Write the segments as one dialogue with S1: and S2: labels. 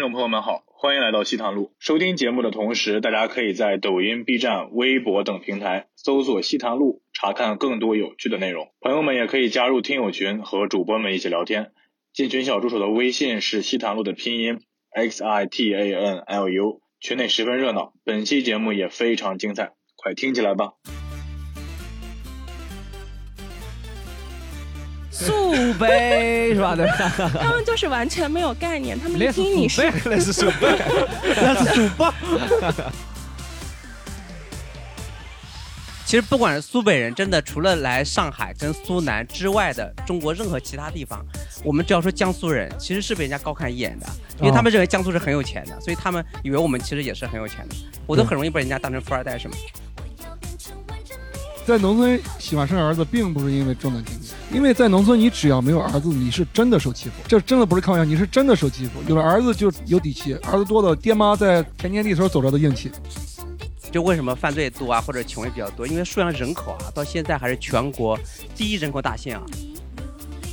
S1: 众朋友们好，欢迎来到西塘路。收听节目的同时，大家可以在抖音、B 站、微博等平台搜索西塘路，查看更多有趣的内容。朋友们也可以加入听友群，和主播们一起聊天。进群小助手的微信是西塘路的拼音 x i t a n l u，群内十分热闹，本期节目也非常精彩，快听起来 吧！
S2: 素杯是 吧？对吧？
S3: 他们就是完全没有概念，他们一
S2: 类似
S3: 听你
S2: 祖
S3: 是
S2: 辈，
S4: 那是什么？那是什么？
S5: 其实不管是苏北人，真的除了来上海跟苏南之外的中国任何其他地方，我们只要说江苏人，其实是被人家高看一眼的，因为他们认为江苏是很有钱的，所以他们以为我们其实也是很有钱的。我都很容易被人家当成富二代什么。
S4: 在农村喜欢生儿子，并不是因为重男轻女，因为在农村，你只要没有儿子，你是真的受欺负。这真的不是开玩笑，你是真的受欺负。有了儿子就有底气，儿子多的，爹妈在田间地头走着的硬气。
S5: 就为什么犯罪多啊，或者穷也比较多，因为数量人口啊，到现在还是全国第一人口大县啊。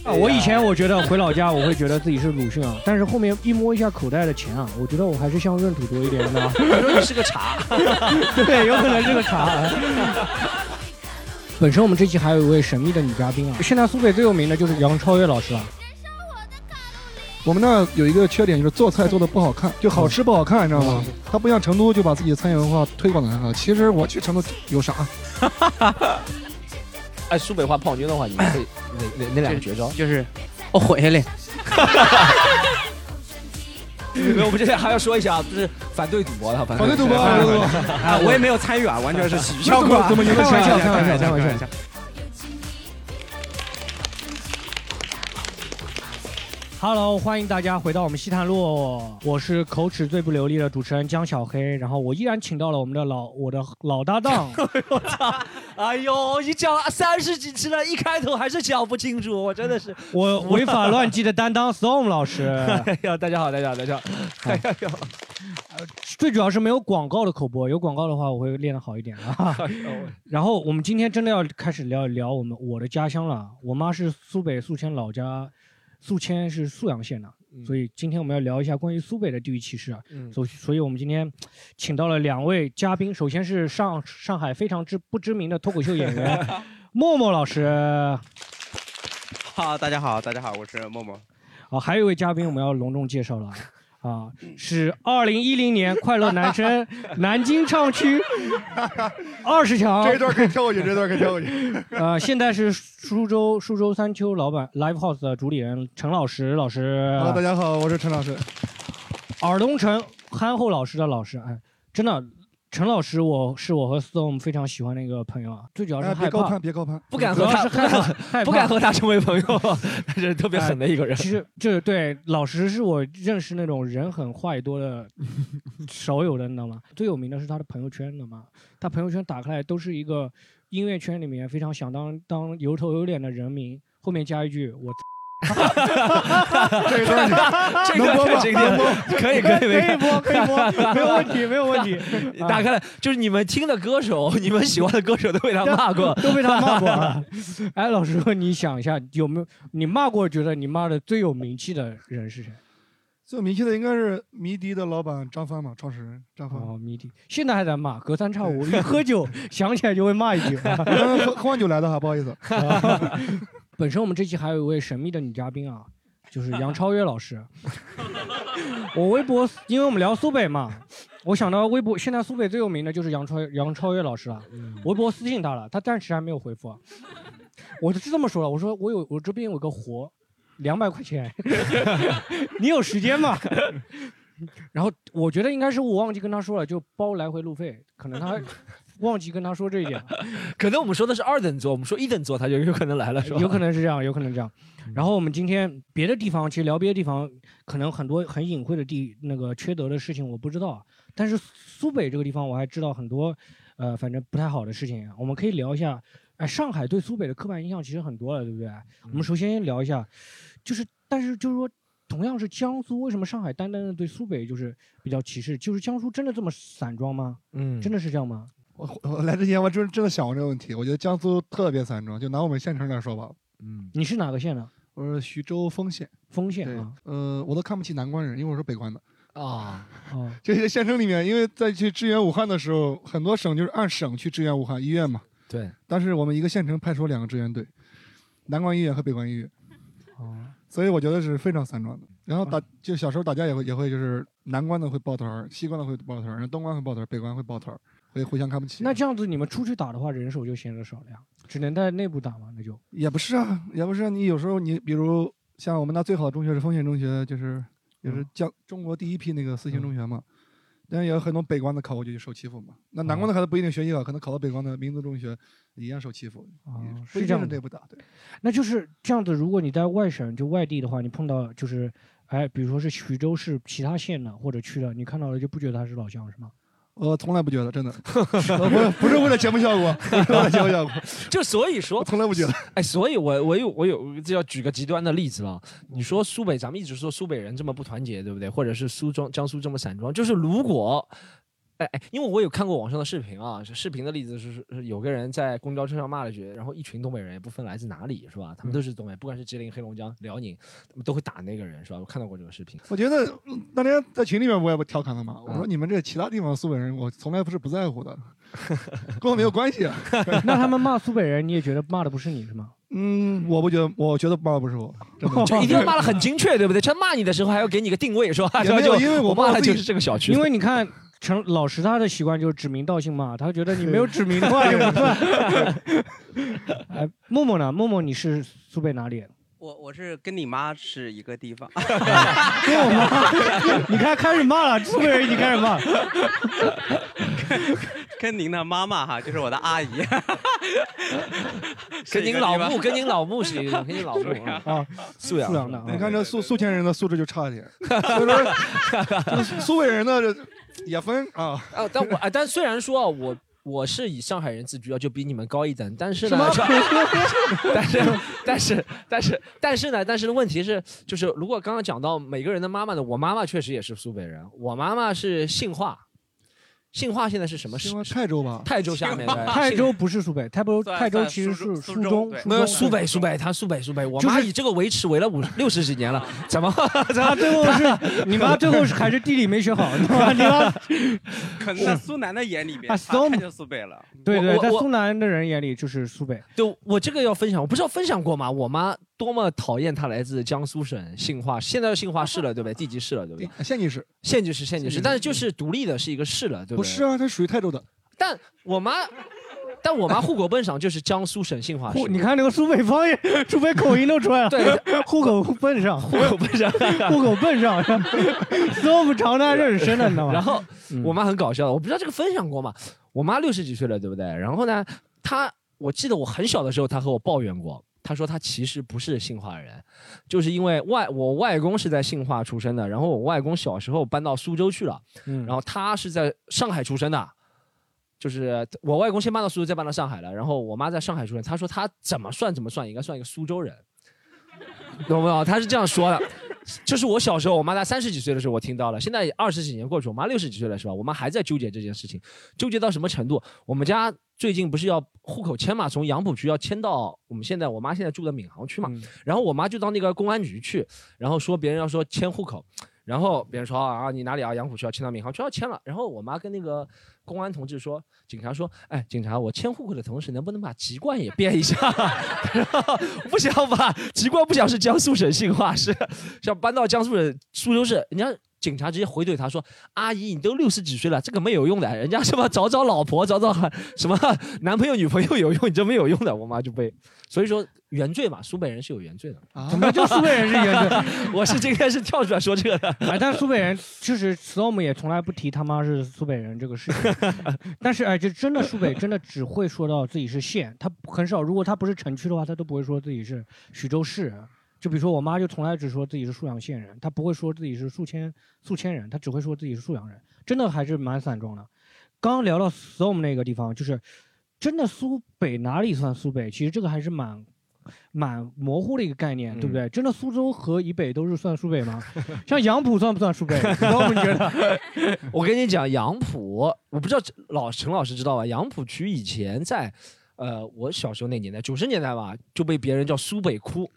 S6: 啊，我以前我觉得回老家我会觉得自己是鲁迅啊，但是后面一摸一下口袋的钱啊，我觉得我还是像闰土多一点 的。
S5: 你说你是个茶，
S6: 对，有可能是个茶。 本身我们这期还有一位神秘的女嘉宾啊，现在苏北最有名的就是杨超越老师了。啊
S4: 我们那儿有一个缺点就是做菜做的不好看，就好吃不好看，你知道吗？他不像成都就把自己的餐饮文化推广的很好。其实我去成都有啥？
S7: 按苏北话、泡妞的话，你们会哪哪哪两个绝招？哦
S5: 就是我混下来。
S7: 没有，我们这边还要说一下，就是反对赌博的，反
S4: 反对赌 博，反对赌博。
S5: 啊，我也没有参与啊，完全是喜剧
S4: 效果啊怎么怎么
S6: 开玩笑，
S4: 开
S6: 开
S4: 玩
S6: 玩
S4: 笑
S6: 笑，
S4: 开
S6: 开
S4: 玩
S6: 玩
S4: 笑
S6: 笑。Hello，欢迎大家回到我们西坛路，我是口齿最不流利的主持人江小黑，然后我依然请到了我们的老我的老搭 档，
S7: 哎呦，你讲三十几次了，一开头还是讲不清楚，我真的是。
S6: 我违法乱纪的担当 Storm 老师，
S7: 哎 呀，大家好，大家好，大家好。哎呀 呦，
S6: 最主要是没有广告的口播，有广告的话我会练得好一点啊。
S7: 哎呦
S6: 然后我们今天真的要开始聊一聊我们我的家乡了。我妈是苏北宿迁老家，宿迁是沭阳县的，
S7: 嗯
S6: 所以今天我们要聊一下关于苏北的地域歧视啊。
S7: 嗯
S6: 所以所以我们今天请到了两位嘉宾，首先是上上海非常知不知名的脱口秀演 员默默老师，
S5: 好，大家好，大家好，我是默默。
S6: 啊，还有一位嘉宾我们要隆重介绍 了。啊，是二零一零年快乐 男声南京唱区二十强
S8: 这一段可以跳过去，这一段可以跳过去。
S6: 呃，现在是苏州苏州三丘老板 Live House 的主理人陈老师老师，呃
S4: Hello，大家啊好，我是陈老师。
S6: 耳东陈憨厚老师的老师，哎，真的，陈老师我是我和 Storm 非常喜欢的一个朋友啊，最主要是
S4: 哎，别
S6: 害
S4: 高
S6: 怕，
S4: 攀，别高攀。
S7: 不敢
S6: 主要
S7: 和他
S6: 是害怕，害怕哎
S7: 不敢。和他成为朋友，但是特别狠的一个人。
S6: 其实就是对老师是我认识那种人狠话也多 的少有的，你知道吗？最有名的是他的朋友圈，你知道吗？他朋友圈打开来都是一个音乐圈里面非常响当当、有头有脸的人名，后面加一句我
S4: 这一段
S7: 这个这个可以可以
S6: 可以播，可以播，没有问题，没有 问题。
S7: 可以，打开了，就是你们听的歌手，你们喜欢的歌手都被他骂过。
S6: 啊都被他骂过 了。哎，老师说，你想一下，有没有你骂过觉得你骂的最有名气的人是谁？
S4: 最有名气的应该是迷笛的老板张帆嘛，创始人张帆。
S6: 哦，谜底，现在还在骂，隔三差五一喝 酒想起来就会骂一句。
S4: 我刚刚喝喝完酒来的哈，不好意思。
S6: 本身我们这期还有一位神秘的女嘉宾啊，就是杨超越老师。我微博，因为我们聊苏北嘛，我想到微博，现在苏北最有名的就是杨超越杨超越老师了。微博私信他了，他暂时还没有回复啊。 我就是这么说了，我说我有我这边有个活，两百块钱， 你有时间吗？然后我觉得应该是我忘记跟他说了，就包来回路费，可能 他忘记跟他说这一点了。
S7: 可能我们说的是二等座，我们说一等座他就有可能来了，是吧？嗯
S6: 有可能是这样，有可能这样。然后我们今天别的地方，其实聊别的地方，可能很多很隐晦的地那个缺德的事情我不知道啊，但是苏北这个地方我还知道很多，呃，反正不太好的事情。啊我们可以聊一下，哎，上海对苏北的刻板印象其实很多了，对不对？我
S7: 嗯
S6: 们首先聊一下，就是但是就是说，同样是江苏，为什么上海单单的对苏北就是比较歧视？就是江苏真的这么散装吗？
S7: 嗯
S6: 真的是这样吗？
S4: 我我来之前我真真的想过这个问题，我觉得江苏特别散装，就拿我们县城来说吧，
S7: 嗯，
S6: 你是哪个县的？
S4: 我是徐州丰县。
S6: 丰县
S4: 对
S6: 啊，，
S4: 呃，我都看不起南关人，因为我是北关的。
S6: 啊，哦，
S4: 这些县城里面，因为在去支援武汉的时候，很多省就是按省去支援武汉医院嘛。
S6: 对。
S4: 但是我们一个县城派出了两个支援队，南关医院和北关医院。
S6: 哦。
S4: 所以我觉得是非常散装的。然后打就小时候打架也会也会就是南关的会抱团儿，西关的会抱团儿，然后东关会抱团儿，北关会抱团儿，会互相看不起。
S6: 那这样子你们出去打的话，人手就显得少了呀，只能在内部打嘛，那就
S4: 也不是啊，也不是啊、你有时候你比如像我们那最好的中学是丰县中学，就是也
S6: 嗯
S4: 是江、中国第一批那个四星中学嘛。但是也有很多北关的考过去就受欺负嘛。那南关
S6: 哦
S4: 的孩子不一定学艺啊，可能考到北关的民族中学一样受欺负，
S6: 啊，
S4: 不一
S6: 这
S4: 定
S6: 样
S4: 是
S6: 的
S4: 内部打。对，
S6: 那就是这样子。如果你在外省就外地的话，你碰到就是，哎，比如说是徐州市其他县的或者区的，你看到了就不觉得他是老乡是吗？
S4: 我呃从来不觉得， 真的，我不不是为了节目效果，不是为了节目效果。
S7: 就所以说，
S4: 从来不觉得。
S7: 哎，所以我我有我有这要举个极端的例子了。你说苏北，咱们一直说苏北人这么不团结，对不对？或者是苏中江苏这么散装，就是如果。哎哎，因为我有看过网上的视频啊，是视频的例子是是有个人在公交车上骂了一句，然后一群东北人也不分来自哪里是
S6: 嗯
S7: 吧？他们都是东北，不管是吉林、黑龙江、辽宁，他们都会打那个人是吧？我看到过这个 视频。
S4: 我觉得嗯那天在群里面我也不调侃了嘛，
S6: 嗯
S4: 我说你们这其他地方苏北人，我从来不是不在乎的，跟我没有关系啊。
S6: 那他们骂苏北人，你也觉得骂的不是你是吗？
S4: 嗯，我不觉得，我觉得骂的不是我，真 的
S7: 就一定要骂的很精确，对不对？他骂你的时候还要给你个定位，是吧？
S6: 也没有
S7: 就
S6: 因为我
S7: 我骂
S6: 我
S7: 的
S6: 自己
S7: 就是这个小区，
S6: 因为你看陈老师他的习惯就是指名道姓骂，他觉得你没有指名的话也不算。哎，默默呢？默默你是苏北哪里？
S5: 我我是跟你妈是一个地方，
S6: 跟我妈， 你看开始骂了，苏北人已经开始骂了。
S5: 跟您的妈妈哈，就是我的阿姨，
S7: 跟您老穆，跟您老穆是一个地方，跟您老
S5: 对呀
S7: 穆啊， 素
S4: 素
S7: 养
S4: 养
S7: 是
S4: 的
S7: 吧
S4: 啊。你看这宿宿迁人的素质就差一 点， 所以说这苏苏北人呢这也分啊。
S7: 啊，但我啊，但虽然说啊，我我是以上海人自居啊，就比你们高一等，但是
S4: 什
S7: 呢
S4: 么，
S7: 但是但是但是但是呢，但是问题是，就是如果刚刚讲到每个人的妈妈呢，我妈妈确实也是苏北人，我妈妈是杏化，杏化现在是什么市？
S4: 泰州吧，
S7: 泰州下面 的
S6: 泰州不是苏北，泰州
S7: 算
S6: 泰州
S7: 算
S6: 其实是
S7: 苏州
S6: 苏
S7: 苏州
S6: 中
S7: 对，没有苏北苏北，他苏北苏北，我
S6: 就
S7: 妈
S6: 是
S7: 以这个维持维了五六十几 年了，怎 么怎
S6: 他
S7: 么
S6: 最后是你妈最后是还是地理没学好， 你妈你妈
S7: 嗯
S5: 可能在苏南的眼里边，
S6: 啊
S5: 他看就苏北了。
S6: 对对，
S7: 我
S6: 在
S7: 我
S6: 苏南的人眼里就是苏北。
S7: 就我这个要分享，我不是要分享过吗？我妈多么讨厌她来自江苏省杏花，现在是杏花市了，对不对？地级市了，对不对？
S4: 县级市，
S7: 县级市，县级
S4: 县级
S7: 市，
S4: 市
S7: 但是就是独立的是一个市了，对
S4: 不
S7: 对？
S4: 是啊，它属于泰州的。
S7: 但我妈，但我妈户口本上啊就是江苏省杏花市
S6: 户，你看那个苏北方言、苏北口音都出来了。
S7: 对，
S6: 户口本上，户
S7: 口本 上，
S6: 户口本上， 所以我们长沙认识深的，你知道吗？ 嗯
S7: 然后我妈很搞笑的，我不知道这个分享过吗？我妈六十几岁了，对不对？然后呢，她我记得我很小的时候，她和我抱怨过，她说她其实不是杏花人，就是因为外我外公是在杏花出生的，然后我外公小时候搬到苏州去了，
S6: 嗯
S7: 然后她是在上海出生的。就是我外公先搬到苏州，再搬到上海了。然后我妈在上海出生，她说她怎么算怎么算，应该算一个苏州人。 懂不懂？他是这样说的，就是我小时候，我妈在三十几岁的时候我听到了，现在二十几年过去，我妈六十几岁了是吧？我妈还在纠结这件事情，纠结到什么程度？我们家最近不是要户口迁嘛，从杨浦区要迁到我们现在我妈现在住的闵行区嘛，然后我妈就到那个公安局去，然后说别人要说迁户口。然后别人说啊，你哪里啊？杨浦区要迁到闵行区要迁了。然后我妈跟那个公安同志说，警察说，哎，警察，我迁户口的同时能不能把籍贯也变一下？ 然后 不想把籍贯不想是江苏省杏花市， 想搬到江苏省苏州市，人家。警察直接回怼他说：“阿姨，你都六十几岁了，这个没有用的。人家什么找找老婆，找找什么男朋友、女朋友有用，你这没有用的。”我妈就被，所以说原罪嘛，苏北人是有原罪的。
S6: 啊 怎么就苏北人是 原罪？
S7: 我是今天是跳出来说这个的。
S6: 哎，但苏 北人确实，Storm 也从来不提他妈是苏北人这个事情。但是哎，就真的苏北真的只会说到自己是县，他很少，如果他不是城区的话，他都不会说自己是徐州市人。就比如说我妈就从来只说自己是沭阳县人，她不会说自己是宿迁宿迁人，她只会说自己是沭阳人，真的还是蛮散装的。刚刚聊到 Storm 那个地方，就是真的苏北哪里算苏北？其实这个还是蛮蛮模糊的一个概念，对
S7: 嗯
S6: 不对？真的苏州和以北都是算苏北吗？像杨浦算不算苏北？我们觉得，
S7: 我跟你讲，杨浦，我不知道老陈老师知道吧？杨浦区以前在，呃，我小时候那年代，九十年代吧，就被别人叫苏北窟。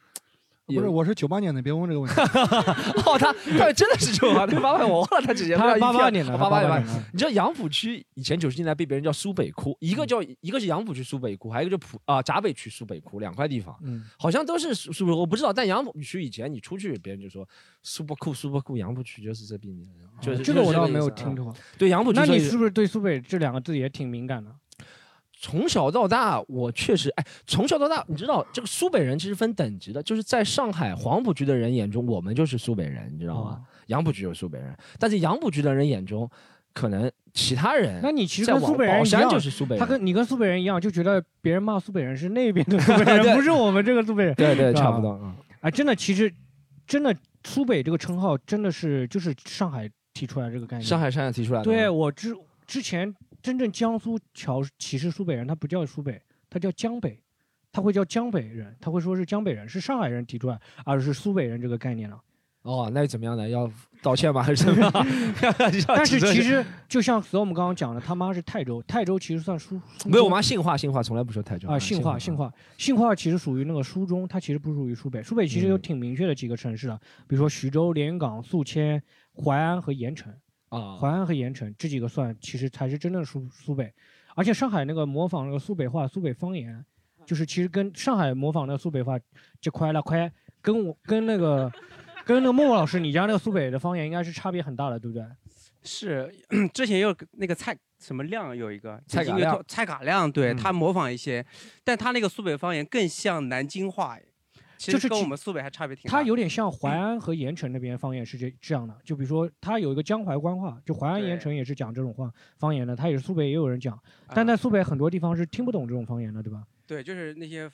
S4: 不是，我是九八年的，别问这个问题。
S7: 哦，他他真的是九八年，八八我忘了他几年，
S4: 他
S7: 不知道一
S4: 88
S7: 票
S4: 年的
S7: 哦
S4: 他
S7: 八八
S4: 88
S7: 年
S4: 年的。
S7: 你知道杨浦区以前九十年代被别人叫苏北窟，一个叫一个是杨浦区苏北窟，还有一个叫浦啊闸北区苏北窟，两块地方，
S6: 嗯
S7: 好像都是苏苏北窟，我不知道。但杨浦区以前你出去，别人就说苏北库苏北库，杨浦区就是这边， 就是
S6: 这个我倒没有
S7: 就是这个意
S6: 听
S7: 思啊
S6: 过。
S7: 对杨浦区
S6: 那
S7: 所以，
S6: 你是不是对苏北这两个字也挺敏感的？
S7: 从小到大，我确实，哎，从小到大，你知道这个苏北人其实分等级的，就是在上海黄浦区的人眼中，我们就是苏北人，你知道
S6: 哦
S7: 吗？杨浦区就是苏北人，但是杨浦区的人眼中，可能其他人，
S6: 那你其实跟苏北人
S7: 宝
S6: 一样，
S7: 山就是苏北人，
S6: 他跟你跟苏北人一样，就觉得别人骂苏北人是那边的苏 北
S7: 对
S6: 人，不是我们这个苏北人。
S7: 对对
S6: 是吧
S7: 差不多嗯
S6: 啊，真的，其实真的苏北这个称号真的是就是上海提出来这个概念。
S7: 上海上海提出来的，
S6: 对，我之之前真正江苏乔歧视苏北人，他不叫苏北，他叫江北，他会叫江北人，他会说是江北人，是上海人提出来，而是苏北人这个概念了。
S7: 哦，那又怎么样呢？要道歉吗？还是怎么样？
S6: 但是其 实就像所以我们刚刚讲的，他妈是泰州，泰州其实算苏，苏
S7: 没有，我
S6: 中
S7: 妈姓华，姓华从来不说台州
S6: 啊，姓华，姓华，姓华其实属于那个苏中，它其实不属于苏北。苏北其实
S7: 嗯
S6: 有挺明确的几个城市的，比如说徐州、连云港、宿迁、淮安和盐城。
S7: 啊
S6: 淮安和盐城这几个算，其实才是真正的苏苏北。而且上海那个模仿那个苏北话、苏北方
S7: 啊
S6: 言，就是其实跟上海模仿那个苏北话，就快了快，跟我跟那个跟那个莫莫老师你家那个苏北的方言应该是差别很大的，对不对？
S5: 是之前有那个蔡什么亮有一个
S6: 蔡
S5: 就是
S6: 嘎
S5: 因为
S6: 亮
S5: 他蔡嘎亮，对、
S6: 嗯
S5: 他模仿一些，但他那个苏北方言更像南京话，其
S6: 就
S5: 实
S6: 是
S5: 跟
S6: 其
S5: 我们苏北还差别挺大。
S6: 它有点像淮安和盐城那边方言是这这样的，就比如说它有一个江淮官话，就淮安盐城也是讲这种话方言的，它也是苏北也有人讲，
S7: 啊
S6: 但在苏北很多地方是听不懂这种方言的，对吧？
S5: 对，就是那些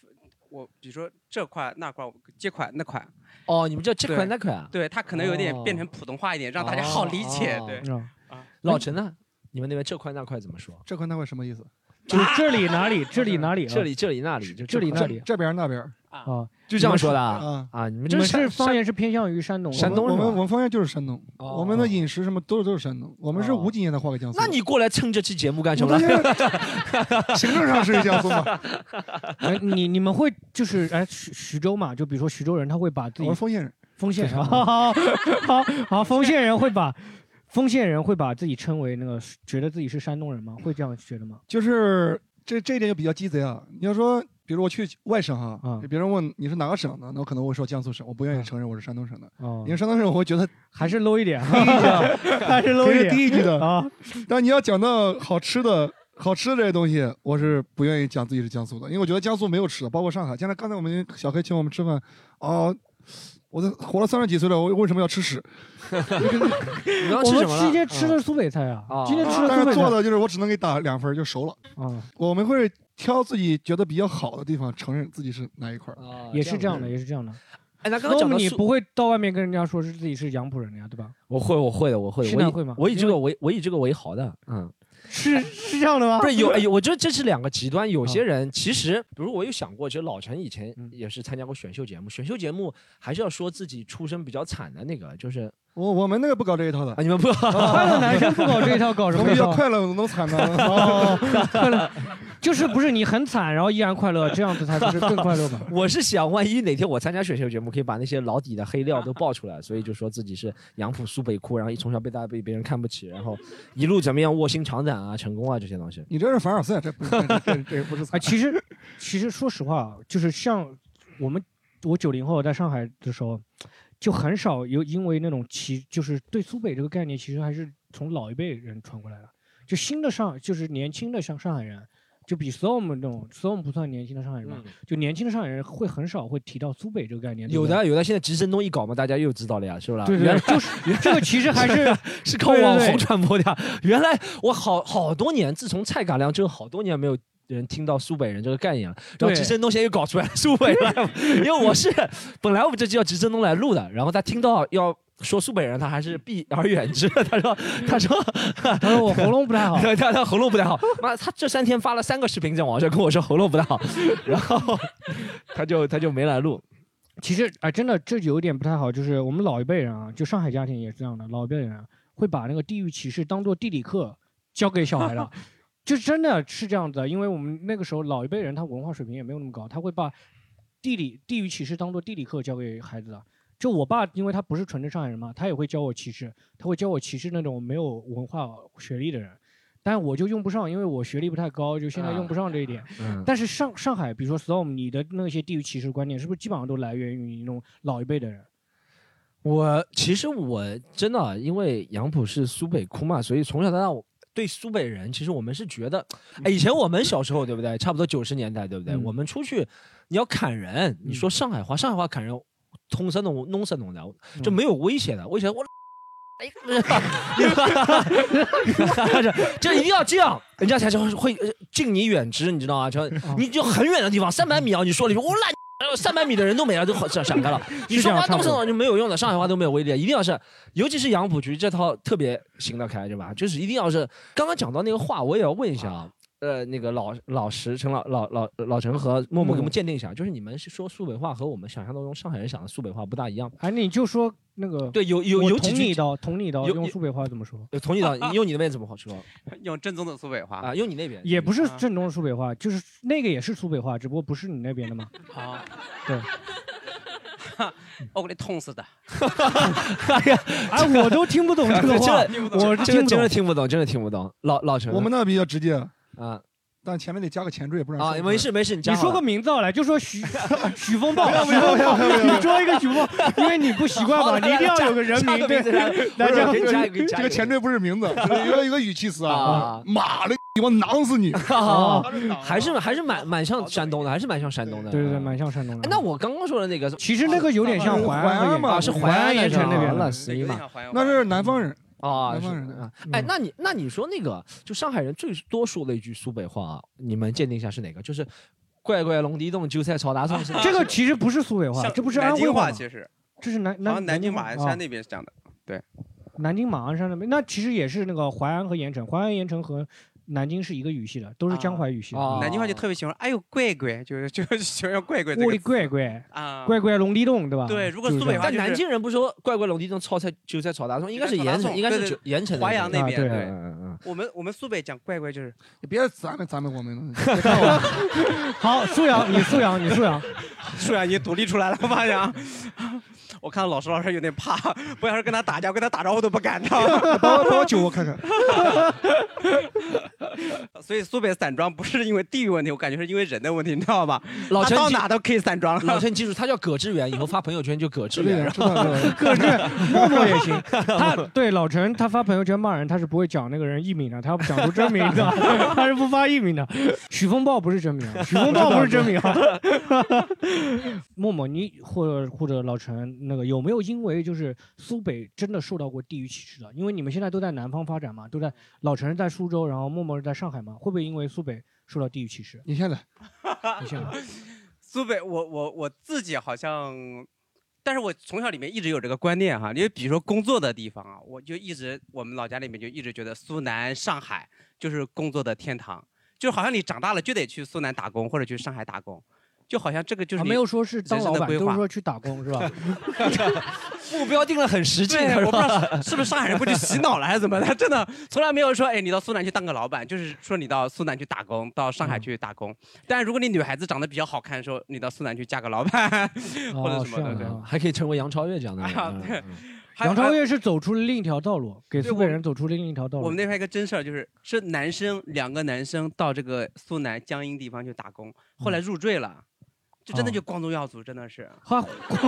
S5: 我比如说这块那块这块那块，
S7: 哦，你们叫这
S5: 对
S7: 款那款啊？
S5: 对他可能有点
S7: 哦
S5: 变成普通话一点，让大家好理解。
S7: 哦
S5: 对，
S6: 嗯
S5: 啊
S7: 老陈呢？你们那边这块那块怎么说？
S4: 这块那块什么意思？
S6: 就是这里哪里，这里哪里啊，
S7: 这里这里那里就
S6: 这里那里
S4: 这边那边
S6: 啊，
S7: 就这样说的
S6: 你
S7: 啊
S6: 们
S7: 啊！你们
S6: 你
S7: 这
S6: 们
S7: 山
S6: 是方言是偏向于山东的吗，
S4: 我们我们方言就是山东，
S7: 哦
S4: 我们的饮食什么都是都是山东，我
S6: 哦
S4: 们是五几年的话给江苏。
S7: 那你过来蹭这期节目干什么？
S4: 行政上是江苏吗？
S6: 哎，你你们会就是哎徐徐州嘛，就比如说徐州人，他会把自己
S4: 我是丰县人，
S6: 丰县人，好好 好好，丰县人会把丰县人会把自己称为那个，觉得自己是山东人吗？会这样觉得吗？
S4: 就是这这一点就比较鸡贼啊。你要说，比如我去外省哈，
S6: 嗯
S4: 别人问你是哪个省的，那我可能会说江苏省，我不愿意承认我是山东省的。
S6: 哦
S4: 因为山东省我会觉得
S6: 还是 low 一点，啊
S4: 还
S6: 还是 low 一点
S4: 第一句的
S6: 啊。
S4: 但你要讲到好吃的。好吃的这些东西，我是不愿意讲自己是江苏的，因为我觉得江苏没有吃的，包括上海。现在刚才我们小黑请我们吃饭，哦，我都活了三十几岁了，我为什么要吃屎？
S6: 我们今天吃的
S7: 嗯
S6: 是苏北菜啊，
S7: 哦
S6: 今天吃的
S4: 但
S6: 苏
S4: 是
S6: 北
S4: 做的
S6: 菜
S4: 就是我只能给打两分儿，就熟了。
S6: 啊，
S4: 我们会挑自己觉得比较好的地方，承认自己是哪一块儿。
S7: 哦
S6: 也是这样的，也是这样的。
S7: 哎，那
S6: 那
S7: 刚刚
S6: 我
S7: 讲
S6: 们
S7: 到
S6: 你
S7: 苏
S6: 不会到外面跟人家说是自己是杨浦人的呀，对吧？
S7: 我会，我会的，我会的。
S6: 是
S7: 我以
S6: 那会吗
S7: 我以这个为我以这个为豪的，嗯，
S6: 是是这样的吗？
S7: 不是有，哎呦我觉得这是两个极端。
S6: 嗯
S7: 有些人其实，比如我有想过，其实老陈以前也是参加过选秀节目，选秀节目还是要说自己出身比较惨的那个，就是
S4: 我我们那个不搞这一套的，
S7: 啊，你 们不
S6: 快乐男生不搞这一套，搞什么一
S4: 我
S6: 套
S4: 们？快乐能惨呢？
S6: 哦， 快乐，就是不是你很惨，然后依然快乐，这样子才不是更快乐吗？
S7: 我是想，万一哪天我参加选秀节目，可以把那些老底的黑料都爆出来，所以就说自己是杨浦苏北哭，然后一从小被大家被别人看不起，然后一路怎么样卧薪尝胆啊，成功啊这些东西。
S4: 你这是凡尔赛，这不这这这不是
S6: 啊，其实其实说实话，就是像我们我九零后在上海的时候，就很少有因为那种歧，就是对苏北这个概念，其实还是从老一辈人传过来的。就新的上，就是年轻的像上海人，就比所有我们这种所有我们不算年轻的上海人吧，就年轻的上海人会很少会提到苏北这个概念。对不
S7: 有
S6: 对
S7: 的有的，现在直升东一搞嘛，大家又知道了呀，是不啦？
S6: 对对对
S7: 原来
S6: 就是这个其实还是
S7: 是靠
S6: 对对
S7: 网
S6: 对
S7: 红传播的呀。原来我好好多年，自从蔡嘎亮之后，好多年没有。人听到苏北人这个概念了，然
S6: 对
S7: 后直升东现在又搞出来了苏北了， 因为我是本来我们这就要直升东来录的，然后他听到要说苏北人，他还是避而远之。他说，他说，
S6: 他说我喉咙不太好
S7: 他 他他喉咙不太好。妈，他这三天发了三个视频在网上跟我说喉咙不太好， 然后他就他就没来录。
S6: 其实哎，真的这有一点不太好，就是我们老一辈人啊，就上海家庭也是这样的，老一辈人啊会把那个地域歧视当做地理课教给小孩了，就真的是这样子的，因为我们那个时候老一辈人他文化水平也没有那么高，他会把地理地域歧视当做地理课教给孩子的。就我爸，因为他不是纯正上海人嘛，他也会教我歧视，他会教我歧视那种没有文化学历的人，但我就用不上，因为我学历不太高，就现在用不上这一点。
S7: 嗯
S6: 但是上上海，比如说 storm，你的那些地域歧视观念，是不是基本上都来源于那种老一辈的人？
S7: 我其实我真的啊因为杨浦是苏北哭嘛，所以从小到大我对苏北人，其实我们是觉得，
S6: 嗯
S7: 哎，以前我们小时候对不对？差不多九十年代对不对？我们出去你要砍人，你
S6: 嗯
S7: 说上海话，上海话砍人，通山弄弄山弄的，
S6: 嗯
S7: 就没有威胁的，威胁我。哎呀， 这一定要这样，人家才就会呃敬你远之，你知道吗？就你就很远的地方，三百米啊，你说了一句我烂。呃三百米的人都没了，都好闪闪开了。你
S6: 是这
S7: 说
S6: 样
S7: 话
S6: 差
S7: 动
S6: 不
S7: 手
S6: 多
S7: 脑就没有用的，上海话都没有威力，一定要是，尤其是杨浦区这套特别行得开，对吧？就是一定要是。刚刚讲到那个话，我也要问一下啊，呃，那个老老石陈老老老老陈和默默给我
S6: 嗯
S7: 们鉴定一下，就是你们是说苏北话和我们想象当中上海人想的苏北话不大一样。
S6: 哎，你就说那个
S7: 对，有有
S6: 我
S7: 有几
S6: 捅
S7: 句
S6: 你一刀，捅你一刀，
S7: 有
S6: 用
S7: 有
S6: 苏北话怎么说？啊
S7: 呃同 意的，你用你那边怎么好说
S5: 用正宗的苏北话
S7: 啊？用你那边
S6: 也不是正宗的苏北话，就是那个也是苏北话，只不过不是你那边 的嘛。
S5: 啊，
S6: 对，
S5: 我给你痛死的。
S6: 哎，我都听 不懂 这个话，我
S7: 真
S6: 不
S7: 的真
S6: 懂。
S7: 的听不懂，真的听不懂。老老陈，
S4: 我们那比较直 接
S7: 啊，
S4: 但前面得加个前缀，不然
S7: 啊，没事没事，你
S6: 你
S7: 加好
S6: 说
S7: 了
S6: 个名字好了，就说徐徐风暴，
S4: 不要
S6: 徐
S4: 不要
S6: 风
S4: 不要
S6: 暴，
S4: 不要 不要
S6: 你说一个徐风，因为你不习惯
S7: 好
S6: 吧，
S7: 来
S6: 你一定要
S7: 来
S6: 有个人
S7: 加
S6: 名，对
S7: 名字，来
S6: 来
S7: 不是
S6: 加个
S7: 给你加一个，给你加
S4: 这
S7: 一
S4: 个前缀不是名字，有一个语气词啊
S6: 嗯
S7: 啊，
S4: 妈了，我囊死 你！
S7: 啊，还是还是蛮蛮像山东的，还是蛮像山东的。
S6: 对对对，蛮像山东
S5: 嗯
S6: 人。
S7: 哎那我刚刚说的那个，
S6: 其实那个有点像
S4: 哦
S6: 淮
S4: 淮安
S6: 安和
S4: 嘛
S6: 盐
S7: 是淮
S6: 淮
S7: 安
S6: 安
S7: 的
S6: 盐
S7: 啊是
S6: 城
S7: 吧
S6: 那边
S7: 那
S6: 的。
S7: 是你嘛
S4: 那是南方人，
S7: 啊，
S4: 南
S7: 是
S4: 方人
S7: 啊，
S6: 嗯
S7: 哎，那你那你说那个，就上海人最多说的一句苏北话啊，你们鉴定一下是哪个？就是“怪怪龙地洞，韭菜炒大蒜”是 哪
S6: 这个其实不是苏北话，这不是安
S5: 南
S6: 徽
S5: 京
S6: 吗
S5: 其实，
S6: 这是南
S5: 然后
S6: 南
S5: 南京马鞍山
S6: 那哦
S5: 那边是这样的。
S6: 南京马鞍山那边，那其实也是那个淮安和盐城，淮安盐城和南京是一个语系的，都是江淮语系的。嗯
S7: 啊
S6: 我
S5: 南京话就特别喜欢，哎呦乖乖，就是就是 喜欢用乖乖这
S6: 的
S5: 个
S6: 乖乖
S5: 啊，
S6: 乖乖龙地洞，对吧？
S5: 对如果
S6: 就是
S5: 苏北
S6: 这样
S5: 话
S7: 但南京人不说“怪怪龙地洞，炒菜韭菜炒大蒜”，应该是盐城，应该是九盐城的
S5: 华阳那边。
S6: 啊对
S7: 嗯
S5: 对，
S7: 嗯嗯
S5: 我们我们苏北讲乖乖就是
S4: 你别咱们咱们我们，
S6: 好哦素养，你素养，你素养。
S5: 素养已经独立出来了，我发现啊。 我看老师老师有点怕， 不要是跟他打架，跟他打招呼都不敢的。
S4: 把我把我酒我看看，
S5: 所以苏北散装不是因为地域问题，我感觉是因为人的问题，你知道吧？
S7: 老
S5: 他
S7: 陈
S5: 到
S7: 记
S5: 哪都可以散装
S7: 嗯老陈，你记住，他叫葛志远，以后发朋友圈就葛志
S4: 知道
S7: 远。
S4: 知道知道。
S6: 个是 默默也 行。他对老陈，他发朋友圈骂人，他是不会讲那个人艺名的，他要不讲出真名 的，他是不发艺名的。许风暴不是真名 啊，许风暴不是真名 啊。默默，你或者或者老陈，那个有没有因为就是苏北真的受到过地域歧视的？因为你们现在都在南方发展嘛，都在老陈是在苏州，然后默默是在上海嘛，会不会因为苏北受到地域歧视？
S4: 你 现在
S6: 你想想，
S5: 苏北，我我我自己好像，但是我从小里面一直有这个观念哈，因为比如说工作的地方啊，我就一直我们老家里面就一直觉得苏南、上海就是工作的天堂，就好像你长大了就得去苏南打工或者去上海打工，就好像这个就是
S6: 啊
S5: 你、
S6: 没有说是当
S5: 人
S6: 老
S5: 生的
S6: 板，
S5: 规
S6: 都
S5: 划
S6: 是说去打工 是吧？
S7: 目标定了很实际，
S5: 对，
S7: 是
S5: 我不知
S7: 吧？
S5: 道是是不是上海人过去洗脑了还是怎么的，真的从来没有说，哎，你到苏南去当个老板，就是说你到苏南去打工，到上海
S6: 嗯
S5: 去打工。但是如果你女孩子长得比较好看，说你到苏南去嫁个老板， 或者
S6: 哦，
S5: 什
S6: 是这
S5: 么的
S6: 样
S5: 对
S6: 的啊。
S7: 还可以成为杨超越这样的人。
S5: 啊
S7: 嗯
S5: 对
S7: 嗯
S5: 还
S6: 杨超越是走出了另一条道路， 给
S5: 对
S6: 苏
S5: 我
S6: 北人走出了另一条道路。
S5: 我们那边一个真事儿，就是是男生两个男生到这个苏南江阴地方去打工，后来入赘了，就真的
S6: 哦
S5: 就光宗耀祖，真的是。
S6: 哈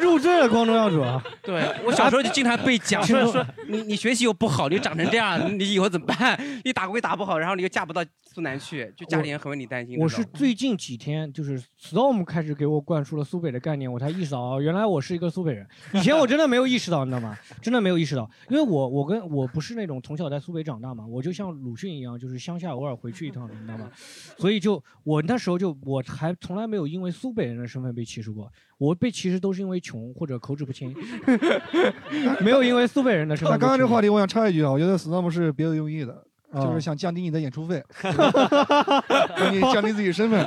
S6: 入赘了光宗耀祖啊！
S5: 对我小时候就经常被 讲
S6: 听说
S5: 说说你你学习又不好，你长成这样，你以后怎么办？ 你打工也打不好，然后你又嫁不到苏南去，就家里人很为你担心这种。
S6: 我是最近几天就是 storm 开始给我灌输了苏北的概念，我才意识到啊，原来我是一个苏北人。以前我真的没有意识到，你知道吗？真的没有意识到，因为我我跟我不是那种从小在苏北长大嘛，我就像鲁迅一样，就是乡下偶尔回去一趟，你知道吗？所以就我那时候就我还从来没有因为苏北人的身份被歧视过，我被歧视都是因为穷或者口齿不清， 嗯没有因为苏北人的身
S4: 那
S6: 份被歧视过。
S4: 刚刚这话题，我想插一句啊，我觉得 storm 是别有用意的，
S6: 啊
S4: 就是想降低你的演出费，让 你降低自己身份。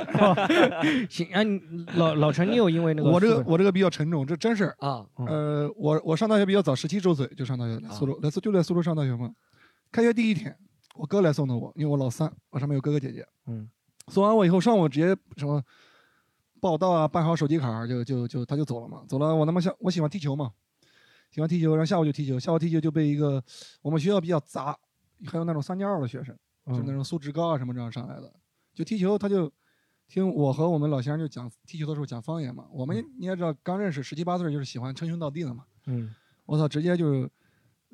S6: 行，哎，你老老陈，你有因为那 个
S4: 我这
S6: 苏
S4: 个
S6: 北
S4: 我这个比较沉重，这真事儿。
S7: 啊，
S6: 嗯
S4: 呃，我我上大学比较早，十七周岁就上大学，来
S6: 啊
S4: 苏州来苏就在苏州上大学嘛。开学第一天，我哥来送的我，因为我老三，我上面有哥哥姐姐。
S6: 嗯，
S4: 送完我以后，上午直接什么报到啊，办好手机卡儿就就就他就走了嘛，走了我他妈想我喜欢踢球嘛，喜欢踢球，然后下午就踢球，下午踢球就被一个我们学校比较杂，还有那种三加二的学生，就是那种素质高啊什么这样上来的，就踢球他就听我和我们老乡就讲踢球的时候讲方言嘛，我们你也知道刚认识十七八岁就是喜欢称兄道弟的嘛，
S6: 嗯，
S4: 我操，直接就是，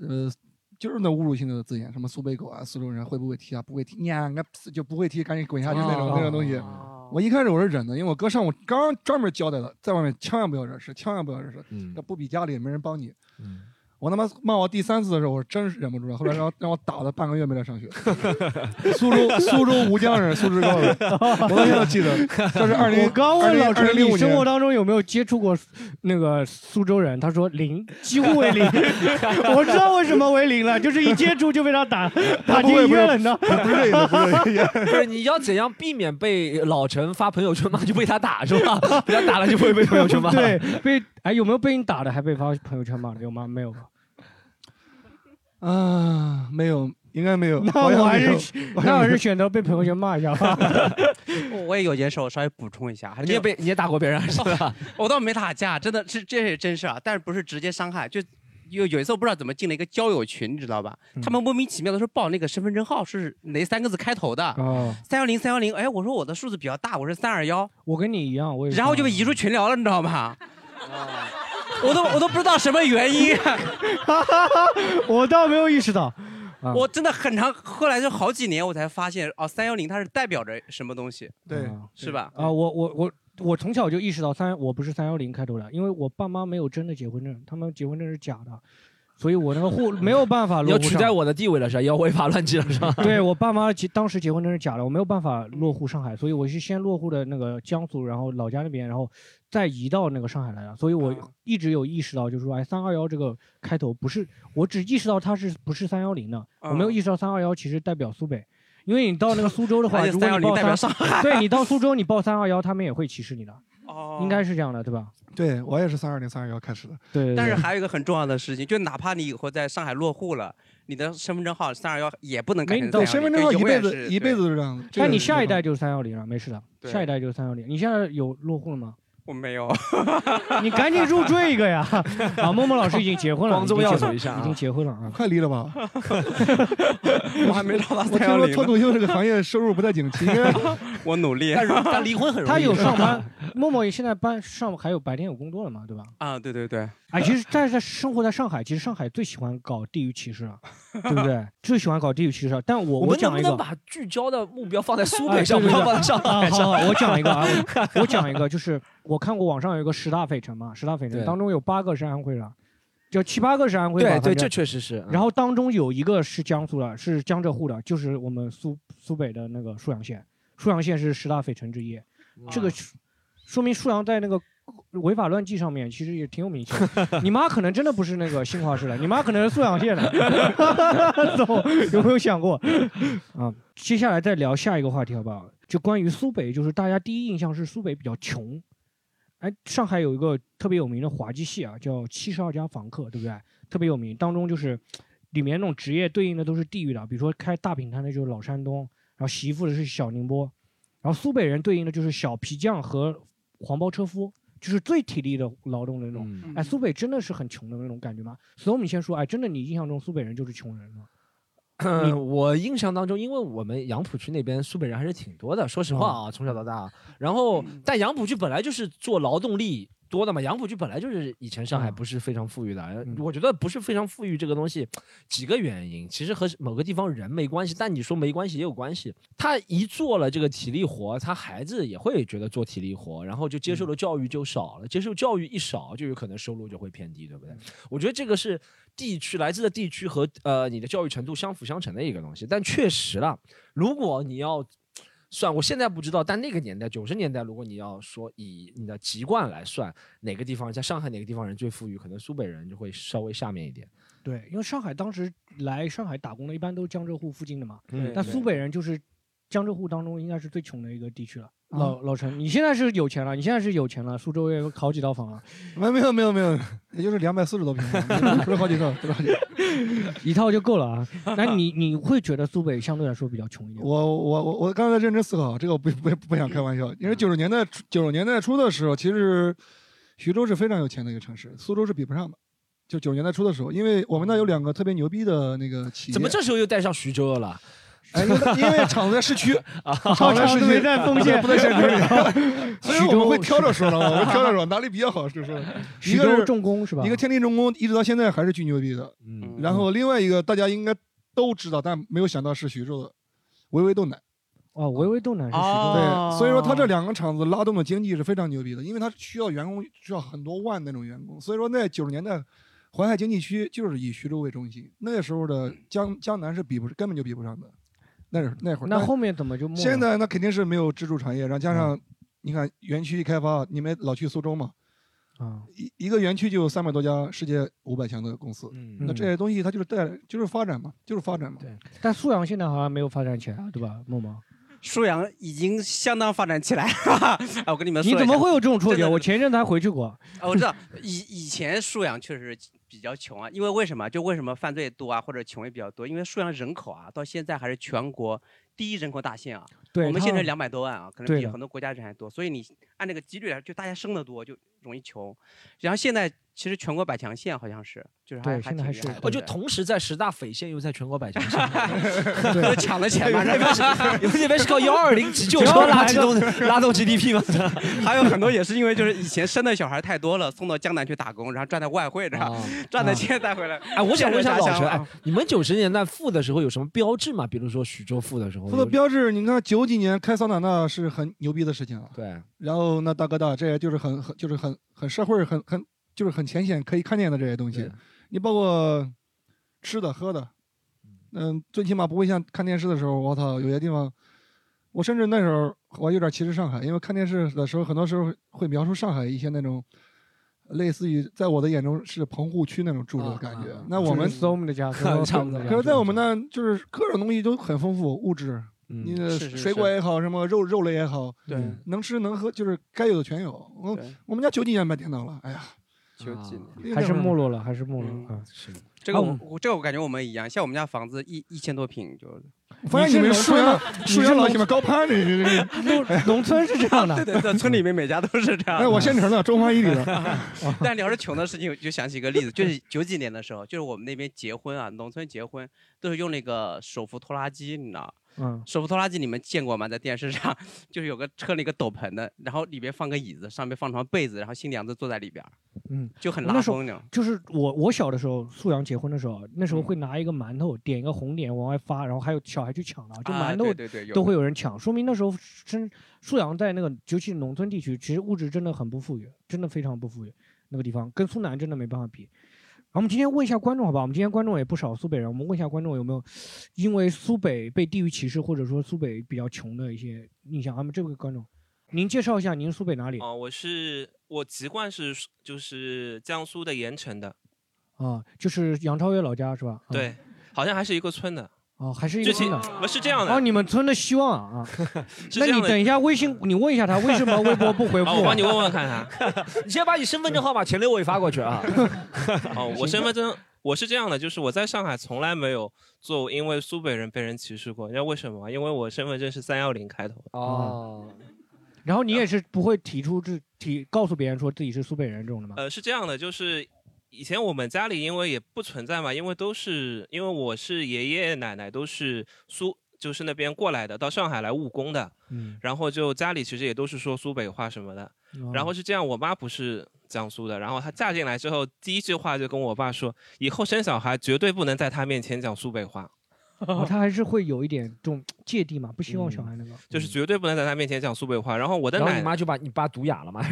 S4: 呃，就是那侮辱性的字眼，什么苏北狗啊，苏州人会不会踢啊？不会踢，你俺个屁就不会踢，赶紧滚下去那种、那种东西。我一开始我是忍的，因为我哥上午刚专门交代了，在外面千万不要惹事，千万不要惹事，那不比家里也没人帮你。
S6: 嗯
S4: 我他妈骂我第三次的时候，我真是忍不住了。后来 让我让我打了半个月没来上学。苏州苏州吴江人，素质高 人，我到现在记得。这是二零
S6: 我刚问老
S4: 二
S6: 陈，
S4: 零零
S6: 你
S4: 五
S6: 生活
S4: 年。
S6: 当中有没有接触过那个苏州人？他说零，几乎为零。我知道为什么为零了，就是一接触就被他打打进医院了，你知道？
S7: 不是你要怎样避免被老陈发朋友圈骂就被他打是 吧？被他打了就不会被朋友圈骂。
S6: 对，被哎有没有被你打的还被发朋友圈骂的？有吗？没有吧？
S4: 啊，没有，应该没有。
S6: 那
S4: 好像
S6: 我还
S4: 没有
S6: 是那我还是选择被朋友圈骂一下吧。
S5: 我我也有件事，我稍微补充一下。
S7: 你也被你也打过别人是吧？
S5: 我倒没打架，真的是这是真事啊，但是不是直接伤害，就有有一次我不知道怎么进了一个交友群，你知道吧？他
S7: 嗯
S5: 们莫名其妙的说报那个身份证号是哪三个字开头
S7: 啊
S5: 的，
S6: 哦
S5: 三幺零三幺零，哎，我说我的数字比较大，我是三二幺，
S6: 我跟你一样，我也是
S5: 然后就被移出群聊了，你知道
S7: 啊
S5: 吗？我都我都不知道什么 原因，
S7: 啊
S6: 我倒没有意识到。啊
S5: 我真的很长，后来就好几年我才发现，哦，三幺零它是代表着什么东西，
S4: 对，
S5: 是吧？
S6: 啊，我我我我从小就意识到三，我不是三幺零开头的，因为我爸妈没有真的结婚证，他们结婚证是假的，所以我那个户没有办法
S7: 你
S6: 落
S7: 要
S6: 户
S7: 取
S6: 上
S7: 代。我的地位了是吧？要违法乱纪了 是吧？
S6: 对我爸妈结当时结婚证是假的，我没有办法落户上海，所以我是先落户的那个江苏，然后老家那边，然后再移到那个上海来的。所以我
S7: 啊
S6: 一直有意识到，就是说，哎，三二幺这个开头不是，我只意识到它是不是三幺零的，
S7: 啊
S6: 我没有意识到三二幺其实代表苏北。因为你到那个苏州的话，
S5: 而且
S6: 如果你
S5: 320
S6: 报
S5: 代表上 海
S6: 对你到苏州你报三二幺，他们也会歧视你的。
S5: 哦
S6: 应该是这样的，对吧？
S4: 对我也是三二零、三二幺开始的。
S6: 对
S5: 但是还有一个很重要的事情，就哪怕你以后在上海落户了，你的身份证号三二幺也不能改成
S4: 对，
S5: 321
S4: 身份证号
S5: 就
S4: 一
S5: 永
S4: 辈
S5: 远
S4: 子
S5: 是
S4: 一辈子都是这样的。这
S6: 但
S4: 个
S6: 你
S4: 是
S6: 下一
S4: 没办
S6: 代就是三幺零了，没事的，
S5: 对
S6: 下一代就是三幺零。你现在有落户了吗？
S5: 我没有，
S6: 你赶紧入赘一个 呀！啊，默默老师已经结婚了，
S7: 光宗
S6: 已经
S7: 耀
S6: 结婚
S7: 祖一下啊
S6: 已经结婚了啊
S4: 法。快离了吧？
S5: 我还没到达
S4: 我
S5: 三
S4: 听
S5: 幺
S4: 说
S5: 零
S4: 脱。口秀这个行业收入不太景气，应 该
S5: 我努力
S7: 但是 但离婚很容易。
S6: 他有上班，默默现在班上还有白天有工作了嘛，对吧？
S5: 啊，对对对，
S6: 啊，其实但是在生活在上海，其实上海最喜欢搞地域歧视了，对不对？ 最喜欢搞地域歧视了。但我
S7: 我们能
S6: 讲
S7: 不
S6: 一个
S7: 能，把聚焦的目标放在苏
S6: 哎
S7: 北上，
S6: 对
S7: 不
S6: 对
S7: 要
S6: 对
S7: 放在上
S6: 啊，
S7: 海
S6: 好
S7: 上？
S6: 好，我讲一个啊，我我讲一个，就是我看过网上有一个十大匪城嘛，十大匪城
S7: 对
S6: 当中有八个是安徽的，就七八个是安徽吧，
S7: 对对，
S6: 反正
S7: 这确实是。嗯
S6: 然后当中有一个是江苏的，是江浙沪的，就是我们苏苏北的那个沭阳县，沭阳县是十大匪城之一，这个说说明沭阳在那个。违法乱纪上面其实也挺有名气的，你妈可能真的不是那个新华市的，你妈可能是沭阳县的， 走，有没有想过？啊，接下来再聊下一个话题好不好？就关于苏北，就是大家第一印象是苏北比较穷。哎，上海有一个特别有名的滑稽戏啊，叫《七十二家房客》，对不对？特别有名，当中就是里面那种职业对应的都是地域的，比如说开大饼摊的就是老山东，然后洗衣服的是小宁波，然后苏北人对应的就是小皮匠和黄包车夫，就是最体力的劳动的那种。
S7: 嗯
S6: 哎，苏北真的是很穷的那种感觉吗？所以我们先说，哎，真的你印象中苏北人就是穷人吗？
S7: 嗯我印象当中，因为我们杨浦区那边苏北人还是挺多的，说实话啊，从小到大。然后，但杨浦区本来就是做劳动力多的嘛，杨浦区本来就是以前上海
S6: 嗯
S7: 不是非常富裕的。呃我觉得不是非常富裕这个东西，几个原因，其实和某个地方人没关系，但你说没关系也有关系。他一做了这个体力活，他孩子也会觉得做体力活，然后就接受的教育就少了，接受教育一少，就有可能收入就会偏低，对不对？我觉得这个是地区来自的地区和呃你的教育程度相辅相成的一个东西。但确实啦，如果你要算，我现在不知道，但那个年代九十年代，如果你要说以你的籍贯来算，哪个地方在上海哪个地方人最富裕，可能苏北人就会稍微下面一点。
S6: 对，因为上海当时来上海打工的，一般都是江浙沪附近的嘛，
S7: 嗯
S6: 但苏北人就是江浙沪当中应该是最穷的一个地区了。
S7: 啊
S4: 啊
S6: 老老陈，你现在是有钱了，你现在是有钱了，苏州也有好几套房了，
S4: 没没有没有没有，也就是两百四十多平方，不是好几套，不是好几套。
S6: 一套就够了 啊。那你你会觉得苏北相对来说比较穷一点？
S4: 我我我我刚才认真思考，这个我不不不想开玩笑，因为九十年代九十年代初的时候，其实徐州是非常有钱的一个城市，苏州是比不上的。就九十年代初的时候，因为我们那有两个特别牛逼的那个企业，
S7: 怎么这时候又带上徐州了？
S4: 哎，因为因为厂子在市区
S7: 啊，
S4: 厂子在市区， 不在县城
S7: 里。
S4: 里，所以我们会挑着说的，我们挑着说哪里比较好就说。
S6: 徐
S4: 一个
S6: 州
S4: 是
S6: 重工是吧
S4: 一？个天地重工一直到现在还是巨牛逼的，
S7: 嗯。
S4: 然后另外一个大家应该都知道，但没有想到是徐州的维维豆奶。
S6: 哦，维维豆奶是徐州的，
S4: 对，所以说它这两个厂子拉动的经济是非常牛逼的，因为它需要员工需要很多万那种员工，所以说在九十年代淮海经济区就是以徐州为中心，那个时候的江江南是比不根本就比不上的，那是那会儿。
S6: 那
S4: 但
S6: 后面怎么就没了嗯
S4: 现在那肯定是没有支柱产业，然后加上你看园区一开发，你们老去苏州嘛，
S6: 啊，
S4: 一一个园区就有三百多家世界五百强的公司，那这些东西它就是带来就是发展嘛，就是发展嘛。对，
S6: 但沭阳现在好像没有发展起来，啊对吧，梦梦？
S5: 沭阳已经相当发展起来了。 哎，我跟你们说一
S6: 你
S5: 下，
S6: 怎么会有这种错
S5: 真
S6: 觉？
S5: 的
S6: 我前一阵才回去过。
S5: 啊，我知道，以以前沭阳确实比较穷啊，因为为什么？就为什么犯罪多啊，或者穷也比较多？因为沭阳人口啊，到现在还是全国第一人口大县啊。
S6: 对
S5: 我们
S6: 它
S5: 县城两百多万啊，可能
S6: 对
S5: 比
S6: 的
S5: 很多国家人还多。所以你按这个几率来，就大家生的多，就容易穷。然后现在其实全国百强县好像是，就是还还挺厉害
S7: 哦
S5: 的。
S7: 我就同时在十大匪县又在全国百强县，
S5: 对抢了 钱嘛
S7: 你们那边是你们那边是靠幺二零急救车拉机动拉动 GDP 吗？
S5: 还有很多也是因为就是以前生的小孩太多了，送到江南去打工，然后赚的外汇，然后赚的钱带回来。
S7: 哦哎，我想问一下
S5: 家
S7: 老
S5: 乡
S7: 陈，
S5: 啊
S7: 哎，你们九十年代富的时候有什么标志吗？比如说徐州富的时候，
S4: 它的标志，你看九几年开桑塔纳是很牛逼的事情啊。
S7: 对，
S4: 然后那大哥大，这也就是很很就是很很社会很很就是很浅显可以看见的这些东西。你包括吃的喝的，嗯，最起码不会像看电视的时候，我操，有些地方，我甚至那时候我有点歧视上海，因为看电视的时候，很多时候会描述上海一些那种。类似于在我的眼中是棚户区那种住着的感觉，那我们
S6: 就是搜我们的家
S7: 啊 差不多
S4: 可是在我们那就是各种东西都很丰富，物质，
S6: 嗯
S4: 你的
S7: 是是
S4: 水果
S7: 是
S4: 也好，什么肉肉类也好，嗯
S7: 对
S4: 能吃能喝，就是该有的全有。我我们家九几年买电脑了，哎呀，
S5: 九几
S7: 啊
S4: 年
S6: 还是没落了，还是没落啊。
S7: 是
S5: 这个
S6: 啊
S5: 我
S6: 我
S5: 我这个我感觉我们一样，像我们家房子一一千多平就。
S4: 我发现你们沭阳沭阳老铁们高攀的，你这
S6: 农农村是这样的
S5: 对对对， 村里面每家都是这样的。
S4: 哎，我县城的，中华一里的，
S5: 但聊着穷的事情，我就想起一个例子，就是九几年的时候，就是我们那边结婚啊，农村结婚都是用那个手扶拖拉机，你知道。
S6: 嗯，
S5: 手扶拖拉机你们见过吗？在电视上， 就是有个车那个斗篷的，然后里边放个椅子，上面放床被子，然后新娘子坐在里边儿，
S6: 嗯，
S5: 就很
S6: 我那
S5: 拉
S6: 时候
S5: 风那嗯种。
S6: 就是我我小的时候，沭阳结婚的时候，那时候会拿一个馒头点一个红点往外发，然后还有小孩去抢的，就
S5: 啊
S6: 馒
S5: 对对对有
S6: 头都会有人抢，说明那时候真沭阳在那个尤其是农村地区，其实物质真的很不富裕，真的非常不富裕，那个地方跟苏南真的没办法比。然后我们今天问一下观众好吧，我们今天观众也不少苏北人，我们问一下观众有没有因为苏北被地域歧视，或者说苏北比较穷的一些印象？我啊们这位观众，您介绍一下您苏北哪里？
S9: 哦、我是我籍贯是就是江苏的盐城的，
S6: 啊，就是杨超越老家是吧？啊
S9: 对，好像还是一个村的。
S6: 哦，还是一
S9: 之
S6: 个
S9: 前
S6: 村的。
S9: 不是这样的！
S6: 哦，你们村的希望啊啊
S9: 是这
S6: 那
S9: 样
S6: 你
S9: 的
S6: 等一下微信，你问一下他为什么微博不回复？啊
S9: 好哦我帮你问问看啊 看。
S7: 你先把你身份证号码前六位发过去啊。
S9: 哦，我身份证我是这样的，就是我在上海从来没有做因为苏北人被人歧视过，你知道为什么吗？因为我身份证是三幺零开头的。
S7: 哦，
S6: 然后你也是不会提出这提告诉别人说自己是苏北人这种 的吗？
S9: 呃，是这样的，就是以前我们家里因为也不存在嘛，因为都是因为我是爷爷奶奶都是苏，就是那边过来的，到上海来务工的，
S6: 嗯，
S9: 然后就家里其实也都是说苏北话什么的，
S7: 哦
S9: 然后是这样，我妈不是。江苏的，然后她嫁进来之后，第一句话就跟我爸说，以后生小孩绝对不能在她面前讲苏北话，
S6: 哦他还是会有一点这种芥蒂嘛，不希望小孩那个。
S9: 就是绝对不能在她面前讲苏北话。然后我的
S7: 嗯然后
S9: 奶
S7: 你
S9: 奶，
S7: 妈就把你爸毒哑了嘛？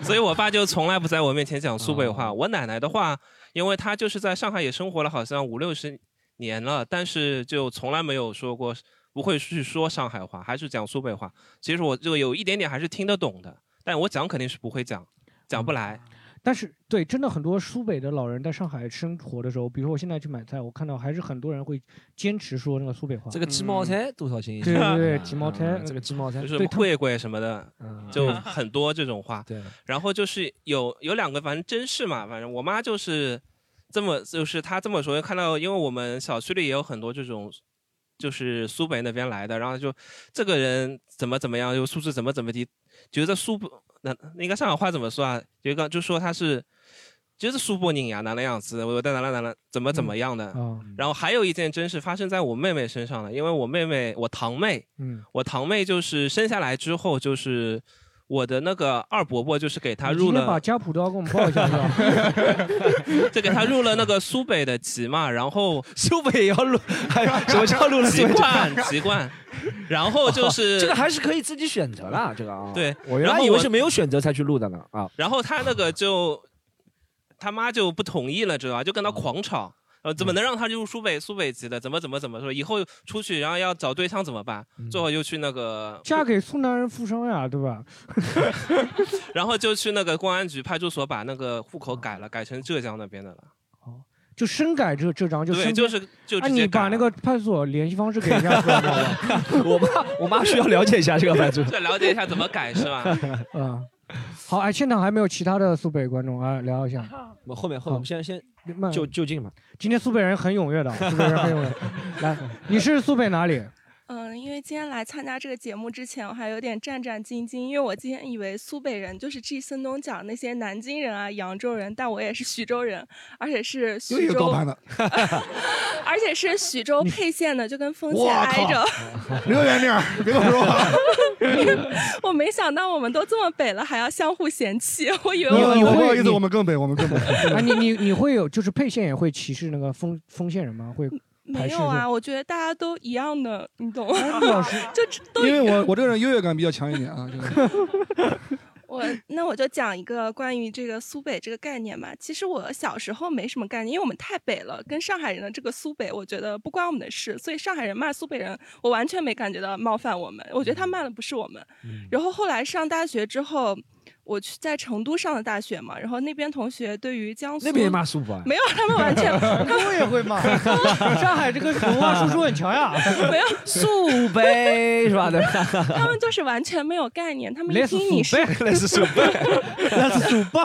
S9: 所以我爸就从来不在我面前讲苏北话。我奶奶的话，因为她就是在上海也生活了好像五六十年了，但是就从来没有说过不会去说上海话，还是讲苏北话。其实我就有一点点还是听得懂的，但我讲肯定是不会讲，讲不来。
S6: 但是对，真的很多苏北的老人在上海生活的时候，比如说我现在去买菜，我看到还是很多人会坚持说那个苏北话。
S7: 这个鸡
S9: 嗯
S7: 毛菜多少钱一斤？
S6: 嗯对对对，鸡毛菜，
S7: 这个鸡毛菜
S9: 就是
S6: 对他们嗯
S9: 贵贵什么的，就很多这种 话。
S7: 对，
S9: 然后就是有有两个，反正真是嘛，反正我妈就是这么，就是她这么说，看到因为我们小区里也有很多这种。就是苏北那边来的，然后就这个人怎么怎么样，又素质怎么怎么地，觉得苏北那那应该上海话怎么说啊？有一个就说他是就是苏北人呀，哪能样子，我在哪哪哪哪怎么怎么样
S7: 嗯
S9: 的。
S7: 哦
S9: 然后还有一件真是发生在我妹妹身上了，因为我妹妹我堂妹，
S6: 嗯，
S9: 我堂妹就是生下来之后，就是我的那个二伯伯，就是给她
S6: 你
S9: 入
S6: 今天把
S9: 了，
S6: 家谱都要给我们报一下是吧？
S9: 就给她入了那个苏北的籍嘛。然后
S7: 苏北也要入， 什么叫入了
S9: 籍
S7: 苏北哦
S9: 贯？籍贯。然后就是
S7: 这个还是可以自己选择啦，这个啊。
S9: 对
S7: 我原
S9: 然
S7: 来
S9: 后
S7: 以为
S9: 我
S7: 是没有选择才去录的呢啊。
S9: 然后他那个就他妈就不同意了，知道吧？就跟他狂吵，呃，怎么能让他入苏北苏北籍的？怎么怎么怎么说？以后出去然后要找对象怎么办？最后又去那个，
S6: 嫁给苏南人富商呀，对吧？
S9: 然后就去那个公安局派出所把那个户口改了，改成浙江那边的了。
S6: 就深改这这张，就
S9: 对
S6: 深
S9: 就是就
S6: 啊，
S9: 直接
S6: 你把那个派出所联系方式给人 家知道吗？
S7: 我妈我妈需要了解一下这个版主。
S9: 再了解一下怎么改是吧？
S6: 啊，好，哎，现场还没有其他的苏北观众啊，聊一下。
S7: 我后面后面，我们先先就就近嘛。
S6: 今天苏北人很踊跃的，苏北人很踊 跃。来，你是苏北哪里？
S3: 嗯，因为今天来参加这个节目之前，我还有点战战兢兢，因为我今天以为苏北人就是季森东讲那些南京人啊、扬州人，但我也是徐州人，而且是
S4: 又一
S3: 徐
S4: 个
S3: 州
S4: 高， 攀的，
S3: 而且是徐州沛县的，就跟丰县
S4: 哇
S3: 挨着。
S4: 留远点儿， 别跟我说话。
S3: 我没想到我们都这么北了，还要相互嫌弃，我以为
S4: 你
S3: 我
S4: 你
S3: 们
S4: 不好意思，
S6: 你
S4: 我们更北，我们更北。
S6: 啊，你你你会有就是沛县也会歧视那个丰丰县人吗？会
S3: 没有啊，我觉得大家都一样的，你懂
S4: 哎
S3: 吗？
S6: 陆老师
S3: 就都
S4: 因为我 我这个人优越感比较强一点啊， 就是
S3: 我那我就讲一个关于这个苏北这个概念吧。其实我小时候没什么概念，因为我们太北了，跟上海人的这个苏北，我觉得不关我们的事，所以上海人骂苏北人，我完全没感觉到冒犯我们，我觉
S7: 嗯
S3: 得他骂的不是我们。然后后来上大学之后。我去在成都上的大学嘛，然后那边同学对于江苏
S7: 那边也骂苏北啊
S3: 没有，他们完全
S6: 我也会 骂。上海这个文化输出很强 呀，
S3: 没有
S5: 苏 北是吧？对吧？
S3: 他们就是完全没有概念，他们一
S6: 来自
S3: 听你
S6: 苏
S3: 是，
S6: 北，
S7: 那是苏北，
S6: 来自苏北。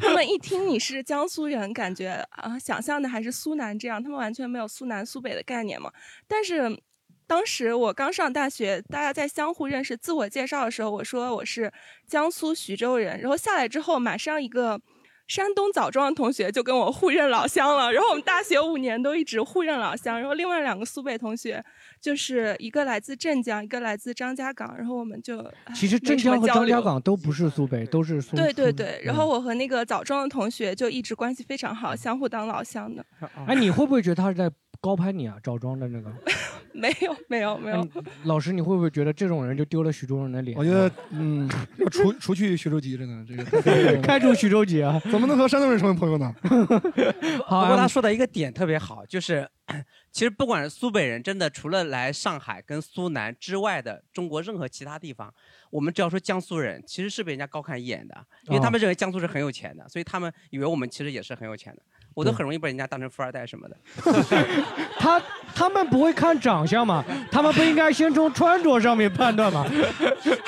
S3: 他们一听你是江苏人，感觉啊、想象的还是苏南这样，他们完全没有苏南苏北的概念嘛。但是当时我刚上大学，大家在相互认识、自我介绍的时候，我说我是江苏徐州人，然后下来之后，马上一个。山东枣庄的同学就跟我互认老乡了，然后我们大学五年都一直互认老乡，然后另外两个苏北同学，就是一个来自镇江，一个来自张家港，然后我们就 唉
S6: 其实
S3: 没
S6: 镇
S3: 什么
S6: 江和
S3: 交
S6: 张家
S3: 流
S6: 港都不是苏北，都是苏。
S3: 对对
S6: 苏
S3: 对，然后
S6: 嗯
S3: 我和那个枣庄的同学就一直关系非常好，相互当老乡的。
S6: 哎，你会不会觉得他是在高攀你啊？枣庄的那个
S3: 没有没有没有，
S6: 老师，你会不会觉得这种人就丢了徐州人的脸？
S4: 我觉得嗯，要除除去徐州籍，真的这个
S6: 开除徐州籍啊！
S4: 怎么能和山东人成为朋友 呢？
S6: 好
S5: 不过他
S6: 啊，
S5: 说的一个点特别好，就是其实不管是苏北人，真的除了来上海跟苏南之外的中国任何其他地方，我们只要说江苏人，其实是被人家高看一眼的，
S6: 哦
S5: 因为他们认为江苏是很有钱的，所以他们以为我们其实也是很有钱的。我都很容易被人家当成富二代什 么的，
S6: 他他们不会看长相嘛？他们不应该先从穿着上面判 断吗？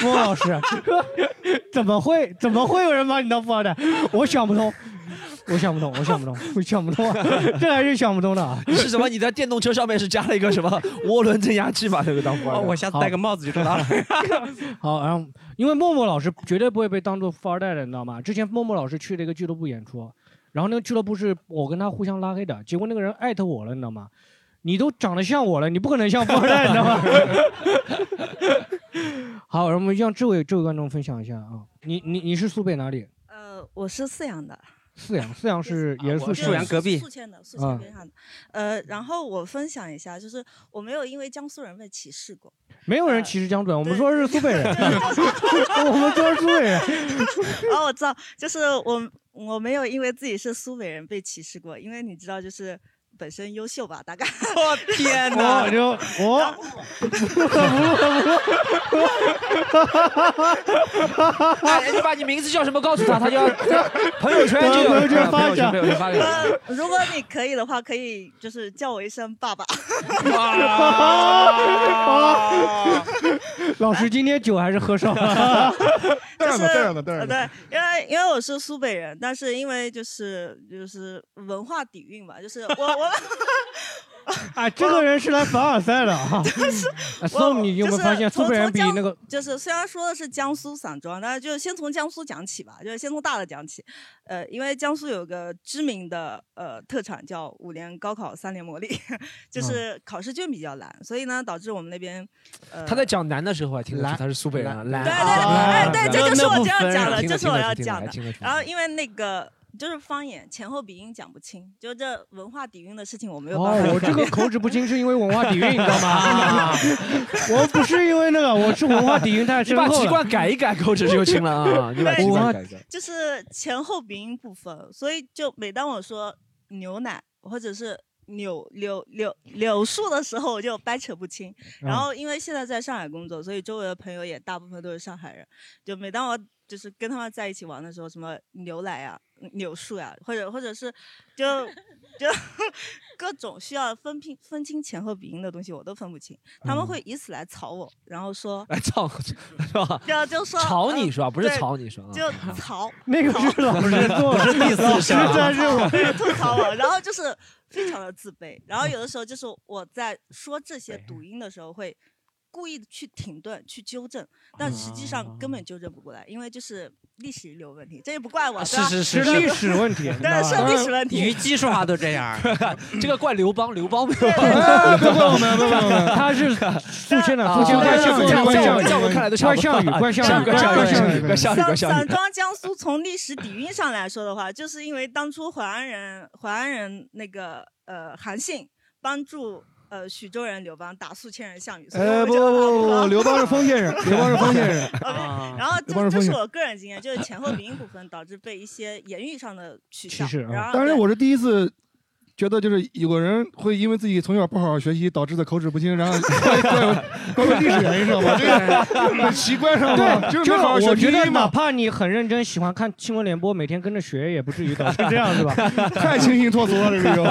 S6: 郭老师， 怎么会怎么会有人把你当富二代？我想不通，我想不通，我想不通，我想不通，啊这还是想不通的啊！
S7: 是什么？你在电动车上面是加了一个什么涡轮增压器吧？那个当官
S5: 哦，
S7: 的。
S5: 我下次戴个帽子就知 道了。
S6: 好，然后因为默默老师绝对不会被当做富二代的，你知道吗？之前默默老师去了一个俱乐部演出，然后那个俱乐部是我跟他互相拉黑的，结果那个人艾特我了，你知道吗？你都长得像我了，你不可能像富二代，你知道吗？好，然后我们让这位这位观众分享一下啊，你你你是苏北哪里？
S10: 呃，我是泗阳的，啊
S6: 泗阳，泗阳是也是
S5: 我
S6: 宿
S5: 泗阳
S6: 舍。
S5: 隔壁
S10: 宿迁的，宿
S6: 啊
S10: 迁边上的。呃，然后我分享一下，就是我没有因为江苏人被歧视 过，
S6: 没有人歧视江浙，我们说是苏北 人，我们说是苏北人。
S10: 哦，我知道，就是我我没有因为自己是苏北人被歧视过，因为你知道，就是本身优秀吧，大概。呃
S5: 我 天
S10: 哪！
S6: 我就我，
S7: 哎，你把你名字叫什么告诉他，他就要朋友圈就有
S6: 朋友圈
S7: 朋
S6: 发
S7: 友
S6: 一
S7: 圈
S6: 下
S7: 朋友圈发给你。
S10: 呃如果你可以的话，可以就是叫我一声爸爸。
S6: 老师今天酒还是喝 少了，
S4: 当然了，当然了，当
S10: 呃，
S4: 然
S10: 对
S4: 了。，
S10: 因为因为我是苏北人，但是因为就是就是文化底蕴吧，就是我 我
S6: 哎，这个人是来凡尔赛 的啊！哎
S10: 我
S6: Storm，你有没有发现
S10: 从
S6: 苏北人
S10: 从
S6: 比
S10: 江
S6: 那个
S10: 就是虽然说的是江苏散装，但是就先从江苏讲起吧，就是先从大的讲起。呃，因为江苏有个知名的呃特产叫五连高考三连模拟，
S4: 嗯
S10: 就是考试卷比较难，所以呢导致我们那边呃
S7: 他在讲男的时候还听得出他是苏北人啊，
S10: 对
S7: 蓝
S10: 对对，哎
S7: 啊，
S10: 对，这就是我这样讲的，
S7: 听
S10: 这
S7: 得
S10: 是
S7: 出
S10: 我
S7: 来
S10: 要
S7: 听得出
S10: 讲
S7: 来
S10: 的
S7: 听得。出来
S10: 然后因为那个。就是方言前后鼻音讲不清，就这文化底蕴的事情我没有办法改
S6: 哦，
S10: 变。
S6: 我这个口齿不清是因为文化底蕴，你知道 吗？ 我不是因为那个，我是文化底蕴太深厚
S7: 你
S6: 了
S7: 把籍贯改一改，口齿就清了 啊！你把籍贯改一改。
S10: 就是前后鼻音不分，所以就每当我说牛奶或者是柳柳柳柳树的时候，我就掰扯不清。
S11: 嗯
S10: 然后因为现在在上海工作，所以周围的朋友也大部分都是上海人。就每当我就是跟他们在一起玩的时候，什么牛奶啊、柳树呀、或者或者是就 就各种需要分清分清前后鼻音的东西，我都分不清。他们
S7: 嗯
S10: 会以此来吵我，然后说
S7: 来操，是吧？
S10: 就就说
S7: 吵
S10: 嗯
S7: 你是吧？不是
S10: 对
S7: 吵你说啊，
S10: 就吵
S6: 那个是老师做的，
S7: 不是第四声
S6: 实在是我
S10: 吐槽我，然后就是非常的自卑，然后
S5: 嗯
S10: 有的时候就是我在说这些读音的时候会故意去停顿去纠正，但实际上根
S5: 哦
S10: 本纠正不过来，因为就是历史遗留问题，这也不怪
S7: 啊
S10: 我，
S5: 是
S10: 对吧
S5: 啊是 是
S6: 历史问题
S10: 对，是 历史问题。
S5: 虞姬说话都这样，
S7: 这个怪刘邦，刘邦没有。
S6: 不怪我们，不怪我们，他是宿迁的，宿迁怪项羽，怪项羽，
S7: 在我看来都
S6: 怪项羽，怪项羽，嗯
S7: 怪项羽，怪项羽，怪
S10: 散
S7: 项
S10: 散
S7: 羽。
S10: 装江苏从历史底蕴上来说的话，就是因为当初淮安人淮安人那个呃韩信帮助呃徐州人刘邦打宿迁人项羽，所以我
S4: 哎，
S10: 们
S4: 不
S10: 就
S4: 不不不不，刘邦是封建人，刘邦是封建人。
S10: 然
S6: 啊
S10: 后
S4: 刘邦
S10: 这
S4: 啊是
S10: 这
S4: 风
S10: 是
S4: 险
S10: 我个人经验，就是前后鼻音不分，导致被一些言语上的 取笑。
S4: 是
S10: 然后
S4: 啊当
S10: 对
S4: 然，我是第一次觉得，就是有个人会因为自己从小不好好学习，导致的口齿不清，然后 怪怪怪历史原因上吧，这个很奇怪上吧，
S6: 对，
S4: 就是没好好
S6: 我
S4: 学
S6: 觉
S4: 拼
S6: 得
S4: 音
S6: 哪
S4: 嘛，
S6: 怕你很认真，喜欢看新闻联播，每天跟着学，也不至于导成这样，是吧？
S4: 太清新脱俗了，这个又。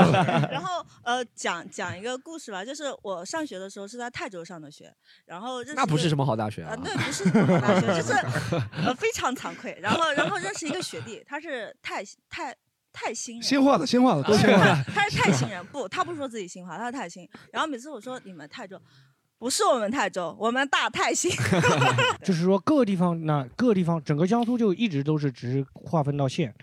S10: 然后呃，讲讲一个故事吧，就是我上学的时候是在泰州上的学，然后认识
S7: 那不
S10: 一
S7: 是
S10: 个
S7: 什么好大学啊
S10: 啊，！对，不是什么好大学，就是呃非常惭愧。然后然后认识一个学弟，他是泰泰泰兴人，
S4: 新化的，新化的，都新化的。
S10: 他是泰兴人，不，他不说自己兴华，他是泰兴。然后每次我说你们泰州，不是我们泰州，我们大泰兴。
S6: 就是说各个地方，那各个地方，整个江苏就一直都是只是划分到县。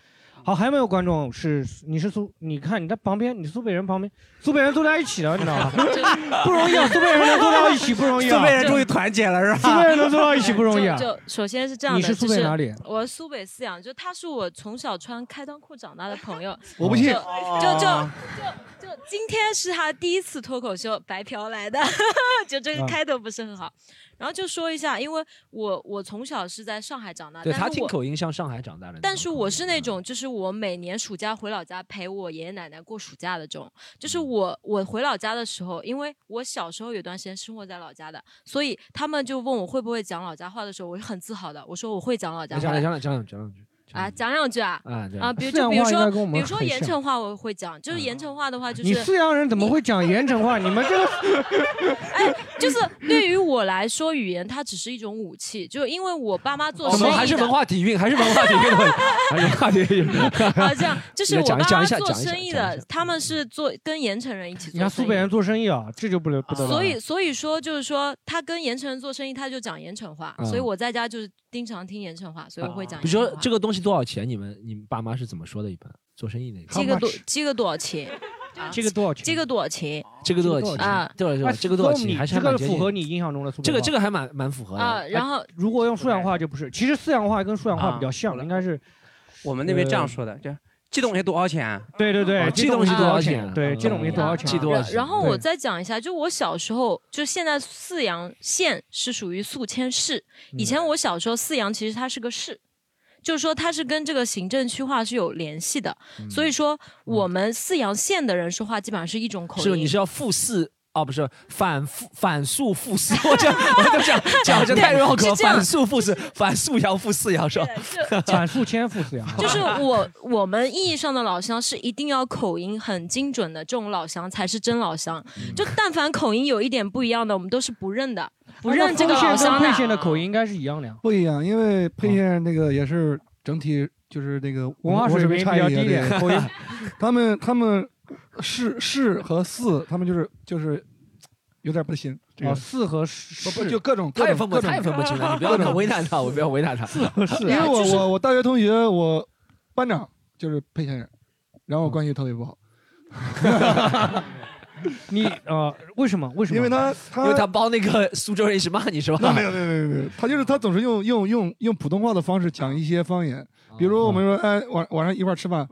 S6: 好，还有没有观众是你是苏？你看你在旁边，你苏北人旁边，苏北人坐在一起了，你知 道吗？ 不容易啊，苏北人能坐到一起不容易啊。
S5: 苏北人终于团结了，是吧？
S6: 苏北人能坐到一起不容易啊。
S12: 就就首先是这样的，
S6: 你是苏北哪里。
S12: 就是、我苏北泗阳，就他是我从小穿开裆裤长大的朋友
S6: 我不信
S12: 就就就就就今天是他第一次脱口秀白嫖来的， 就这
S6: 嗯
S12: 个
S7: 啊
S12: 开头不是很好。然后就说一下，因为我我从小是在上海长大，
S7: 对
S12: 但
S7: 他
S12: 是
S7: 听
S12: 我
S7: 口音像上海长大的，
S12: 但是我是那种，就是我每年暑假回老家陪我爷爷奶奶过暑假的这种。就是我我回老家的时候，因为我小时候有段时间生活在老家的，所以他们就问我会不会讲老家话的时候，我是很自豪的，我说我会讲老家
S7: 讲
S12: 话
S7: 讲讲讲讲两句。
S12: 啊，讲两句啊
S7: 啊对
S12: 比如
S6: 四
S12: 就
S6: 川
S12: 比如
S6: 话应该
S12: 说
S6: 跟我们
S12: 比如说
S6: 很
S12: 盐
S6: 像
S12: 城话我会讲，就是盐城话的话就
S6: 你
S12: 是
S6: 泗阳人怎么会讲盐城话？你们这个
S12: 哎就是对于我来说，语言它只是一种武器，就是因为我爸妈做
S7: 我
S12: 生
S7: 们
S12: 意
S7: 哦还是
S12: 的
S7: 文化底蕴，还是文化底蕴的问题，还是文化底蕴。
S12: 啊，这样就是
S7: 你
S12: 我
S7: 讲
S12: 爸
S7: 一讲
S12: 妈
S7: 一下
S12: 做
S7: 讲一下嗯
S12: 生意的，他们是做跟盐城人一起
S6: 你看
S12: 做
S6: 苏
S12: 生
S6: 北
S12: 意。
S6: 人做生意啊，这就不得不得了。
S12: 所以，所以说，就是说，他跟盐城人做生意，他就讲盐城话，
S7: 嗯啊
S12: 所以我在家就是经常听盐城话，所以我会讲
S7: 比
S12: 盐
S7: 如
S12: 城
S7: 说
S12: 话。
S7: 这个东西多少钱？你们你们爸妈是怎么说的？一般做生意那个
S12: 这个多，这个多少钱？啊
S6: 这个多少钱？
S12: 这个多少钱？
S7: 这个多少钱
S12: 啊？
S7: 对吧对吧？这个多少钱？还是
S6: 这
S7: 还蛮
S6: 个
S7: 接
S6: 符
S7: 近
S6: 合你印象中的苏北
S7: 这
S6: 话
S7: 个这个还蛮蛮符合的
S12: 啊然后
S6: 哎如果用沭阳话就不是，其实泗阳话跟沭阳话
S5: 啊
S6: 比较像，应该是
S5: 我们那边这样说的，这这东西多少钱？
S6: 对对对，
S5: 啊
S6: 这
S5: 这
S6: 东
S5: 东
S6: 西
S5: 西
S6: 多
S5: 多
S6: 少
S5: 少
S6: 钱？
S5: 钱
S6: 对，这种东西多少钱？啊
S7: 这多少钱
S12: 然后我再讲一下，就我小时候，就现在泗
S7: 嗯
S12: 阳县是属于宿迁市，以前我小时候泗阳其实它是个市，就是说它是跟这个行政区划是有联系的。
S7: 嗯
S12: 所以说我们泗阳县的人说话基本上是一种口音。
S7: 是你是要复四哦，不是反复反诉复四， 我这我都讲讲这太绕口了，
S12: 是这样
S7: 反诉复 四，反诉阳复四阳是吧？
S6: 反复千复四阳，
S12: 就是我我们意义上的老乡是一定要口音很精准的，这种老乡才是真老乡。
S7: 嗯
S12: 就但凡口音有一点不一样的，我们都是不认的，不认这个
S6: 丰
S12: 老
S6: 县
S12: 乡
S6: 跟沛
S12: 的。
S6: 县的口音应该是一样的呀。
S4: 不一样，因为
S6: 哦
S4: 沛县那个也是整体就是那个
S6: 文化水
S4: 水
S6: 平
S4: 差
S6: 比较
S4: 异啊
S6: 低
S4: 对
S6: 一点口音
S4: 他们他们市市和四，他们就是就是有点不行。这个
S6: 哦，四和十
S4: 不不就各种
S7: 他也
S4: 各种
S7: 分不
S4: 各种
S7: 他也分不清了，你不
S4: 各
S7: 要
S4: 种
S7: 为难他，我不要为难 他。
S4: 因
S6: 啊
S4: 为我我我大学同学，我班长就是沛县人，然后我关系特别不好。
S6: 你呃，为什么？为什么？
S4: 因为他他
S7: 因为他帮那个苏州人一直骂你是 吧？
S4: 没有没有没有没有，他就是他总是用用用用普通话的方式讲一些方言，比如说我们
S7: 啊
S4: 说哎晚晚上一块儿吃饭，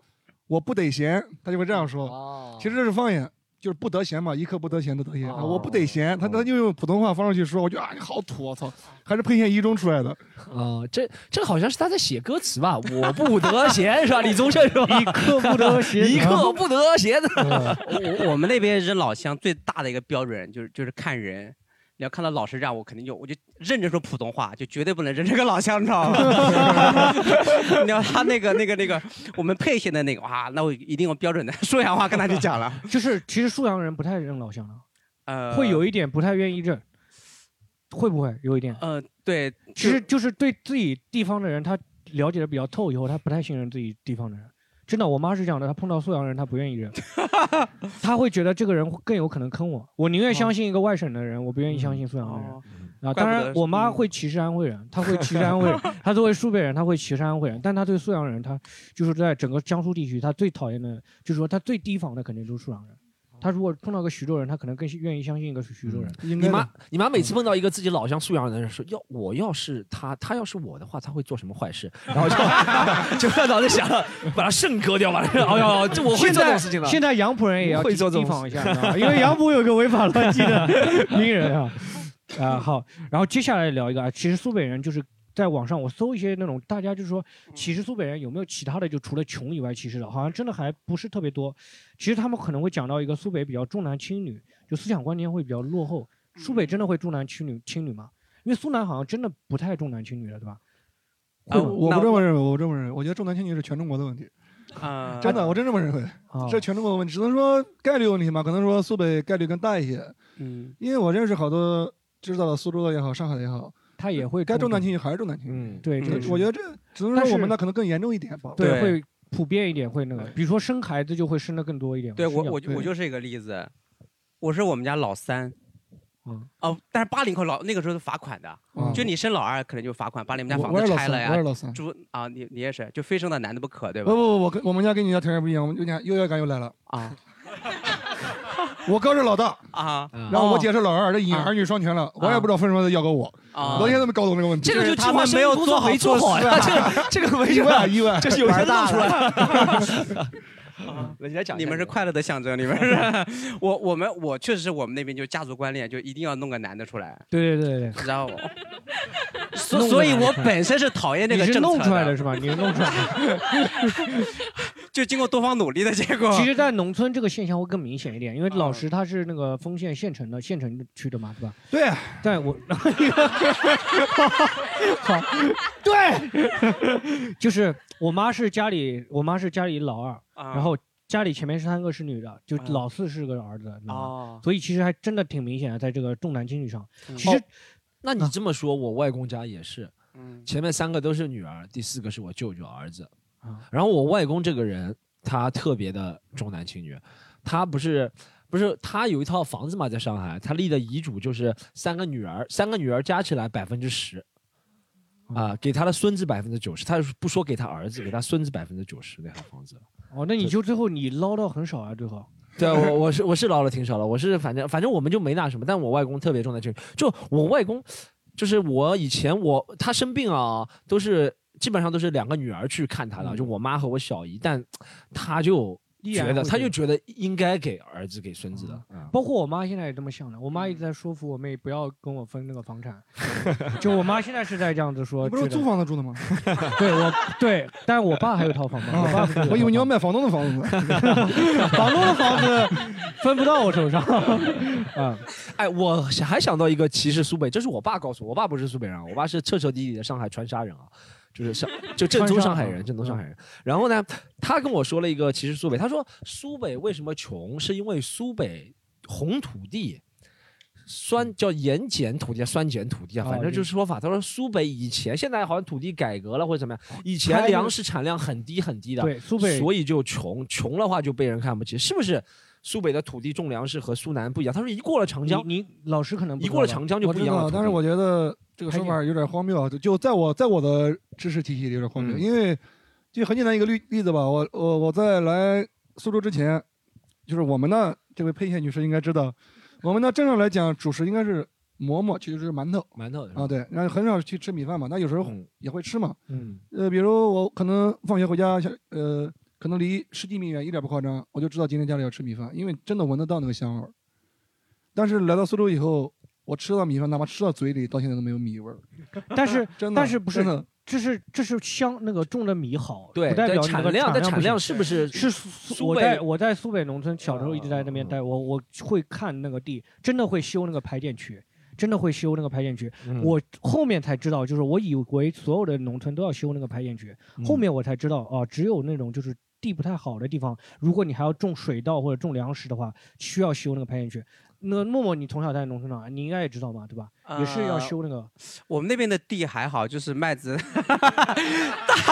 S4: 我不得闲，他就会这样
S7: 哦
S4: 说。其实这是方言，就是不得闲嘛，一刻不得闲的得闲。啊我不
S7: 哦
S4: 得闲，他他就用普通话方式去说，我觉得啊你好土，我操，还是沛县一中出来的。
S7: 哦，这这好像是他在写歌词吧？ 我不得闲是吧？李宗盛是吧？一
S6: 刻不得闲
S7: 一刻不得闲的。
S5: 我我们那边人老乡最大的一个标准就是就是看人。你要看到老师这样，我肯定就我就认真说普通话，就绝对不能认这个老乡， 你知道吗？你要他那个那个那个，我们沛县的那个哇，那我一定用标准的 说阳话跟他去讲了。
S6: 就是其实沭阳人不太认老乡啊了，
S5: 呃，
S6: 会有一点不太愿意认，会不会有一点？
S5: 呃，对，
S6: 其实就是对自己地方的人，他了解的比较透以后，他不太信任自己地方的人。真的，我妈是这样的，她碰到沭阳人，她不愿意 认，她会觉得这个人会更有可能坑我。我宁愿相信一个外省的人，我不愿意相信沭阳的人。啊，
S5: 哦怪
S6: 当
S5: 不得，
S6: 然，我妈会歧视安徽人，她会歧视安徽人她作为苏北人，她会歧视安徽人，但她对沭阳人，她就是在整个江苏地区，她最讨厌的，就是说她最提防的肯定就是沭阳人。她如果碰到个徐州人，她可能更愿意相信一个徐州人。
S7: 你妈，你妈每次碰到一个自己老乡沭阳的人说，要我要是他，他要是我的话，他会做什么坏事？然后就 就在脑子想了，把他肾割掉吧。 哎呦，这我会
S6: 现
S7: 做这
S6: 在
S7: 种事情了。
S6: 现在杨浦人也要
S7: 会做这
S6: 提
S7: 种
S6: 防一
S7: 事
S6: 下，你知道吗因为杨浦有个违法乱纪的名人啊。 啊、好，然后接下来聊一个啊，其实苏北人就是在网上我搜一些那种大家就是说歧视苏北人有没有其他的，就除了穷以外歧视的，好像真的还不是特别多。其实他们可能会讲到一个苏北比较重男轻女，就思想观念会比较落后。
S7: 嗯
S6: 苏北真的会重男轻女轻女吗？因为苏南好像真的不太重男轻女了，对吧？嗯
S4: 我呃
S6: 会吗
S4: 我不这么认为，我不这么认为，我觉得重男轻女是全中国的问题。
S5: 啊
S4: 真的，我真这么认为
S6: 哦，
S4: 这是全中国的问题，只能说概率问题嘛，可能说苏北概率更大一些。
S5: 嗯，
S4: 因为我认识好多知道的苏州的也好，上海的也好，
S6: 他也会
S4: 该重男
S6: 女。
S4: 轻女还是重男轻女。
S6: 嗯对这个是
S4: 我觉得这只能
S6: 但
S4: 说
S6: 是
S4: 我们那可能更严重一点吧。
S6: 对，会普遍一点，会那个，比如说生孩子就会生的更多一点。
S5: 对我
S6: 是这样
S5: 我就我就是一个例子，我是我们家老三，
S6: 嗯，
S5: 哦，但是八零后老那个时候是罚款的，就你生老二可能就罚款，把你们家
S4: 嗯我
S5: 房
S4: 我是
S5: 子
S4: 老
S5: 拆
S4: 三
S5: 了呀
S4: 我是老，三
S5: 住啊，你你也是，就非生的男的不可，对
S4: 不
S5: 吧
S4: 不？不，我跟我们家跟你家条件不一样，我们有点优越感又来了
S5: 啊。
S4: 我哥是老大，
S5: 啊，
S7: 嗯
S4: 然后我
S5: 哦
S4: 姐是老二，这已经
S7: 啊
S4: 儿女双全了，我也不知道分什么要给我，
S5: 啊
S4: 我到现在都没搞懂这个问题。
S7: 这个就计划生育工作没做好呀，这
S6: 啊
S7: 个 这个没
S4: 意
S7: 什
S4: 外
S7: 么
S4: 意外，
S7: 这是有些弄出来的。
S5: 你们是快乐的象征，你们是我我们我确实是我们那边就家族观念，就一定要弄个男的出来，
S6: 对对对对，
S5: 然后所
S6: 弄出来
S5: 所以，我本身是讨厌这个
S6: 你是
S5: 政
S6: 弄
S5: 策
S6: 出来的是吧？你是弄出来的。
S5: 就经过多方努力 的结果。
S6: 其实，在农村这个现象会更明显一点，因
S7: 嗯
S6: 为老师他是那个丰县县城的县城区的嘛，对吧？
S4: 对，
S7: 啊
S6: 但 我，好， 对，就是我妈是家里，我妈是家里老二，
S5: 啊
S6: 然后家里前面三个是女的，
S7: 啊
S6: 就老四是个儿子，你知 道吗
S7: 嗯
S5: 哦
S6: 所以其实还真的挺明显的，在这个重男轻女上，其
S7: 哦
S6: 实啊
S7: 那你这么说，我外公家也是
S5: 嗯，
S7: 前面三个都是女儿，第四个是我舅舅儿子
S9: 嗯
S6: 啊。
S7: 然后我外公这个人，他特别的重男轻女，他不是不是他有一套房子嘛，在上海，他立的遗嘱就是三个女儿，三个女儿加起来百分之十。啊，给他的孙子百分之九十，他不说给他儿子，给他孙子百分之九十那套房子。
S6: 哦，那你就最后你捞到很少啊，最后。
S7: 对啊，我我是我是捞了挺少了，我是反正反正我们就没那什么，但我外公特别重男轻女，就我外公，就是我以前我他生病啊，
S4: 嗯
S7: 都是基本上都是两个女儿去看他的，就我妈和我小姨，但他就
S6: 依然
S7: 觉得
S6: 会
S7: 他
S6: 给
S7: 就觉得应该给儿子给孙子的，嗯
S6: 包括我妈现在也这么想的，我妈一直在说服我妹不要跟我分那个房产，就我妈现在是在这样子说。
S4: 你不是
S6: 觉得
S4: 租房子住的吗？
S6: 对我对，但我爸还有一套房嘛，我 爸不是
S4: 哦我以 为你要卖房东的房子。
S6: 房东的房子分不到我 手上。嗯
S7: 啊，哎，我还想到一个歧视苏北，这是我爸告诉我，我爸不是苏北人，啊，我爸是彻彻底底的上海川沙人啊，就是 上就正宗上海
S6: 嗯
S7: 人，正宗上海人。然后呢，他跟我说了一个歧视苏北，他说苏北为什么穷，是因为苏北红土地。酸叫盐碱土地啊，酸碱土地啊，
S6: 哦
S7: 反正就是说法。他说苏北以前，现在好像土地改革了或者怎么样，以前
S6: 开
S7: 粮食产量很低很低的，
S6: 对苏北
S7: 所以就穷，穷的话就被人看不起，是不是？苏北的土地种粮食和苏南不一样，他说一过了长江，
S6: 你你老师可能
S7: 一过了长江就不一样
S4: 我
S7: 了。
S4: 知道但是我觉得这个说法有点荒谬啊，就就在我在我的知识体系里有点荒
S7: 嗯
S4: 谬，因为就很简单一个例例子吧，我我我在来苏州之前，就是我们那这位沛县女士应该知道，我们那正常来讲主食应该是馍馍，其实就是馒头，
S7: 馒头
S4: 啊对，然后很少去吃米饭嘛，那有时候也会吃嘛，
S7: 嗯，
S4: 呃，比如我可能放学回家，想呃，可能离十几米远，一点不夸张，我就知道今天家里要吃米饭，因为真的闻得到那个香味儿。但是来到苏州以后，我吃到米饭，哪怕吃到嘴里，到现在都没有米味儿。
S6: 但是
S4: 真的
S6: 但是不是
S4: 真的
S6: 这是这是香那个种的米好，
S7: 对
S6: 不代
S7: 但
S6: 表
S7: 产
S6: 你那个
S7: 量但
S6: 量
S7: 产量是不是
S6: 是
S7: 苏
S6: 苏我
S7: 北啊
S6: 在我在苏北农村小时候一直在那边待，我我会看那个地，真的会修那个排电渠。真的会修那个排电渠，
S7: 嗯
S6: 我后面才知道，就是我以为所有的农村都要修那个排电渠，
S7: 嗯
S6: 后面我才知道哦、只有那种就是地不太好的地方，如果你还要种水稻或者种粮食的话，需要修那个排电渠。那默默，你从小在农村长大，你应该也知道吧，对吧？也是要
S5: 呃
S6: 修那个。
S5: 我们那边的地还好，就是麦子 大。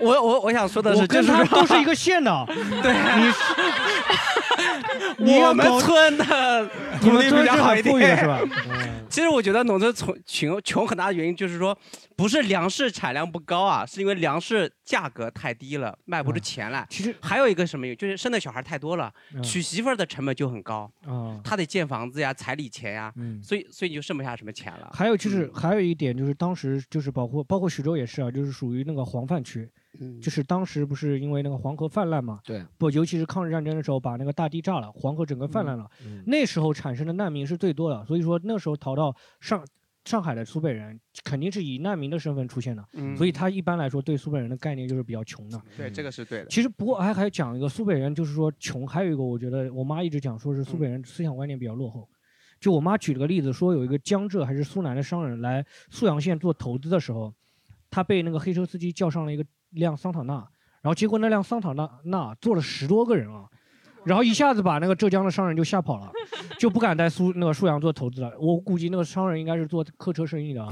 S5: 我我我想说的是，
S6: 我跟
S5: 就是
S6: 他
S5: 说
S6: 都是一个县 的。啊
S5: 对，
S6: 你
S5: 我
S6: 要
S5: 们
S6: 搞
S5: 村的
S6: 你
S5: 土
S6: 们
S5: 地
S6: 村
S5: 比较
S6: 是
S5: 好
S6: 很
S5: 一
S6: 富裕
S5: 点，
S6: 的是 吧？嗯
S5: 其实我觉得农村穷穷穷很大的原因就是说，不是粮食产量不高啊，是因为粮食价格太低了，卖不出钱来。
S6: 嗯其实
S5: 还有一个什么原因，就是生的小孩太多了，
S6: 嗯
S5: 娶媳妇儿的成本就很高，
S6: 啊。
S5: 他得建房子呀、彩礼钱呀，
S6: 嗯
S5: 所以所以你就剩不下什么钱了。
S6: 还有就是，还有一点就是，当时就是包括包括徐州也是啊，就是属于那个黄泛区，就是当时不是因为那个黄河泛滥嘛，
S7: 嗯对，
S6: 不，尤其是抗日战争的时候，把那个大地炸了，黄河整个泛滥了，
S7: 嗯
S6: 那时候产生的难民是最多的，所以说那时候逃到上上海的苏北人肯定是以难民的身份出现的，
S5: 嗯
S6: 所以他一般来说对苏北人的概念就是比较穷的，
S5: 对，这个是对的。
S6: 其实不过还还讲一个苏北人，就是说穷，还有一个我觉得我妈一直讲说是苏北人思想观念比较落后。就我妈举了个例子，说有一个江浙还是苏南的商人来沭阳县做投资的时候，他被那个黑车司机叫上了一个一辆桑塔纳，然后结果那辆桑塔纳那坐了十多个人啊，然后一下子把那个浙江的商人就吓跑了，就不敢在苏那个沭阳做投资了。我估计那个商人应该是做客车生意的啊，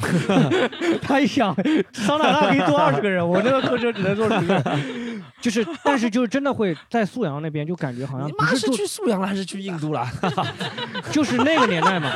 S6: 他一想桑塔纳可以坐二十个人，我那个客车只能坐十个人，就是但是就是真的会在沭阳那边就感觉好像
S7: 你
S6: 不
S7: 妈
S6: 是
S7: 是
S6: 做
S7: 去沭阳了还是去印度了？
S6: 就是那个年代 嘛，，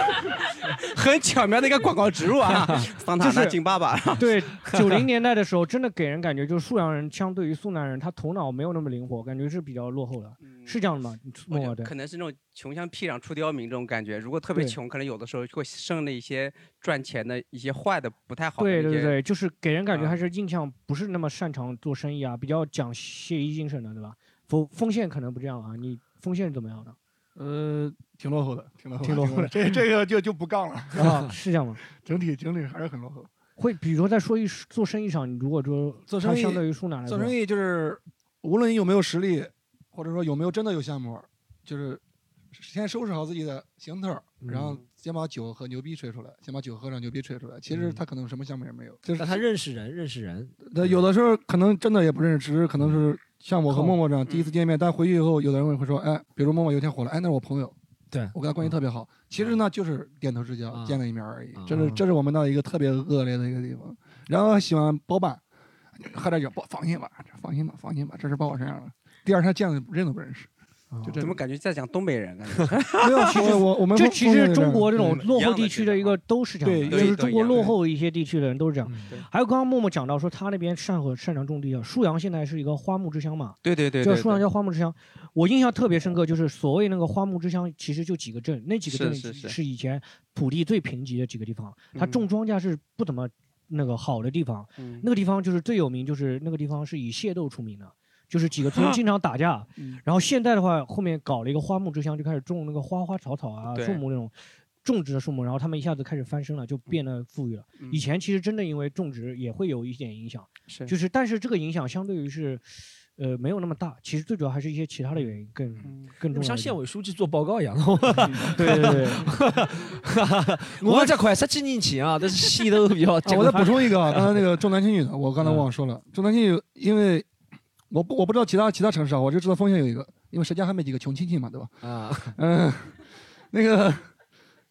S5: 很巧妙的一个广告植入啊桑塔
S6: 就
S5: 纳
S6: 是
S5: 金爸爸。
S6: 对，九零年代的时候，真的给人感觉就是沭阳人相对于苏南人，他头脑没有那么灵活，感觉是比较落后的，是这样的吗？默默对
S5: 可能是那种穷乡僻壤出刁民这种感觉。如果特别
S6: 对
S5: 穷，可能有的时候会剩了一些赚钱的一些坏的、不太好的
S6: 对
S5: 一些。
S6: 对对，就是给人感
S4: 嗯
S6: 觉还是印象不是那么擅长做生意啊，比较讲协议精神的，对吧？丰丰县可能不这样啊，你丰县是怎么样的？
S4: 呃，挺落后的，挺落后的，
S6: 挺落后的
S4: 这这个就就不杠了
S6: 啊，是这样吗？
S4: 整体整体还是很落后。
S6: 会比如说在说一做生意上，你如果说
S4: 做生
S6: 它
S4: 意
S6: 相对于苏南来说，
S4: 做生意就是无论你有没有实力，或者说有没有真的有项目，就是先收拾好自己的行头儿，
S6: 嗯
S4: 然后先把酒和牛逼吹出来，先把酒喝上，牛逼吹出来。其实他可能什么项目也没有，就
S7: 但
S4: 是
S7: 他认识人，认识人。
S4: 那有的时候可能真的也不认识，只是可能是像我和
S7: 靠嗯
S4: 默默这样第一次见面，但回去以后，有的人会说，哎，比如默默有一天火了，哎，那是我朋友，
S7: 对嗯
S4: 我跟他关系特别好。其实呢，就是点头之交，见了一面而已
S7: 啊。
S4: 这是这是我们那一个特别恶劣的一个地方。然后喜欢包办，喝点酒，包放心吧，放心吧，放心吧，这事包我身上了。第二天见了认都不认识，
S7: 哦
S4: 就这
S5: 怎么
S4: 种。
S5: 感觉在讲东 北人呢？
S4: 没有，其
S6: 哦
S4: 实我我们
S6: 这
S4: 风
S6: 哦其实
S4: 风格是
S6: 中国这
S4: 样
S6: 种
S4: 对
S6: 落后地区的一个
S5: 啊
S6: 都是这样的，啊嗯
S4: 对
S6: 嗯就
S4: 对
S6: 是中
S4: 一
S6: 国
S4: 样的
S5: 嗯
S6: 落后 一些地区的人都是这样
S4: 对。
S6: 还有刚刚默默讲到说他那边擅和擅长种地啊，沭阳现在是一个花木之乡嘛，
S5: 对对对
S6: 叫
S5: 对
S6: 沭阳叫花木之乡。我印象特别深刻，就是所谓那个花木之乡，其实就几个镇，那几个镇
S5: 是是是
S6: 是以前土地最贫瘠的几个地方，它
S5: 嗯
S6: 种庄稼是不怎么那个好的地方
S5: 嗯。
S6: 那个地方就是最有名，就是那个地方是以械斗出名的。就是几个 村经常打架
S5: 嗯。
S6: 然后现在的话，后面搞了一个花木之乡，就开始种那个花花草草啊、
S5: 对
S6: 树木那种种植的树木，然后他们一下子开始翻身了，就变得富裕了。
S4: 嗯
S6: 以前其实真的因为种植也会有一点影响，
S5: 是
S6: 就是但是这个影响相对于是。呃，没有那么大，其实最主要还是一些其他的原因更、
S4: 嗯
S6: 更重要一点。
S7: 像县委书记做报告一样，
S6: 对对对，
S7: 我们这块十几年前啊，但是戏都比较
S4: 啊。我再补充一个啊，刚才那个重男轻女的，我刚才忘了说了，重男轻女，因为我不我不知道其他其他城市啊，我就知道丰县有一个，因为谁家还没几个穷亲戚嘛，对吧？
S7: 啊，
S4: 嗯， 那个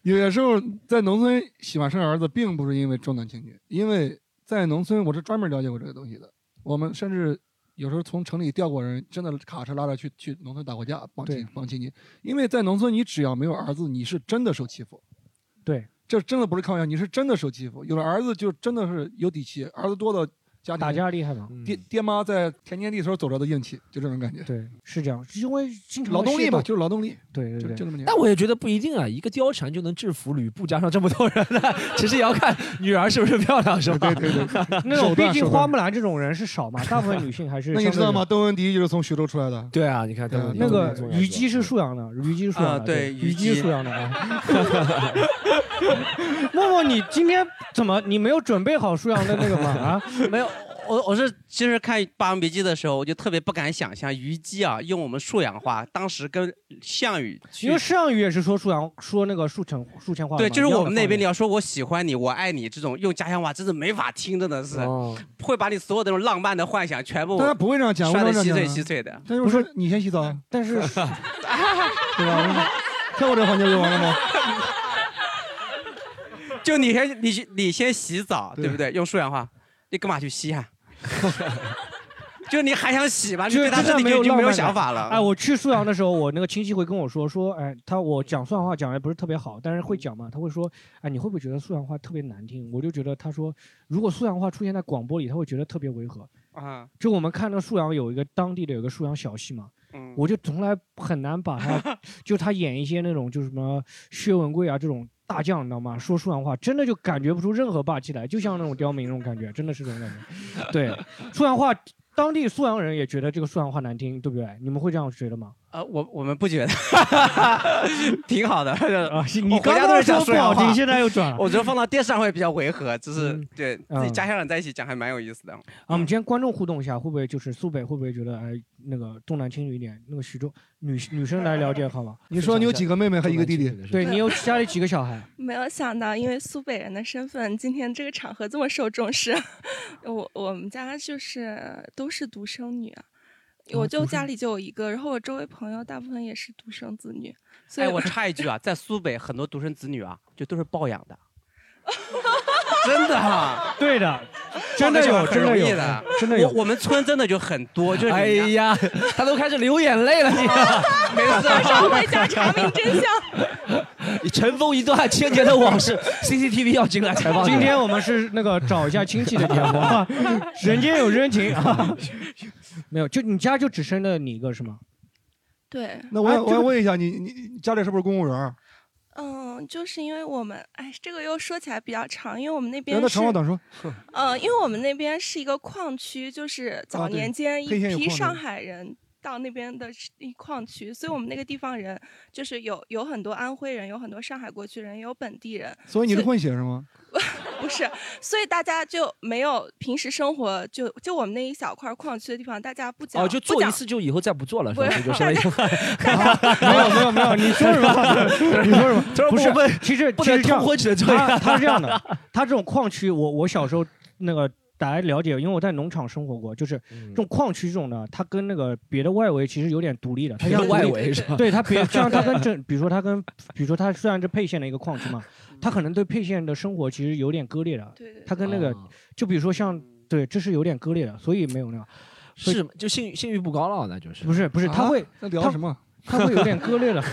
S4: 有时候在农村喜欢生儿子，并不是因为重男轻女，因为在农村我是专门了解过这个东西的。我们甚至有时候从城里调过人，真的卡车拉着去去农村打过架，帮亲帮亲戚。因为在农村，你只要没有儿子，你是真的受欺负。
S6: 对，
S4: 这真的不是开玩笑，你是真的受欺负。有了儿子，就真的是有底气。儿子多的家庭
S6: 打架厉害嘛，
S4: 爹爹妈在田间地头走着的硬气，就这种感觉。
S6: 对，是这样，因为经
S7: 常
S4: 劳动力嘛，
S7: 械斗
S4: 就是劳动力。
S6: 对对
S4: 就就那么简单
S7: 但我也觉得不一定啊，一个貂蝉就能制服吕布，加上这么多人呢，其实也要看女儿是不是漂亮，是吧？
S4: 对对对
S6: 那种毕竟花木兰这种人是少 嘛，大部分女性还是
S4: 那你
S6: 相
S4: 知
S6: 对
S4: 道吗？
S6: 少？
S4: 邓文迪就是从徐州出来的。
S7: 对啊，你看
S4: 对啊
S6: 那个虞姬是沭阳的，虞姬是沭阳
S4: 啊
S6: 的，
S4: 对虞
S6: 虞姬
S4: 姬
S6: 是沭阳的啊。 默默，你今天怎么你没有准备好沭阳的那个吗？ 啊，
S5: 没有，我我是其实看《霸王别姬》的时候，我就特别不敢想象虞姬啊用我们沭阳话，当时跟项羽去
S6: 因为项羽也是说沭阳说那个沭城沭城话的嘛，
S5: 对，就是
S6: 一样
S5: 我
S6: 的
S5: 们那
S6: 方
S5: 边
S6: 言
S5: 你要说我喜欢你，我爱你这种用家乡话，真的没法听，真的是、会把你所有的那种浪漫的幻想全部
S6: 啊
S4: 大家不会这样讲，
S5: 摔
S4: 我
S5: 得
S4: 这样
S5: 稀
S4: 讲
S5: 碎
S4: 啊
S5: 稀碎的。
S4: 他就说你先洗澡，啊
S6: 但是
S4: 对吧？跳过这个环节就完了吗？
S5: 就你先你去你先洗澡，对不对？用沭阳话，你干嘛去洗啊？ 就你还想洗吗？你
S6: 就
S5: 对他
S6: 真的
S5: 这里
S6: 没
S5: 啊就
S6: 有
S5: 就
S6: 浪
S5: 没有
S6: 漫
S5: 想
S6: 感
S5: 法了。
S6: 哎，我去沭阳的时候，我那个亲戚会跟我说说，哎，他我讲沭阳话讲的不是特别好，但是会讲嘛。他会说，哎，你会不会觉得沭阳话特别难听？我就觉得他说，如果沭阳话出现在广播里，他会觉得特别违和。
S5: 啊，
S6: 就我们看那个沭阳有一个当地的有一个沭阳小戏嘛，
S5: 嗯
S6: 我就从来很难把 他，就他演一些那种就是什么薛文贵啊这种大将，你知道吗？说沭阳话真的就感觉不出任何霸气来，就像那种刁民那种感觉，真的是这种感觉。对，沭阳话，当地沭阳人也觉得这个沭阳话难听，对不对？你们会这样觉得吗？
S5: 呃，我我们不觉得， 挺好的。啊
S6: 你刚刚说不好听现在又转 了
S5: 我觉得放到电视上会比较违和，只是对自己
S6: 嗯
S5: 家乡人在一起讲还蛮有意思的。
S6: 啊，我们今天观众互动一下，会不会就是苏北会不会觉得哎那个重男轻女一点？那个徐州女女生来了解好吗？
S4: 你说你有几个妹妹和一个弟弟
S6: 对你有家里几个小孩？
S3: 没有想到，因为苏北人的身份，今天这个场合这么受重视。 我我们家就是都是独生女啊，我就家里就有一个，然后我周围朋友大部分也是独生子女，所以
S5: 哎，我插一句啊，在苏北很多独生子女啊，就都是抱养 的，真的啊，
S6: 对的，真的有，真的有，
S5: 的，
S6: 真的有。
S5: 我我们村真的就很多，就是
S7: 哎呀，他都开始流眼泪了，你
S5: 没事晚上回家查
S3: 明真相。
S7: 尘封一段千年的往事，CCTV 要进来采访你。
S6: 今天我们是那个找一下亲戚的节目啊，人间有 真情啊。没有，就你家就只生了你一个是吗？
S3: 对。
S4: 那我想
S3: 啊
S4: 我想问一下，你你你家里是不是公务员 儿？
S3: 嗯，就是因为我们，哎，这个又说起来比较长，因为我们那边
S4: 让他
S3: 是
S4: 长话短说。
S3: 呃，因为我们那边是一个矿区，就是
S4: 啊
S3: 早
S4: 对
S3: 年间一
S4: 沛县有
S3: 批
S4: 矿
S3: 上
S4: 的
S3: 海人到那边的是一矿区，所以我们那个地方人就是有有很多安徽人，有很多上海过去人，也有本地人。
S4: 所以你是混血是吗？
S3: 不是，所以大家就没有平时生活就就我们那一小块矿区的地方，大家不讲
S7: 哦，就
S3: 不
S7: 做一
S3: 讲
S7: 次就以后再不做了，是吧？
S3: 不
S7: 这
S3: 是
S7: 就相当于
S6: 没有没有没有，你说什 么？你说什么？
S7: 就是
S6: 不是
S7: 我们，
S6: 其实
S7: 不
S6: 其
S7: 能
S6: 实这样
S7: 通婚只能这
S6: 他
S7: 样
S6: 他是这样的， 他这种矿区，我我小时候那个大家了解，因为我在农场生活过，就是
S7: 嗯
S6: 这种矿区这种的，它跟那个别的外围其实有点独立的，它
S7: 别的
S6: 像独立
S7: 外围是吧
S6: 对它 别像它跟这，比如说它跟，比如说它虽然是沛县的一个矿区嘛，它可能对沛县的生活其实有点割裂的，它跟那个
S7: 啊
S6: 就比如说像对，这是有点割裂的，所以没有那样。所以
S7: 是就性性欲不高了，那就是啊
S6: 不是不是，他会
S7: 那
S6: 他
S7: 聊什么？
S6: 他会有点割裂 了。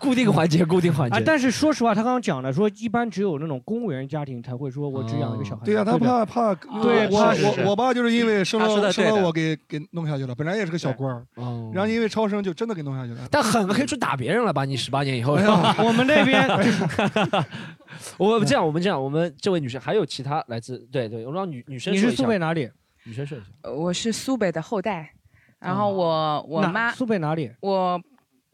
S7: 固定环节，固定环
S6: 啊
S7: 节。，
S6: 但是说实话，他刚刚讲了，说一般只有那种公务员家庭才会说，我只养一个小孩。
S4: 嗯对呀，他怕怕
S6: 对
S4: 我
S6: 怕是啊
S4: 我我我爸就是因为生了生了我
S6: 给
S4: 给给弄下去了，本来也是个小官儿，
S7: 然
S4: 后因为超生就真的给弄下去了。
S7: 但狠可以去打别人了吧？你十八年以后
S4: 哎呀，
S6: 我们那 边
S7: 我们这样，我们这样，我们这位女生还有其他来自对对，我让女女生
S11: 你是
S7: 说一下
S11: 苏北哪里？
S7: 女生说一下。
S11: 呃我是苏北的后代，然后我、我
S6: 哪
S11: 妈
S6: 苏北哪里？
S11: 我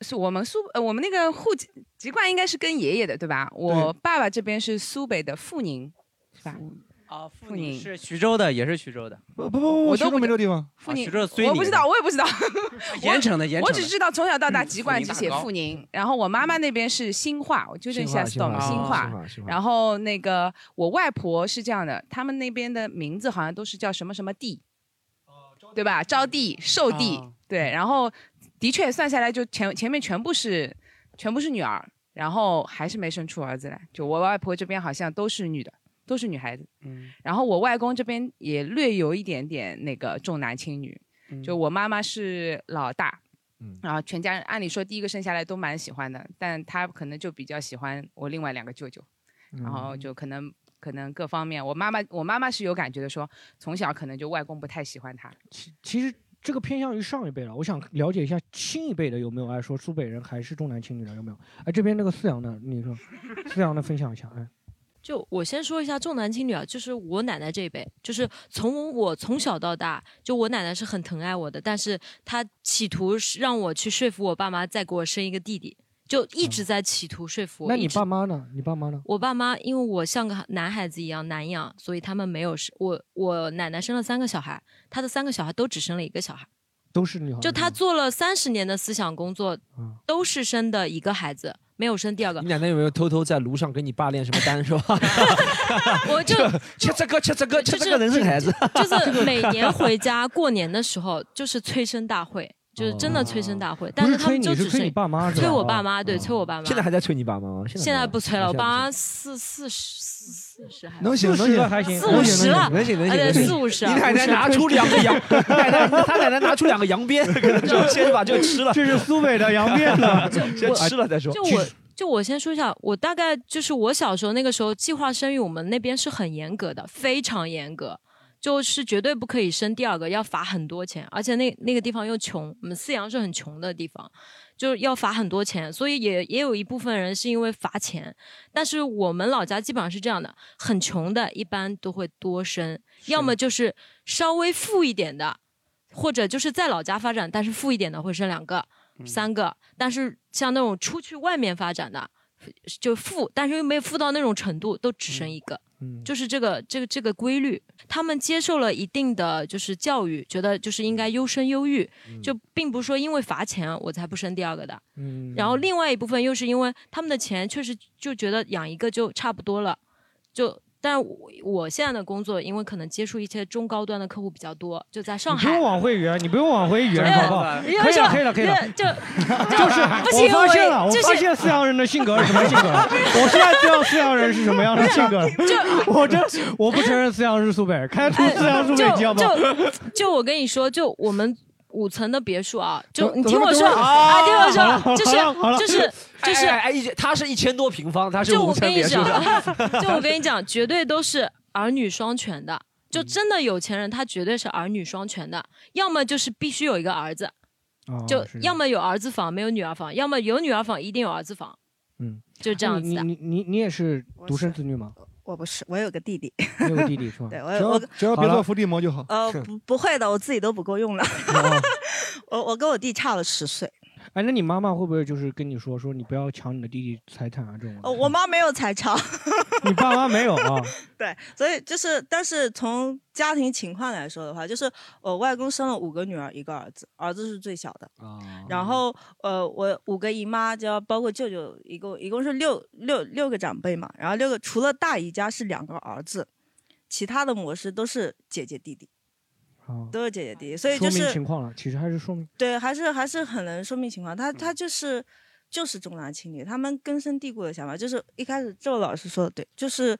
S11: 是我们苏呃我们那个户籍籍贯应该是跟爷爷的对吧？我爸爸这边是苏北的阜宁，是吧？
S5: 啊，阜
S11: 宁
S5: 你是徐州的，也是徐州的，
S4: 不不不
S11: 我
S4: 不，
S11: 都
S4: 徐州没这地方。
S7: 啊
S11: 阜宁，
S5: 徐州的睢宁
S11: 我不知道，我也不知道。
S5: 盐城的盐城
S11: 我
S5: 的
S11: 只知道从小到大籍贯只写
S5: 嗯
S11: 阜宁，然后我妈妈那边是新化，我纠正一下
S5: 新化
S11: Storm
S5: 新化
S11: 化
S5: 哦新化新。化
S11: 然后那个我外婆是这样的，他们那边的名字好像都是叫什么什么地，对吧？招娣、寿娣，对。然后的确算下来，就前前面全部是全部是女儿，然后还是没生出儿子来。就我外婆这边好像都是女的，都是女孩子。
S5: 嗯，
S11: 然后我外公这边也略有一点点那个重男轻女，就我妈妈是老大，然后全家人按理说第一个生下来都蛮喜欢的，但她可能就比较喜欢我另外两个舅舅，
S4: 嗯
S11: 然后就可能。可能各方面，我妈妈我妈妈是有感觉的说，从小可能就外公不太喜欢她。
S6: 其实这个偏向于上一辈了。我想了解一下新一辈的有没有哎，说苏北人还是重男轻女的有没有？哎，这边那个四阳的，你 说四阳的分享一下，哎，
S12: 就我先说一下重男轻女啊，就是我奶奶这一辈，就是从我从小到大，就我奶奶是很疼爱我的，但是她企图是让我去说服我爸妈再给我生一个弟弟，就一直在企图说服我。
S6: 哦那你
S12: 一直
S6: 爸妈呢？你爸妈呢？
S12: 我爸妈因为我像个男孩子一样难养，所以他们没有生我。我奶奶生了三个小孩，她的三个小孩都只生了一个小孩，
S6: 都是女孩。
S12: 就她做了三十年的思想工作，
S6: 哦
S12: 都是生的一个孩子，没有生第二个
S7: 你。奶奶有没有偷偷在路上给你爸练什么丹是吧？
S12: 我就
S7: 切这个切这个切这个能生孩子，
S12: 就是每年回家过年的时候，就是催生大会，就是真的催生大会。但他们
S7: 你
S12: 就是只
S7: 哦催你爸妈是吧哦
S12: 催我爸妈，对，催我爸妈。
S7: 现在还在催你爸妈吗？
S12: 现在不催了，我
S7: 现在不
S12: 爸
S7: 催
S12: 妈四四十四四十还
S7: 能行能行
S12: 四五十了，
S7: 能行能行能行
S12: 啊对
S7: 能行
S12: 四五十。
S7: 你奶奶拿出两个 羊，奶奶他奶奶拿出两个羊鞭，可能就先把这个吃了。
S6: 这是苏北的羊鞭呢
S7: 先吃了再说。
S12: 就我就我先说一下，我大概就是我小时候那个时候计划生育，我们那边是很严格的，非常严格。就是绝对不可以生第二个，要罚很多钱，而且那那个地方又穷，我们四阳是很穷的地方，就是要罚很多钱，所以也也有一部分人是因为罚钱，但是我们老家基本上是这样的，很穷的一般都会多生，要么就是稍微富一点的，或者就是在老家发展，但是富一点的会生两个、
S6: 嗯
S12: 三个，但是像那种出去外面发展的，就富，但是又没有富到那种程度，都只
S6: 嗯
S12: 生一个。就是这个这个这个规律，他们接受了一定的就是教育，觉得就是
S6: 嗯
S12: 应该优生优育，就并不是说因为罚钱我才不生第二个的。
S6: 嗯
S12: 然后另外一部分又是因为他们的钱确实就觉得养一个就差不多了，就。但我我现在的工作，因为可能接触一些中高端的客户比较多，就在上
S6: 你不
S12: 海
S6: 用。往回圆，你不用往回
S12: 哎
S4: 啊
S6: 圆，好不好？
S12: 因为
S6: 可以了，
S12: 说
S6: 可以了，可以了。
S12: 就
S6: 就是
S12: 不行，
S6: 我发现了，我
S12: 就是
S6: 发现四阳人的性格是什么性格了。我现在知道四阳人是什么样的性格了。 我真我不承认四阳是苏北，开除四阳
S12: 呃
S10: 呃
S12: 就
S6: 苏北，你知道吗？
S12: 就 就我跟你说，就我们五层的别墅啊，就
S7: 等
S12: 你听我
S7: 等
S12: 说
S7: 会儿
S12: 啊，听我
S7: 好了好了
S12: 说，就是
S7: 好了
S12: 就是
S7: 哎
S12: 就
S7: 哎
S12: 是，
S7: 哎一他是一千多平方，他是
S12: 就
S7: 五
S12: 我
S7: 层
S12: 跟你
S7: 别墅
S12: 讲
S7: 的。，
S12: 就我跟你讲，绝对都是儿女双全的。就真的有钱人，他绝对是儿女双全的，要么就是必须有一个儿
S6: 哦
S12: 子，就是要么有儿子房没有女儿房，要么有女儿房一定有儿子房，
S6: 嗯，
S12: 就这样子
S6: 你
S12: 的。
S6: 你你你也是独生子女吗？
S10: 我不是，我有个弟弟。
S6: 你有个弟弟是吧？
S10: 对我有我
S4: 只要别做伏地魔就好。
S10: 呃，不不会的，我自己都不够用了。 我我跟我弟差了十岁。
S6: 哎，那你妈妈会不会就是跟你说说你不要抢你的弟弟财产啊这种？
S10: 呃，我妈没有才差。
S6: 你爸妈没有啊？
S10: 对，所以就是，但是从家庭情况来说的话，就是我外公生了五个女儿，一个儿子，儿子是最小的。
S6: 哦
S10: 然后呃，我五个姨妈，就要包括舅舅，一共一共是六六六个长辈嘛。然后六个除了大姨家是两个儿子，其他的模式都是姐姐弟弟，
S6: 啊，
S10: 都是姐姐弟 弟。所以
S6: 说
S10: 就
S6: 明
S10: 是
S6: 情况了，其实还是说明
S10: 对，还是还是很能说明情况。他他就是就是重男轻女，他们根深蒂固的想法就是一开始周老师说的对，就是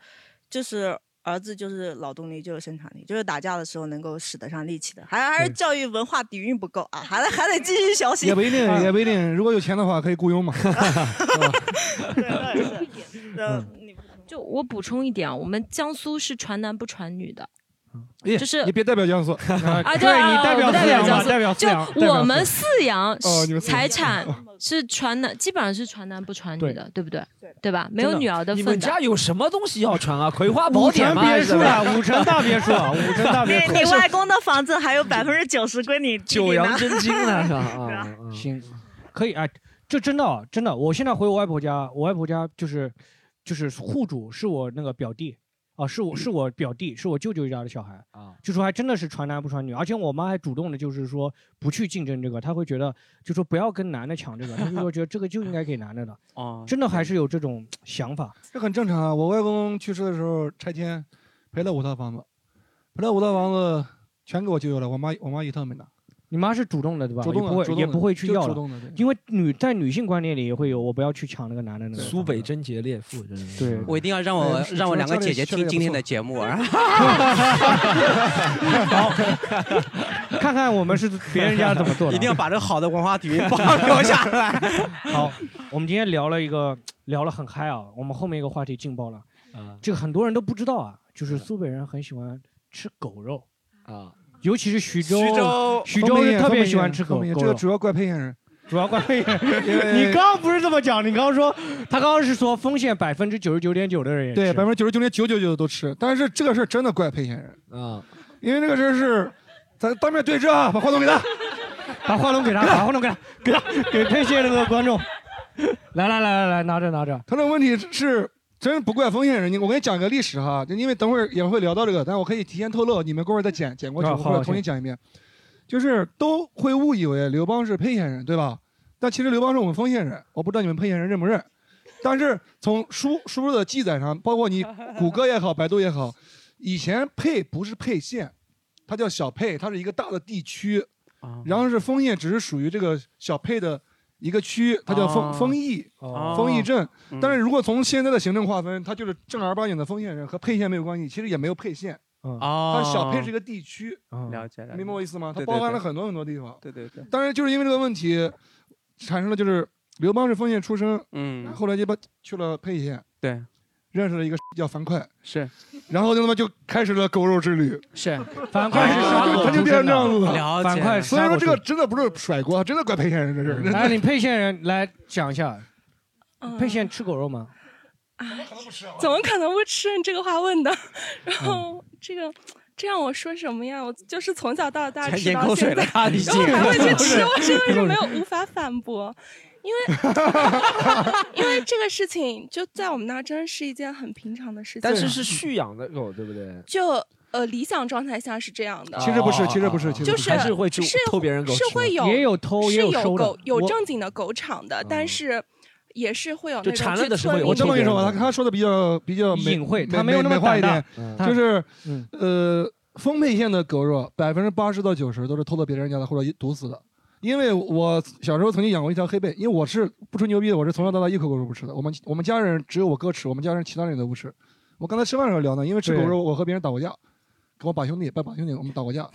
S10: 就是儿子就是劳动力，就是生产力，就是打架的时候能够使得上力气的，还还是教育文化底蕴不够啊，还得还得继续小心。啊
S4: 也不一定，也不一定。如果有钱的话，可以雇佣嘛。
S10: 对，
S6: 嗯
S12: 就我补充一点啊，我们江苏是传男不传女的，
S4: 哎
S12: 就是
S4: 你别代表江苏
S12: 啊，
S4: 啊
S12: 对啊
S6: 你代表
S12: 我不代
S6: 四
S12: 表
S6: 羊吧
S12: 江苏
S6: 代表四
S12: 就
S6: 羊代表
S12: 我们
S6: 四
S12: 四羊
S6: 哦你们四羊
S12: 财产是传男，基本上是传男不传女的，对不对？对吧？没有
S7: 真的
S12: 女儿的
S7: 你
S12: 份
S7: 们家
S12: 的。
S7: 有什么东西要传啊？葵花宝典吗？
S6: 五城别墅啊
S7: 还是什么
S6: 五城大别墅啊五城大 别
S10: 你你外公的房子还有百分之九十归你弟弟呢
S7: 九阳真经啊， 是吧？
S6: 啊，行，可以哎，这真的啊真的，我现在回我外婆家，我外婆家就是就是户主是我那个表弟啊，是我是我表弟，是我舅舅家的小孩
S7: 啊，
S6: 就说还真的是传男不传女，而且我妈还主动的，就是说不去竞争这个，她会觉得就说不要跟男的抢这个，她就说觉得这个就应该给男的的，
S5: 哦
S6: 真的还是有这种想法。
S4: 这很正常啊。我外公去世的时候拆迁，赔了五套房子，赔了五套房子全给我舅舅了，我妈我妈一套没拿。
S6: 你妈是主动的对吧？
S4: 主动的
S6: 也
S4: 主
S6: 不会
S4: 动的
S6: 也不会去
S4: 就
S6: 要
S4: 主动的对
S6: 了，因为女在女性观念里也会有我不要去抢那个男的那个。
S7: 苏北贞洁烈妇，真是
S6: 对，
S5: 我一定要让我
S6: 哎
S5: 让我两个姐姐听今天的节啊目啊！
S6: 看看 我们是别人家怎么做的。
S5: 一定要把这好的文化底蕴保留下来。
S6: 好，我们今天聊了一个，聊了很嗨啊。我们后面一个话题劲爆了，
S7: 啊
S6: 这个很多人都不知道啊，就是苏北人很喜欢吃狗肉，
S7: 啊，
S6: 尤其是徐州，
S4: 徐
S6: 徐
S4: 州
S6: 人特别喜欢吃狗
S4: 方便面
S6: 狗
S4: 这个
S6: 肉。
S4: 主要怪沛县人，
S6: 主要怪沛县
S4: 因为
S6: 你刚刚不是这么讲，你刚刚说他刚刚是说丰县百分之九十九点九的人也
S4: 对
S6: 吃
S4: 百分之九十九点九九九都吃。但是这个事儿真的怪沛县人，
S7: 啊，
S4: 因为这个事儿是咱当面对质啊，把话筒给他，
S6: 把话筒给他，把话筒给他，给他给沛县那个观众，来来来来来，拿着拿着。
S4: 他这个问题是真不怪丰县人，你我给你讲个历史哈，就因为等会儿也会聊到这个，但我可以提前透露，你们过会儿再剪剪过去，
S6: 啊
S4: 我
S6: 好
S4: 会儿重新讲一遍。就是都会误以为刘邦是沛县人，对吧？但其实刘邦是我们丰县人，我不知道你们沛县人认不认。但是从书书的记载上，包括你谷歌也好，百度也好，以前沛不是沛县，它叫小沛，它是一个大的地区，然后是丰县只是属于这个小沛的一个区，它叫丰
S6: 哦
S4: 丰邑，
S6: 哦
S4: 丰邑镇
S6: 嗯。
S4: 但是如果从现在的行政划分，它就是正儿八经的丰县人，和沛县没有关系，其实也没有沛县。
S7: 哦
S6: 嗯
S4: 它小沛是一个地区，嗯
S5: 了解了解，
S4: 明白我意思吗？它
S5: 对
S4: 包含了。
S5: 对对
S4: 很多很多地方。
S5: 对对对
S4: 当然，就是因为这个问题，产生了就是刘邦是丰县出生，
S5: 嗯
S4: 后来就把去了沛县，
S5: 对，
S4: 认识了一个叫樊哙，
S5: 是，
S4: 然后就他妈就开始了狗肉之旅，
S5: 是
S6: 樊哙是杀狗
S4: 他就变成这样子
S6: 出身的啊了解樊嗯哙是
S4: 所以
S6: 杀
S4: 说
S6: 狗
S4: 这个真的不是甩锅，真的怪沛县人这事儿。
S6: 来，你沛县人来讲一下，沛县吃狗肉吗？
S3: 哎怎么可能啊不吃？你这个话问的，然
S7: 嗯
S3: 后这个。这让我说什么呀？我就是从小到大
S5: 还
S3: 吃
S5: 咽
S3: 到
S5: 口水
S3: 现在，
S5: 了他已
S3: 然后
S5: 经
S3: 还会去 吃，
S5: 咽口
S3: 我
S5: 水
S3: 是为什么又无法反驳？ 因为因为这个事情就在我们那儿真是一件很平常的事情。
S7: 但是是蓄养的狗，对不对？
S3: 就呃理想状态下是这样的，
S7: 其实不是其实不是其实不是
S3: 就是
S7: 哦还是会去
S3: 是
S7: 偷别人狗
S3: 是
S7: 吃
S3: 会有
S6: 也有偷
S3: 是
S6: 也有收的
S3: 狗有
S6: 我
S3: 正经的狗场的，
S7: 嗯
S3: 但是也是会有那种去村里
S4: 我这么跟你说吧，他他说的比较比较美
S6: 隐晦
S4: 美
S6: 他没有那么
S4: 美化一点
S6: 胆，大
S4: 就是
S6: 嗯
S4: 呃，丰沛县的狗肉百分之八十到九十都是偷到别人家的或者毒死的。因为我小时候曾经养过一条黑背，因为我是不吹牛逼的，我是从小到大一口狗肉不吃的。我们我们家人只有我哥吃，我们家人其他人都不吃。我刚才吃饭的时候聊呢，因为吃狗肉，我和别人打过架，跟我把兄弟，不是把兄弟，我们打过架。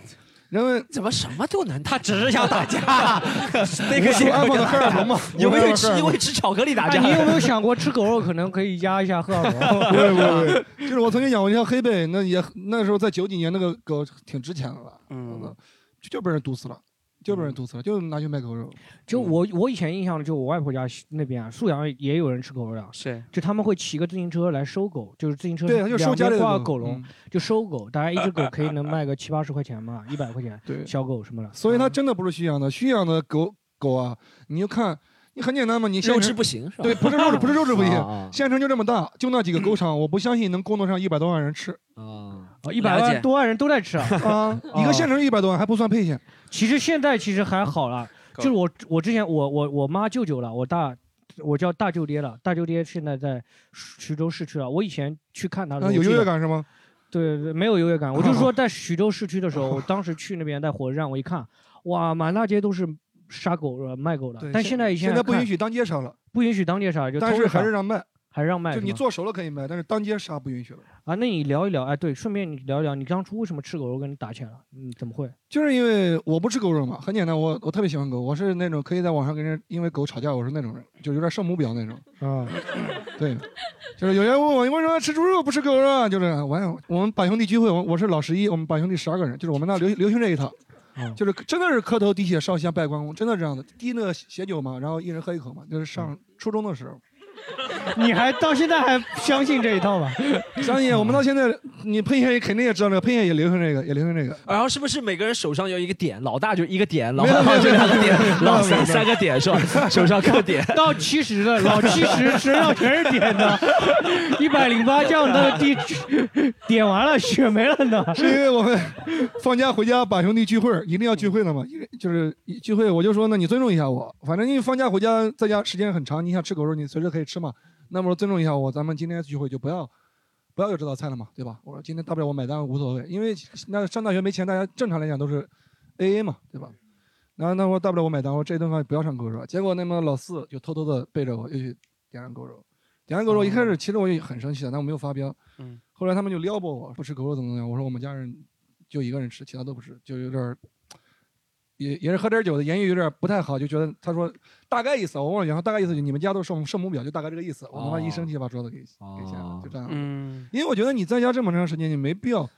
S4: 因为
S7: 怎么什么都能，
S5: 他只是想打 架，那
S4: 无数安放的荷尔 蒙嘛
S7: 因
S4: 无数
S7: 为
S4: 的荷尔
S7: 吃
S4: 蒙
S7: 因为吃巧克力打架。
S6: 哎你有没有想过吃狗肉可能可以压一下荷尔蒙？
S4: 哦 不会不会，不会就是我曾经养过一条黑背，那也那时候在九几年，那个狗挺值钱的了，
S5: 嗯，
S4: 就就被人毒死了，就被人毒死了，就拿去卖狗肉。
S6: 就我我以前印象里，就我外婆家那边啊，沭阳也有人吃狗肉的，
S5: 是，
S6: 就他们会骑个自行车来收狗，就是自行车
S4: 对他就收家里的
S6: 两边挂
S4: 狗
S6: 狗笼
S4: 嗯，
S6: 就收狗，大概一只狗可以能卖个七八十块钱嘛，一百块钱，
S4: 对，
S6: 小狗什么的。
S4: 所以它真的不是驯养的，驯养的狗狗啊，你就看， 你很简单嘛，你县城
S7: 肉质不行是吧
S4: 对，不是肉质，不是肉质不
S7: 啊啊
S4: 行，县城就这么大，就那几个狗场，我不相信能供得上一百多万人吃。
S7: 啊，
S6: 哦一百
S4: 了
S6: 万
S4: 解
S6: 多万人都在吃啊！
S4: 啊一个县城一百多万还不算沛县。
S6: 其实现在其实还好了，就是我我之前我我我妈舅舅了，我大我叫大舅爹了，大舅爹现在在徐州市区了。我以前去看他的时
S4: 啊
S6: 候，
S4: 有
S6: 我记得
S4: 优越感是吗？
S6: 对对，没有优越感。我就 说在徐州市区的时候，我当时去那边在火车站，我一看，哇，满大街都是杀狗的、卖狗的
S4: 对。
S6: 但现在以
S4: 现在不允许当街杀了，
S6: 不允许当街杀，就
S4: 但
S6: 偷
S4: 是
S6: 着
S4: 还
S6: 杀
S4: 是让卖，
S6: 还是让卖。
S4: 就是你
S6: 吗
S4: 做熟了可以卖，但是当街杀不允许了。
S6: 啊？那你聊一聊，哎，对，顺便你聊一聊，你当初为什么吃狗肉跟人打起来了？嗯，怎么会？
S4: 就是因为我不吃狗肉嘛，很简单，我我特别喜欢狗，我是那种可以在网上跟人因为狗吵架，我是那种人，就有点圣母婊那种。
S6: 啊，
S4: 对，就是有人问我你为什么吃猪肉不吃狗肉啊？就是我我们把兄弟聚会，我我是老十一，我们把兄弟十二个人，就是我们那流流行这一套。
S6: 啊
S4: 就是真的是磕头滴血烧香拜关公，真的这样的，滴那个血酒嘛，然后一人喝一口嘛，就是上初中的时候。
S6: 嗯 你还到现在还相信这一套吧？嗯
S4: 相信我们到现在，你喷血肯定也知道这个，喷血也流行这个，也流行这个。
S7: 然后是不是每个人手上有一个点？老大就一个点，老
S4: 没有没
S7: 二
S4: 有
S7: 就两个
S4: 没有没有
S7: 点，
S4: 没有
S7: 老
S4: 没有没有
S7: 三三个点是吧？手上 各点。
S6: 到七十了，老七十身上全是点 的，一百零八降 到第点完了，血没了呢。
S4: 是因为我们放假回家把兄弟聚会，一定要聚会的嘛，因为就是一聚会，我就说呢，你尊重一下我，反正因为放假回家在家时间很长，你想吃狗肉，你随时可以吃嘛。那么说尊重一下我，咱们今天聚会就不要不要有这道菜了嘛，对吧？我说今天大不了我买单无所谓，因为那上大学没钱，大家正常来讲都是 A A 嘛，对吧？然后那我大不了我买单，我说这顿饭不要上狗肉。结果那么老四就偷偷的背着我又去点上狗肉，点上狗肉一开始其实我也很生气的，但我没有发飙。
S5: 嗯，
S4: 后来他们就撩拨我，不吃狗肉怎么怎么样。我说我们家人就一个人吃，其他都不吃，就有点儿也也是喝点儿酒的，言语有点儿不太好，就觉得他说大概意思，我忘了原话，大概意思就你们家都圣母圣母婊，就大概这个意思。我他妈一生气把桌子给、
S7: 哦
S4: 给掀了，就这样。
S5: 嗯，
S4: 因为我觉得你在家这么长时间，你没必要，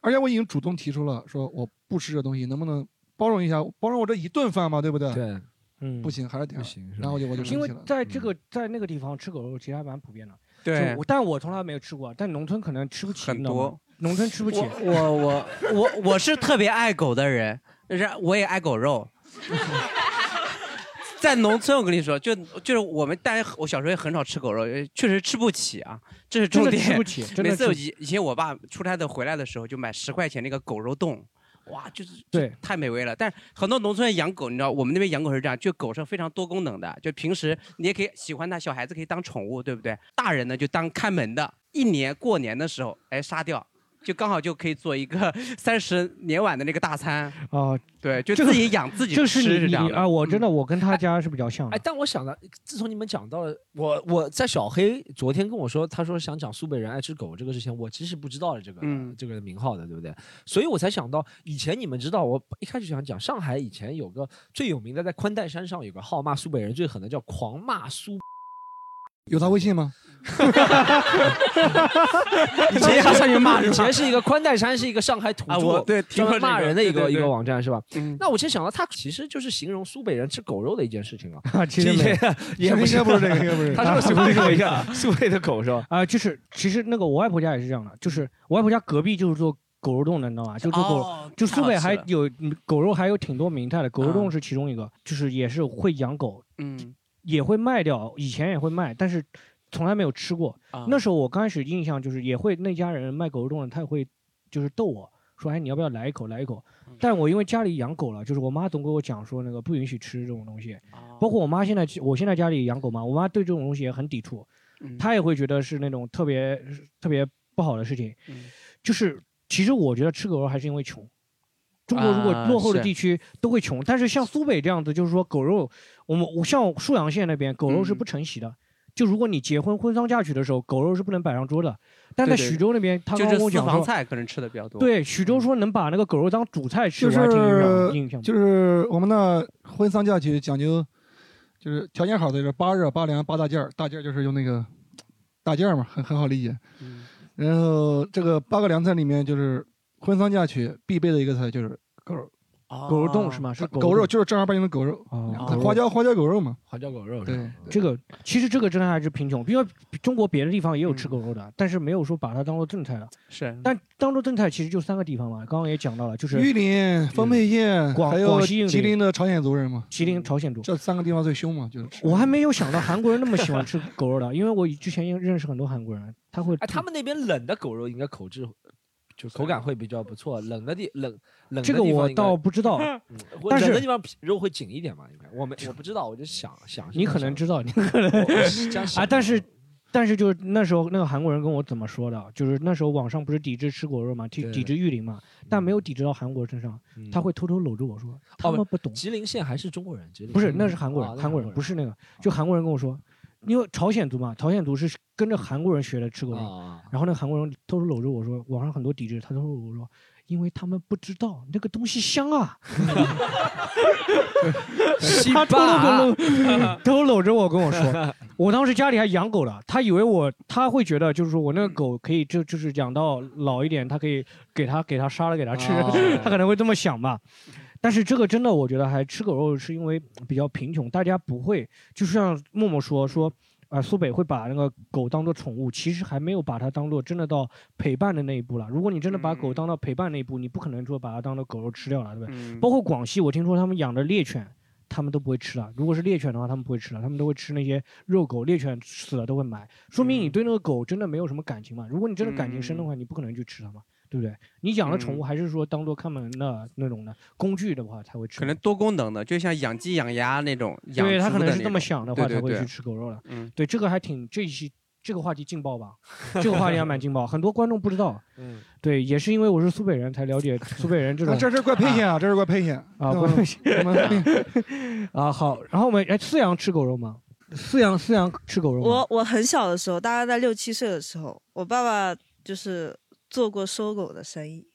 S4: 而且我已经主动提出了，说我不吃这东西，能不能包容一下，包容我这一顿饭嘛，对不对？
S7: 对，
S6: 嗯，
S4: 不行，还是点儿然后我就我就
S6: 因
S4: 生
S6: 为
S4: 气了。
S6: 在这个
S7: 嗯
S6: 在那个地方吃狗肉其实还蛮普遍的，
S5: 对
S6: 就我但我从来没有吃过，但农村可能吃不起，很
S5: 多，
S6: 农村吃不起。
S5: 我我我我我是特别爱狗的人，然我也爱狗肉。 在农村，我跟你说，就就是我们大家，我小时候也很少吃狗肉，呃确实吃不起啊，这是重
S6: 真
S5: 点。
S6: 的吃不起真的
S5: 每次
S6: 吃
S5: 我
S6: 不起
S5: 以以前我爸出差的回来的时候，就买十块钱那个狗肉冻，哇，就是
S6: 对，
S5: 太美味了。但是很多农村养狗，你知道，我们那边养狗是这样，就狗是非常多功能的，就平时你也可以喜欢它，小孩子可以当宠物，对不对？大人呢就当看门的，一年过年的时候，哎，杀掉。就刚好就可以做一个 三十年晚的那个大餐，
S6: 啊，
S5: 对，就
S6: 这个
S5: 自己养自己
S6: 这
S5: 吃
S6: 是
S5: 这
S6: 你
S5: 样
S6: 你
S5: 的
S6: 啊，我真的我啊跟他家是比较像的
S7: 哎，。但我想到，自从你们讲到了我，我在小黑昨天跟我说，他说想讲苏北人爱吃狗这个事情，我其实不知道了这个、
S5: 嗯
S7: 这个名号的，对不对？所以我才想到，以前你们知道，我一开始想讲上海以前有个最有名的，在宽带山上有个号骂苏北人最狠的，叫狂骂苏。
S4: 有他微信吗？
S7: 以前以前是一个宽带山是一个上海土著，
S5: 啊我对听
S7: 专门
S5: 过这个
S7: 骂人的一个
S5: 对对对
S7: 一个网站是吧
S5: 嗯？
S7: 那我其实想到，他其实就是形容苏北人吃狗肉的一件事情
S6: 啊
S7: 啊，
S6: 其实没有
S7: 也不
S6: 应该不是这个应该 不是
S7: 他说 苏北
S6: 啊
S7: 狗一 样，
S5: 嗯
S7: 苏北的狗是吧？
S6: 啊、就是其实那个我外婆家也是这样的，就是我外婆家隔壁就是做狗肉冻的，你知道吗？就做狗，
S5: 哦
S6: 就苏北
S5: 太好
S6: 还
S5: 吃了
S6: 有嗯狗肉还有挺多名菜的，狗肉
S7: 嗯
S6: 冻是其中一个，就是也是会养狗，
S5: 嗯，
S6: 也会卖掉，以前也会卖，但是从来没有吃过。
S5: 啊
S6: 那时候我刚开始印象就是也会那家人卖狗肉冻的，他也会就是逗我说，哎，你要不要来一口，来一口？但我因为家里养狗了，就是我妈总给我讲说那个不允许吃这种东西，包括我妈现在我现在家里养狗嘛，我妈对这种东西也很抵触，她也会觉得是那种特别特别不好的事情。就是其实我觉得吃狗肉还是因为穷。中国如果
S5: 啊
S6: 落后的
S5: 是
S6: 地区都会穷，但是像苏北这样子，就是说狗肉，我们我像沭阳县那边狗肉是
S5: 嗯
S6: 不承袭的。就如果你结婚婚丧嫁娶的时候，狗肉是不能摆上桌的。但在
S5: 对对
S6: 徐州那边，他
S5: 就
S6: 刚刚
S5: 是
S6: 跟我
S5: 私
S6: 讲
S5: 房
S6: 说，
S5: 菜可能吃的比较多。嗯
S6: 对，徐州说能把那个狗肉当主菜吃，
S4: 就
S6: 我还挺印象
S4: 是
S6: 印象。
S4: 就是我们那婚丧嫁娶讲究，就是条件好的就是八热八凉八大件儿，大件儿就是用那个大件儿嘛，很很好理解。
S6: 嗯
S4: 然后这个八个凉菜里面，就是婚丧嫁娶必备的一个菜就是狗肉，
S5: 啊
S6: 狗肉冻是吗是狗肉
S4: 狗肉，
S6: 冻哦
S4: 就是正儿八经的狗肉，
S6: 狗肉
S4: 花椒花椒狗肉嘛。
S7: 花椒狗肉
S4: 对，
S6: 这个其实这个真的还是贫穷，因为中国别的地方也有吃狗肉的，但是没有说把它当做正菜的。
S5: 嗯是，
S6: 但当做正菜其实就三个地方嘛，刚刚也讲到了，就是
S4: 玉林、丰沛县，
S6: 广
S4: 还有
S6: 广西
S4: 吉
S6: 玉
S4: 林的朝鲜族人嘛，
S6: 吉林朝鲜族
S4: 这三个地方最凶嘛，就是吃。
S6: 我还没有想到韩国人那么喜欢吃狗肉的，因为我之前也认识很多韩国人，他会
S7: 哎，他们那边冷的狗肉应该口质就口感会比较不错，冷的地冷冷的
S6: 这个
S7: 地方
S6: 我
S7: 应该
S6: 倒不知道
S7: 嗯
S6: 但
S7: 冷
S6: 是
S7: 的地方皮肉会紧一点嘛，应该我没我不知道，我就想想
S6: 你可能知道，你可能
S7: 我是 这样想
S6: 啊，但是但是就是那时候那个韩国人跟我怎么说的，就是那时候网上不是抵制吃狗肉嘛，抵
S7: 对嗯
S6: 抵制玉林嘛，但没有抵制到韩国身上，他会偷偷搂着我说，他们
S7: 哦
S6: 不懂，
S7: 吉林县还是中国人，吉林
S6: 不是
S7: 县
S6: 那是韩国人，
S7: 哦那
S6: 韩国人不是那个，
S7: 哦
S6: 就韩国人跟我说。因为朝鲜族嘛，朝鲜族是跟着韩国人学的吃狗肉，
S7: 啊
S6: 然后那个韩国人偷偷搂着我说，网上很多抵制，他偷偷搂着我说，因为他们不知道那个东西香啊。
S2: 西
S6: 他偷
S2: 坝
S6: 偷 跟
S7: 嗯
S6: 搂偷搂着我跟我说，我当时家里还养狗了，他以为我他会觉得就是说我那个狗可以就就是养到老一点，他可以给他给他杀了给他吃，他可能会这么想吧。但是这个真的，我觉得还吃狗肉是因为比较贫穷，大家不会，就像默默说说，啊、苏北会把那个狗当做宠物，其实还没有把它当做真的到陪伴的那一步了。如果你真的把狗当到陪伴那一步，你不可能说把它当做狗肉吃掉了，对不对？
S2: 嗯
S6: 包括广西，我听说他们养的猎犬，他们都不会吃了。如果是猎犬的话，他们不会吃了，他们都会吃那些肉狗。猎犬死了都会买，说明你对那个狗真的没有什么感情嘛。如果你真的感情深的话，你不可能去吃它嘛，对不对？你养了宠物
S5: 嗯
S6: 还是说当做看门的那种的工具的话才会吃
S5: 可。能多功能的，就像养鸡、养鸭那种。养
S6: 对他
S5: 猪
S6: 可能
S5: 的
S6: 是
S5: 那
S6: 这么
S5: 种
S6: 想的
S5: 对
S6: 话
S5: 对
S6: 才会
S5: 对
S6: 去吃狗肉了。
S5: 嗯，
S6: 对，这个还挺这一期这个话题劲爆吧？这个话题还蛮劲爆，很多观众不知道。
S7: 嗯，
S6: 对，也是因为我是苏北人才了解苏北人这种。
S4: 啊这是怪沛县啊，这是怪沛县那
S6: 啊，不
S4: 我
S6: 是
S4: 我们
S6: 啊，好，然后我们哎，四阳吃狗肉吗？四阳四阳吃狗肉吗？
S10: 我我很小的时候，大概在六七岁的时候，我爸爸就是做过收狗的生意，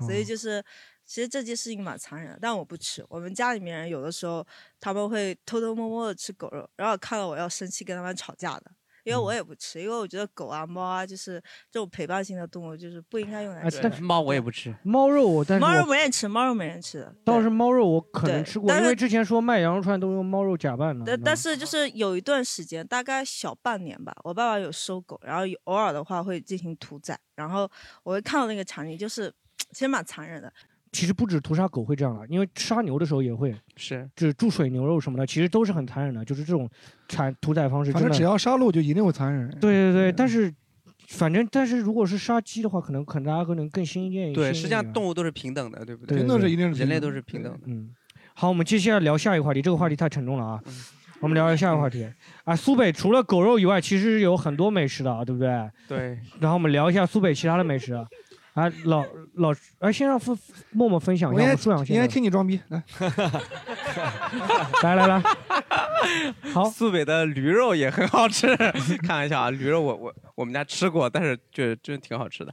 S10: 所
S6: 哦
S10: 以就是其实这件事情蛮残忍的，但我不吃。我们家里面人有的时候他们会偷偷摸摸的吃狗肉，然后看到我要生气跟他们吵架的。因
S6: 嗯
S10: 为我也不吃，因为我觉得狗啊、猫啊，就是这种陪伴性的动物，就是不应该用来
S6: 哎
S10: 吃。
S6: 但是
S5: 猫我也不吃，
S6: 猫肉我但是
S10: 猫肉
S6: 我
S10: 没人吃，猫肉没人吃的。
S6: 倒是猫肉我可能
S10: 对
S6: 吃过，
S10: 但
S6: 因
S10: 是
S6: 为之前说卖羊肉串都用猫肉假扮的。
S10: 但但是就是有一段时间，大概小半年吧，我爸爸有收狗，然后有偶尔的话会进行屠宰，然后我会看到那个场景，就是其实蛮残忍的。
S6: 其实不止屠杀狗会这样了，啊因为杀牛的时候也会，
S5: 是
S6: 就是注水牛肉什么的，其实都是很残忍的，就是这种产屠宰方式
S4: 反
S6: 真
S4: 正
S6: 的。
S4: 只要杀戮就一定会残忍。嗯
S6: 对对对，但是反正但是如果是杀鸡的话，可能可能大家可能更新鲜一
S5: 对，
S6: 些。
S5: 实际上动物都是平等的，对不
S6: 对对对
S5: 人类都是平等的。
S6: 嗯，好，我们接下来聊下一个话题，这个话题太沉重了
S4: 嗯
S6: 啊。我们聊一下一个话题啊，苏北除了狗肉以外，其实有很多美食的啊，对不对？
S5: 对。
S6: 然后我们聊一下苏北其他的美食啊。啊，老老，哎，先让分默默分享一
S4: 我
S6: 下，
S4: 应
S6: 我
S4: 该
S6: 们素养先
S4: 应该
S6: 生
S4: 听你装逼来。
S6: 来来来， 好，
S5: 苏北的驴肉也很好吃， 开玩笑啊，驴肉我我我们家吃过，但是就真挺好吃的。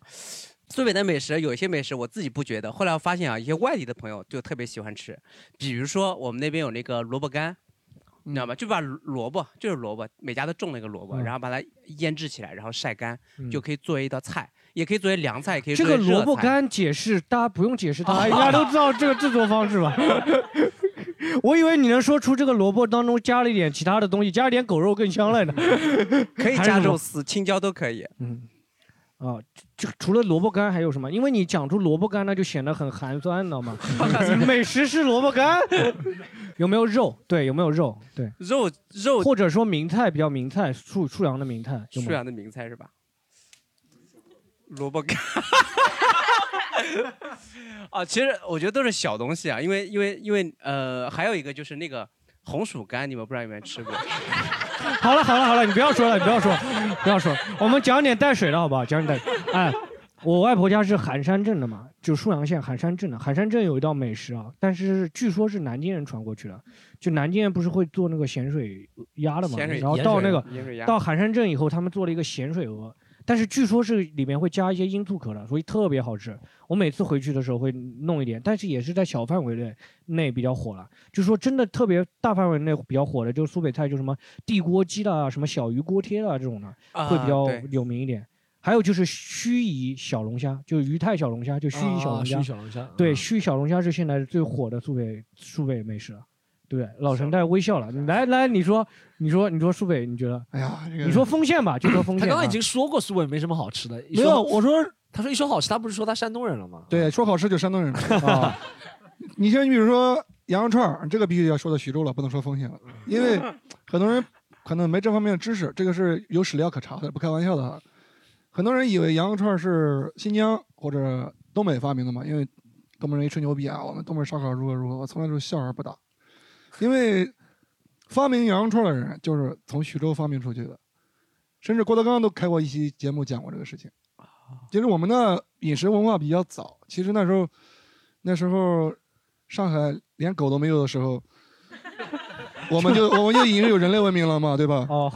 S5: 苏北的美食有一些美食我自己不觉得，后来我发现啊，一些外地的朋友就特别喜欢吃，比如说我们那边有那个萝卜干。你知道吗？就把萝卜，就是萝卜，每家都种那个萝卜，
S6: 嗯
S5: 然后把它腌制起来，然后晒干，
S6: 嗯
S5: 就可以作为一道菜，也可以作为凉菜，也可以
S6: 这
S5: 作
S6: 个
S5: 为热菜。
S6: 萝卜干解释大家不用解释， 哎大家应该都知道这个制作方式吧？我以为你能说出这个萝卜当中加了一点其他的东西，加一点狗肉更香了呢。
S5: 可以
S6: 还有
S5: 加
S6: 什么
S5: 肉丝、青椒都可以。
S6: 嗯，啊，就除了萝卜干还有什么？因为你讲出萝卜干，那就显得很 寒酸，你知道吗？美食是萝卜干，有没有肉？对，有没有肉？对，
S5: 肉肉
S6: 或者说名菜比较名菜，沭沭阳的名菜，有
S5: 沭
S6: 没有
S5: 阳的名菜是吧？萝卜干。 啊，其实我觉得都是小东西啊，因为因为因为呃，还有一个就是那个红薯干，你们不知道有没有吃过？
S6: 好了好了好了，你不要说了，你不要说，不要说，我们讲点带水的好不好？讲点带，哎，我外婆家是韩山镇的嘛，就沭阳县韩山镇的。韩山镇有一道美食啊，但是据说是南京人传过去的，就南京人不是会做那个咸水鸭的嘛，
S5: 咸水
S6: 然后
S5: 盐
S6: 到
S5: 水
S6: 那个
S5: 盐水鸭
S6: 到韩山镇以后，他们做了一个咸水鹅。但是据说是里面会加一些罂粟壳的，所以特别好吃。我每次回去的时候会弄一点，但是也是在小范围内内比较火了。就说真的特别大范围内比较火的，就是苏北菜，就什么地锅鸡啦、什么小鱼锅贴啦这种的，
S5: 啊
S6: 会比较
S5: 对
S6: 有名一点。还有就是盱眙小龙虾，就是鱼太小龙虾，就盱眙小
S7: 啊
S6: 龙虾。
S7: 盱眙小龙虾
S6: 对，盱眙小龙虾是现在最火的苏北苏北美食了。对不对，老陈在微笑了。你来来，你说，你说，你说苏北，你觉得？
S4: 哎呀，
S7: 这个
S6: 你说丰县吧，就说丰县
S7: 他
S6: 啊。
S7: 刚刚已经说过苏北没什么好吃的，一
S4: 没有
S7: 说
S4: 我说
S7: 他说一说好吃，他不是说他山东人了吗？
S4: 对，说好吃就山东人
S6: 啊。
S4: 你像你比如说羊肉串儿，这个必须要说到徐州了，不能说丰县了，因为很多人可能没这方面的知识，这个是有史料可查的，不开玩笑的啊。很多人以为羊肉串儿是新疆或者东北发明的嘛，因为东北人一吹牛逼啊，我们东北烧烤如何如何，我从来就是笑而不答，因为发明羊肉串儿的人就是从徐州发明出去的，甚至郭德纲都开过一期节目讲过这个事情。
S6: 啊
S4: 就是我们的饮食文化比较早，其实那时候，那时候上海连狗都没有的时候，我们就我们就已经有人类文明了嘛，对吧？
S6: 哦，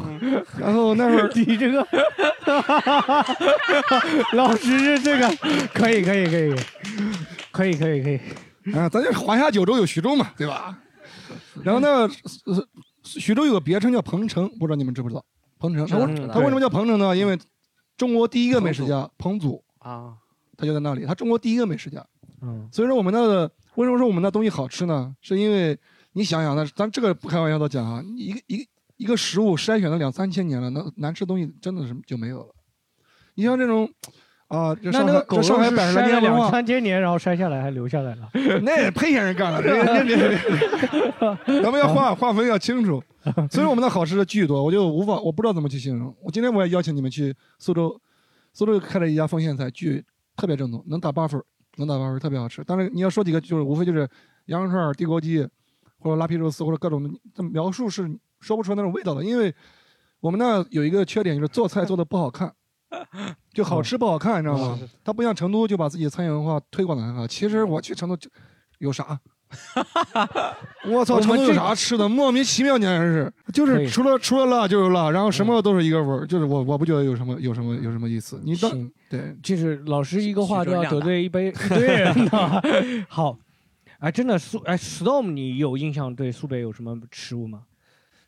S4: 然后那会儿
S6: 你这个老师是这个，可以可以可以，可以可以可以，
S4: 啊，咱就是华夏九州有徐州嘛，对吧？然后呢，呃徐州有个别称叫彭城，不知道你们知不知道？彭城，
S5: 知
S6: 啊
S4: 它
S5: 道
S4: 为
S5: 知道
S4: 它为什么叫彭城呢？因为中国第一个美食家彭祖，
S5: 啊，
S4: 他就在那里，他中国第一个美食家。
S6: 嗯，
S4: 所以说我们那的为什么说我们那东西好吃呢？是因为你想想，那咱这个不开玩笑的讲啊，一个一个一个食物筛选了两三千年了，那难吃的东西真的是就没有了。你像这种啊，这
S6: 那
S4: 上
S6: 那个
S4: 海这
S6: 狗肉是
S4: 上海百十来
S6: 筛了
S4: 年文
S6: 两
S4: 化，
S6: 三千年，然后筛下来还留下来了。
S4: 那也配先人干了，别别别别，咱们要划划分要清楚。所以我们的好吃的巨多，我就无法我不知道怎么去形容。我今天我也邀请你们去苏州，苏州开了一家丰县菜，巨特别正宗，能打八分儿，能打八分儿，特别好吃。但是你要说几个，就是无非就是羊肉串儿、地沟鸡，或者拉皮肉丝，或者各种的描述是说不出来那种味道的，因为我们那有一个缺点就是做菜做的不 好看。就好吃不好看，你知道
S8: 嗯
S4: 吗？他不像成都就把自己的餐饮文化推广的很好。其实我去成都就有啥？ 我操，
S8: 我们
S4: 成都有
S8: 这
S4: 啥吃的？莫名其妙，你还是就
S8: 可
S4: 是
S8: 以嗯
S4: 除了除了辣就是辣，然后什么都是一个味儿，就是我我不觉得有什么有什么有什么意思。你当对，
S6: 就是老师一个话都要得罪 一杯一
S4: 徐州
S6: 堆
S4: 量
S6: 人
S4: 大
S6: 呢。好，哎，真的苏哎，Storm，你有印象对苏北有什么食物吗？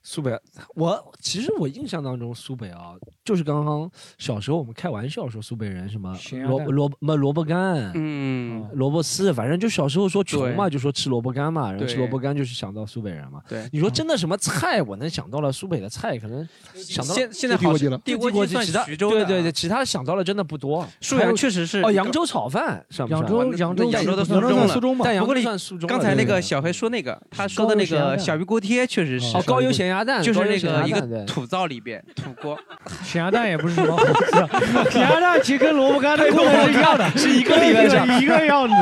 S7: 苏北，我其实我印象当中苏北啊，就是刚刚小时候我们开玩笑说苏北人什么
S5: 鸭
S7: 萝
S5: 蛋
S7: 萝卜么萝卜干，
S5: 嗯，
S7: 萝卜丝，反正就小时候说穷嘛，
S5: 对
S7: 就说吃萝卜干嘛，然后
S5: 对
S7: 吃萝卜干就是想到苏北人嘛。
S5: 对
S7: 你说真的什么菜，我能想到了苏北的菜，可能想到了
S5: 现现在好像
S7: 地
S5: 地
S7: 锅
S5: 锅
S7: 鸡
S5: 鸡算
S7: 其他
S5: 徐州的
S7: 对对对，其他想到了真的不多。啊
S5: 沭阳确实是
S7: 哦，
S5: 一个
S7: 扬州炒饭算不算？
S5: 扬州
S7: 那
S5: 扬州
S7: 那扬州都
S5: 算扬州算苏
S7: 中
S5: 州
S7: 了
S5: 嘛
S7: 但扬
S5: 不
S7: 州
S5: 过
S7: 算苏中了。
S5: 刚才那
S7: 对
S5: 个小黑说那个，他说的那
S7: 高油咸鸭
S5: 个
S7: 蛋
S5: 嗯小鱼锅贴确实是
S7: 哦高油咸鸭蛋
S5: 就是
S7: 高油
S5: 那
S7: 咸鸭蛋
S5: 个一
S7: 对
S5: 个土灶里边土锅，
S6: 咸鸭蛋也不是什么好吃的， 咸鸭蛋其实跟萝卜 干的功能是一样 的，
S5: 是一个理论上
S6: 一个样子，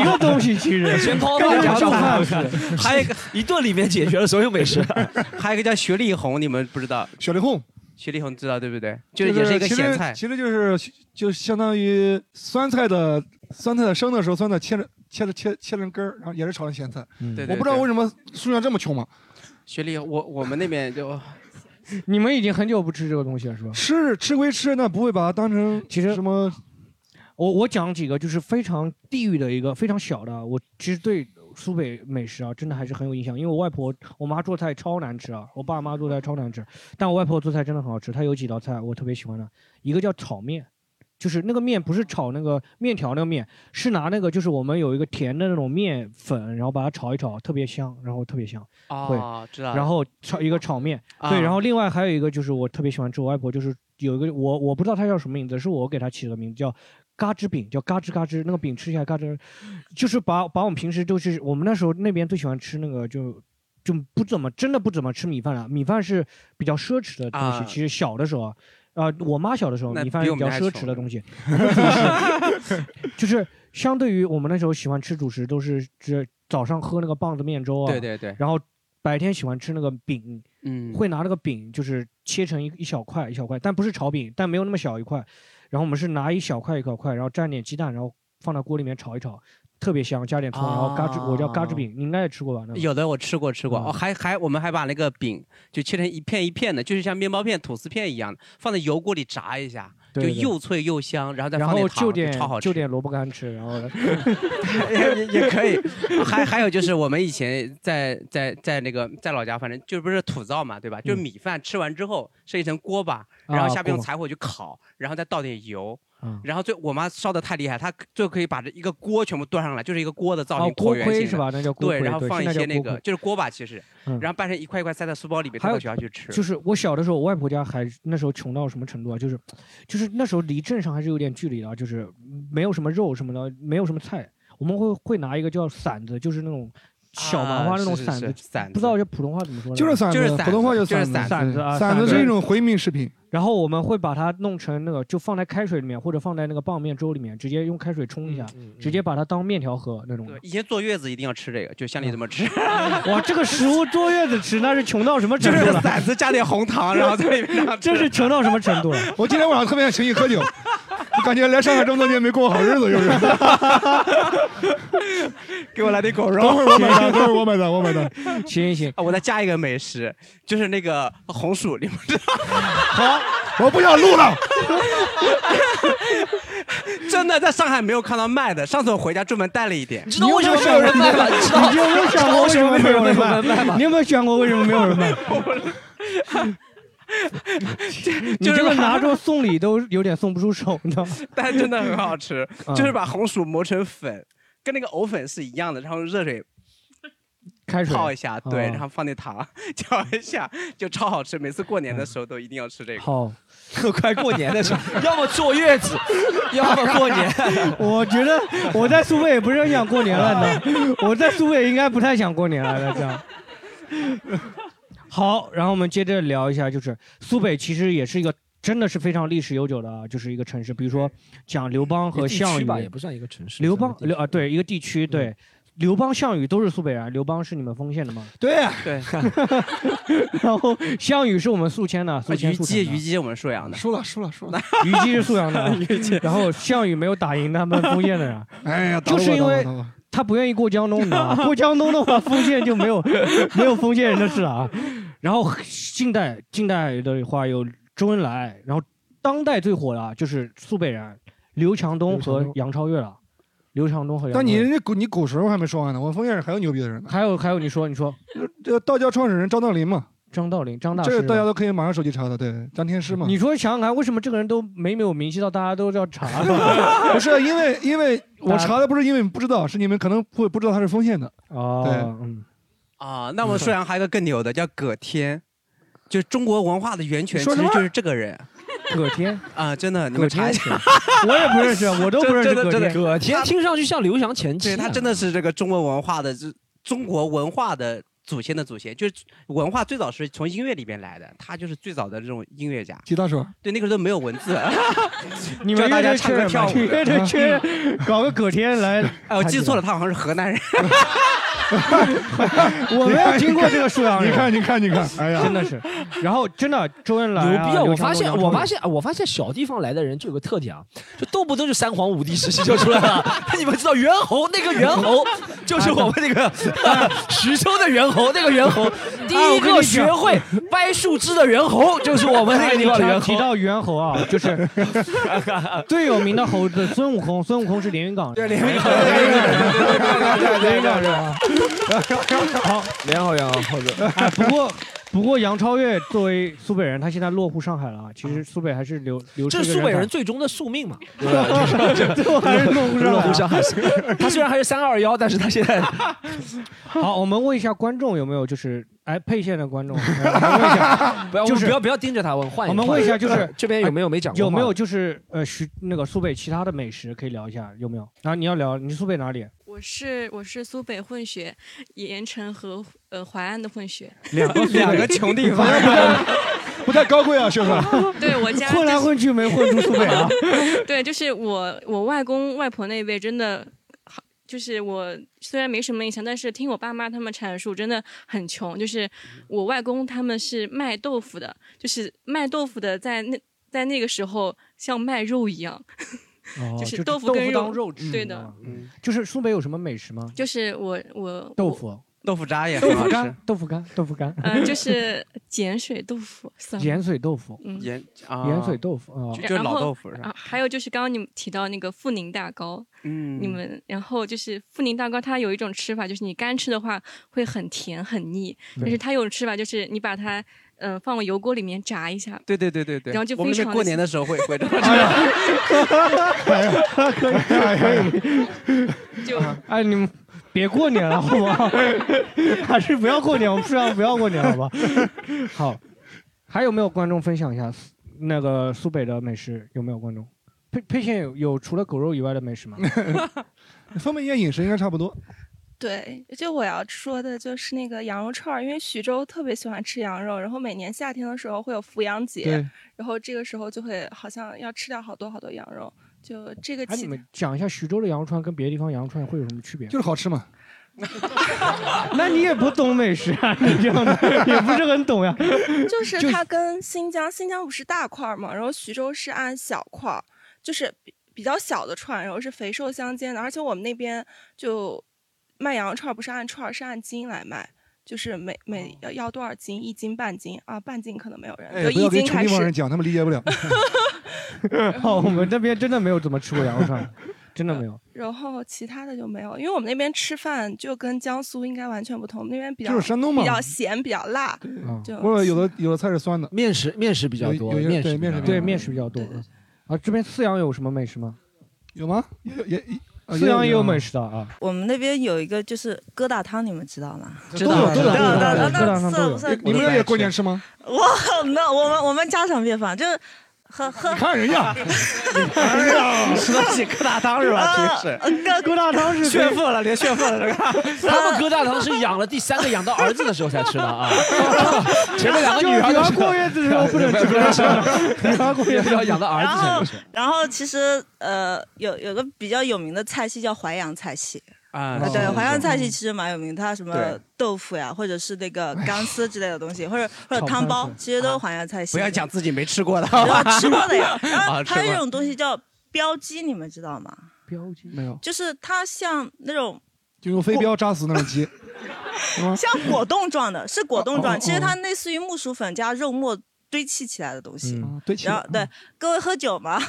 S6: 一个 东西其实。
S7: 全抛
S6: 跟
S7: 饭
S6: 那
S7: 加
S6: 个做
S7: 上
S6: 饭
S7: 饭
S6: 似的。，
S7: 还有一个一顿里面解决了所有美 食。
S5: 还有一个叫雪里红，你们不知道？
S4: 雪里红，
S5: 雪里红知道对不对？
S4: 就是
S5: 也是一个
S4: 其实
S5: 咸菜，
S4: 其实就是就相当于酸菜的酸菜的生的时候，酸菜切着切着切切成根儿，然后也是炒成咸菜。
S6: 嗯
S5: 对对
S4: 我不知道为什么苏阳这么穷嘛，
S5: 雪里我我们那边就
S6: 你们已经很久不吃这个东西了，是吧？
S4: 吃吃归吃，那不会把它当成
S6: 其实
S4: 什么。
S6: 我我讲几个就是非常地域的一个非常小的，我其实对苏北美食啊，真的还是很有印象，因为我外婆我妈做菜超难吃啊，我爸妈做菜超难吃，但我外婆做菜真的很好吃，她有几道菜我特别喜欢的，一个叫炒面。就是那个面不是炒那个面条那个面，是拿那个就是我们有一个甜的那种面粉，然后把它炒一炒，特别香，然后特别香。会
S5: 哦，知道了。
S6: 然后炒一个炒面，
S5: 啊
S6: 对，然后另外还有一个就是我特别喜欢吃，我外婆就是有一个我我不知道它叫什么名字，是我给它起的名字叫。嘎吱饼叫嘎吱嘎吱，那个饼吃起来嘎吱，就是把把我们平时都是我们那时候那边最喜欢吃那个就就不怎么真的不怎么吃米饭了，米饭是比较奢侈的东西。
S5: 啊
S6: 其实小的时候啊，呃，我妈小的时候
S5: 那
S6: 米饭
S5: 比
S6: 是
S5: 我
S6: 比
S5: 们
S6: 较
S5: 还
S6: 奢
S5: 穷
S6: 侈的东西， 就是相对于我们那时候喜欢吃主食，都是这早上喝那个棒子面粥啊，
S5: 对对对
S6: 然后白天喜欢吃那个饼，
S5: 嗯
S6: 会拿那个饼就是切成一一小块一小块，但不是炒饼，但没有那么小一块，然后我们是拿一小块一小块，然后蘸点鸡蛋，然后放到锅里面炒一炒，特别香，加点葱，然后嘎吱，我叫嘎吱饼，你应该也吃过吧？那个
S5: 哦有的我吃过吃过哦，还还我们还把那个饼就切成一片一片的，就是像面包片、吐司片一样的，放在油锅里炸一下，
S6: 对对
S5: 就又脆又香，然后再
S6: 然
S5: 放
S6: 后
S5: 点
S6: 就
S5: 糖，
S6: 点
S5: 超好吃
S6: 就。点萝卜干吃，然 后
S5: 也也可以，还还有就是我们以前在在在那个在老家，反正就不是土灶嘛，对吧？就是米饭吃完之后是一层锅巴，然后
S6: 嗯啊
S5: 下面
S6: 锅
S5: 用
S6: 巴
S5: 柴火去烤，然后再倒点油
S6: 嗯。
S5: 然后最我妈烧的太厉害，她最后可以把这一个锅全部端上来，就是一个锅的造
S6: 哦
S5: 型，
S6: 锅
S5: 椭圆
S6: 盔
S5: 形的
S6: 是吧那叫锅
S5: 对，
S6: 盔
S5: 然后
S6: 对
S5: 放
S6: 现在
S5: 一
S6: 叫
S5: 些那
S6: 锅
S5: 个
S6: 盔
S5: 就是锅巴，其实，
S6: 嗯
S5: 然后掰成一块一块塞在书包里 面，
S6: 还
S5: 带
S6: 有
S5: 到学校去吃。
S6: 就是我小的时候，我外婆家还那时候穷到什么程度啊？就是，就是那时候离镇上还是有点距离的啊，就是没有什么肉什么的，没有什么菜，我们会会拿一个叫馓子，就是那种小麻花那种
S5: 啊是是
S6: 馓子，
S5: 是馓子
S6: 不知道这普通话怎么说呢，
S4: 就是馓子就是馓子普通话就是就是馓子
S6: 馓子啊，
S4: 对馓子是一种回民食品。
S6: 然后我们会把它弄成那个，就放在开水里面，或者放在那个棒面粥里面，直接用开水冲一下，
S5: 嗯
S6: 直接把它当面条喝那种的。
S5: 以前坐月子一定要吃这个，就像你这么吃，
S6: 哇，这个食物坐月子吃，那是穷到什么程度
S5: 就是
S6: 了？
S5: 馓子加点红糖然后在里面这样吃
S6: 这是穷到什么程度了？
S4: 我今天晚上特别想请你喝酒，感觉来上海这么多年没过好日子，就是。
S5: 给我来 点狗肉。
S4: 等会儿我买单，等会儿我买单，我买单。
S6: 行行，
S5: 啊我再加一个美食，就是那个红薯，你们知道？
S4: 好，我不想录了。
S5: 真的，在上海没有看到卖的，上次我回家专门带了一点。
S6: 你有没有想过你有没有想过为什么没有人卖？你有没有想过为什么没有人卖？ 你这个拿着送礼都有点送不出手，你知道吗？
S5: 但真的很好吃，
S6: 嗯
S5: 就是把红薯磨成粉，跟那个藕粉是一样的，然后用热水
S6: 开水
S5: 泡一下， 对，
S6: 哦
S5: 然后放点糖搅一下，就超好吃。每次过年的时候都一定要吃这个。
S6: 好，
S5: 快过年的时候，要么坐月子， 要么 过年。
S6: 我觉得我在苏北也不是很想过年了，你知 道吗我在苏北应该不太想过年了，大家。 好，然后我们接着聊一下，就是苏北其实也是一个真的是非常历史悠久的啊，就是一个城市。比如说讲刘邦和
S7: 地
S6: 项
S7: 区
S6: 羽
S7: 吧，也不算一个城市。
S6: 刘邦刘啊，对，一个地区对。刘邦、项羽都是苏北人，刘邦是你们丰县的吗？
S4: 对啊
S5: 对，
S6: 然后项羽是我们宿迁的，宿迁
S5: 啊虞
S6: 宿
S5: 姬，
S6: 迁的
S5: 虞姬我们沭阳的。
S4: 输了，输了，输了。
S6: 虞姬是沭阳 的，然后项羽没有打赢他们丰县的人，
S4: 哎呀打
S6: 就
S4: 我
S6: 是因
S4: 打我
S6: 为
S4: 打我
S6: 他不愿意过江东，你知 道吗？过江东的话， 丰县就没有没有丰县人的事啊。然后近代近代的话有周恩来，然后当代最火的啊就是苏北人刘强东和杨超越了，刘强东和杨超越。
S4: 但你人家古你古时候还没说完呢，我封建人还有牛逼的人呢。
S6: 还有还有，你说你说，
S4: 这个道教创始人张道陵嘛，
S6: 张道陵张大师
S4: 这
S6: 是
S4: 个
S6: 吧
S4: 大家都可以马上手机查的，对，张天师嘛。
S6: 你说想想看，为什么这个人都没没有名气到大家都要 查？
S4: 不是因为因为我
S6: 大家
S4: 查的不是因为你不知道，是你们可能会不知道他是丰县的。对
S6: 哦，嗯，
S5: 啊，那我们沭阳还有一个更牛的，叫葛天，就是中国文化的源泉，其
S6: 说
S5: 实
S6: 什么
S5: 就是这个人
S6: 葛天
S5: 啊，真的，你们查一下。
S6: 我也不认识，我都不认识
S5: 真的
S6: 葛
S5: 真的
S6: 天。
S5: 真的葛天听
S7: 上去像刘翔前啊
S5: 对他真的是这个中国文化的，这中国文化的祖先的祖先，就是文化最早是从音乐里面来的，他就是最早的这种音乐家。
S4: 吉他手，
S5: 对，那个时候没有文字，
S6: 你们
S5: 教大
S6: 乐
S5: 家
S6: 队缺人
S5: 唱歌跳
S6: 吗？
S5: 舞
S6: 你乐队
S5: 的。。
S6: 缺人，搞个葛天来
S5: 哎，我记错了，他好像是河南人。
S6: 我没有听过这个沭阳人。
S4: 你看你看你看哎呀
S6: 真的是。然后真的周恩来
S7: 牛
S6: 啊
S7: 逼啊！
S6: 刘
S7: 我
S6: 强
S7: 发
S6: 东
S7: 现，
S6: 杨
S7: 我
S6: 超
S7: 发
S6: 越
S7: 现，我发现小地方来的人就有个特点啊，就动不动就三皇五帝时期就出来了。你们知道猿猴那个猿猴，就是我们那个徐州的猿猴，那个猿猴第一个学会掰树枝的猿猴，就是我们那个地方的猿
S6: 哎你提
S7: 猴。
S6: 到猿猴啊，就是最有名的猴子孙悟空，孙悟空是连云港人。对连云港人，连云港人啊。好，
S7: 连好猿猴子
S6: 哎，不过不过杨超越作为苏北人，他现在落户上海了啊。其实苏北还是留留
S7: 这
S6: 出一
S7: 是
S6: 个
S7: 苏北
S6: 人才
S7: 人最终的宿命嘛？
S6: 对吧就是最后还是弄不上来啊
S7: 弄不上海。他虽然还是三二幺，但是他现在
S6: 好，我们问一下观众有没有就是哎沛县的 观众，哎我们问一下，
S7: 不要，我
S6: 就
S7: 们
S6: 是
S7: 不要不要盯着他问，换一
S6: 我
S7: 个
S6: 们问一下，就
S7: 换
S6: 是哎
S7: 个 这边有没有没讲过话
S6: 有
S7: 的？
S6: 没有就是呃，徐那个苏北其他的美食可以聊一下，有没有？然后你要聊，你是苏北哪里？
S13: 我是我是苏北混血，盐城和呃淮安的混血。
S6: 两个
S5: 两个穷地方，
S4: 不太高贵啊，兄弟。
S13: 对我家
S6: 混来混去没混出苏北 啊。
S13: 对，就是我我外公外婆那一辈真的。好，就是我虽然没什么印象，但是听我爸妈他们阐述，真的很穷。就是我外公他们是卖豆腐的，就是卖豆腐的，在那在那个时候像卖肉一样，
S6: 哦，
S13: 就是
S6: 就
S13: 豆腐跟
S6: 腐
S13: 肉
S6: 当肉吃。
S13: 对的，
S6: 嗯，就是苏北有什么美食吗？
S13: 就是我我
S6: 豆腐、
S5: 豆腐渣也
S6: 豆
S5: 很好
S6: 腐
S5: 吃
S6: 干。、豆腐干、豆腐干，
S13: 呃，就是碱水豆腐，算了
S6: 碱水豆腐。
S13: 嗯
S5: 盐啊
S6: 盐水豆腐啊，哦
S13: 然后啊。还有就是刚刚你们提到那个富宁大糕，
S5: 嗯
S13: 你们然后就是富宁大糕，它有一种吃法，就是你干吃的话会很甜很腻，
S5: 对
S13: 但是它有种吃法就是你把它嗯、呃放到油锅里面炸一 下，
S5: 对对 对对对，
S13: 然后就
S5: 我们
S13: 非
S5: 那
S13: 常
S5: 过
S13: 地
S5: 年的时候会 会这么
S13: 哎
S6: 哎可以可 以，
S13: 就
S6: 哎你们别过年了好不 好？还是不要过年，我们不要不要过年好吧？ 好，还有没有观众分享一下苏那个苏北的美食？有没有观众？沛沛县有有除了狗肉以外的美食吗？
S4: 方便面饮食应该差不多。
S3: 对，就我要说的就是那个羊肉串儿，因为徐州特别喜欢吃羊肉，然后每年夏天的时候会有扶阳节
S6: 对，
S3: 然后这个时候就会好像要吃掉好多好多羊肉，就这个
S6: 哎，你
S3: 期
S6: 们讲一下徐州的羊肉串跟别的地方羊肉串会有什么区别？
S4: 就是好吃嘛。
S6: 那你也不懂美食啊，你这样的也不是很懂呀。
S3: 就是它跟新疆，新疆不是大块儿嘛，然后徐州是按小块儿。就是比比较小的串，然后是肥瘦相间的，而且我们那边就卖羊肉串不是按串，是按斤来卖。就是每每要要多少斤，一斤半斤啊，半斤可能没有人，
S4: 哦哎，
S3: 就
S4: 不要
S3: 一
S4: 跟
S3: 斤
S4: 穷
S3: 开
S4: 地
S3: 始
S4: 方。人讲，他们理解不了。
S6: 哦，我们这边真的没有怎么吃过羊肉串，真的没有。
S3: 然后其他的就没有，因为我们那边吃饭就跟江苏应该完全不同，那边比较
S4: 就是山东嘛
S3: 比较咸，比较辣，就
S4: 或者有的有的菜是酸的，
S7: 面食面食比
S6: 较多
S4: 有有
S6: 呃面
S4: 些对
S6: 食比较
S4: 面食
S6: 多对面食比较多啊，这边四阳有什么美食吗？
S4: 有吗？也也啊
S6: 四阳也有
S4: 吗
S6: 美食的啊。
S10: 我们那边有一个就是疙瘩汤，你们知道吗？
S6: 知道
S4: 都有
S6: 知道知道
S4: 都有
S6: 知道
S4: 都有
S6: 知道
S4: 你们那
S6: 我都不爱
S4: 也过年吃吗？
S10: 我没有，我们我们家常便饭，就是喝喝。
S4: 你看人家，
S10: 哎呀
S5: 吃得起疙瘩汤是吧？
S7: 啊
S5: 平时
S10: 疙
S6: 瘩汤
S10: 是
S5: 炫富了，连炫富了这个。
S7: 他们疙瘩汤是养了第三个养到儿子的时候才吃的 啊，前面两个女
S6: 就
S7: 儿都
S6: 女儿
S7: 是
S6: 过月子的时候不准吃
S7: 不能吃，
S6: 女儿过月子
S7: 要养到儿
S10: 然
S7: 子才
S10: 后
S7: 能吃。，
S10: 然后其实呃，有有个比较有名的菜系叫淮扬菜系
S5: 啊
S10: 对
S5: 是，
S10: 淮扬菜系其实蛮有名，它什么
S5: 对哎
S10: 豆腐呀，或者是那个钢丝之类的东西，或者或
S5: 炒
S10: 者汤包
S5: 饭，啊
S10: 其实都是淮扬菜系。
S5: 不要讲自己没吃 过的，。
S10: 然后吃过的呀然后
S5: 啊吃
S10: 还有一
S5: 过
S10: 种东西叫标鸡，你们知道吗？
S6: 标记没有，
S10: 就是它像那种
S4: 就用飞镖扎死那种鸡，
S10: 像果冻状的，是果冻
S4: 哦哦
S10: 状，其实它类似于木薯粉加肉末堆砌起来的东西。
S4: 嗯，对，
S10: 然后对各位喝酒吗？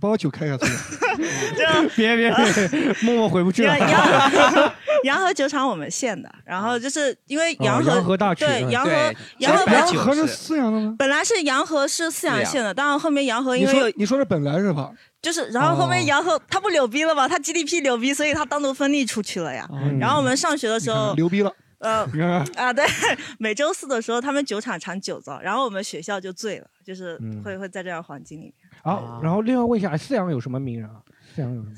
S4: 把我酒开开 出来。
S6: 别别别，默默回不去了
S10: 杨。 杨洋河酒厂我们县的，然
S4: 啊
S10: 后就是因为洋河、
S6: 哦洋河大区
S10: 对
S6: 嗯
S10: 洋河
S6: 对
S10: 洋河
S6: 其实洋河
S4: 是泗阳的吗？
S10: 本来是洋河是泗阳县的，当然后面洋河
S4: 你
S10: 因为
S4: 说
S10: 有
S4: 你说这本来是吧？
S10: 就是，然后后
S4: 哦
S10: 面洋河它不牛逼了吗？它 GDP 牛逼，所以它单独分立出去了呀。
S4: 嗯
S10: 然后我们上学的时候，
S4: 牛逼了，
S10: 呃
S4: 你看看。
S10: 啊，对， 每周四的时候他们酒厂产酒糟，然后我们学校就醉了，就是会、
S4: 嗯
S10: 会在这样环境里面。
S6: 啊，然后另外问一下，哎四阳有什么名人啊？四阳有什么？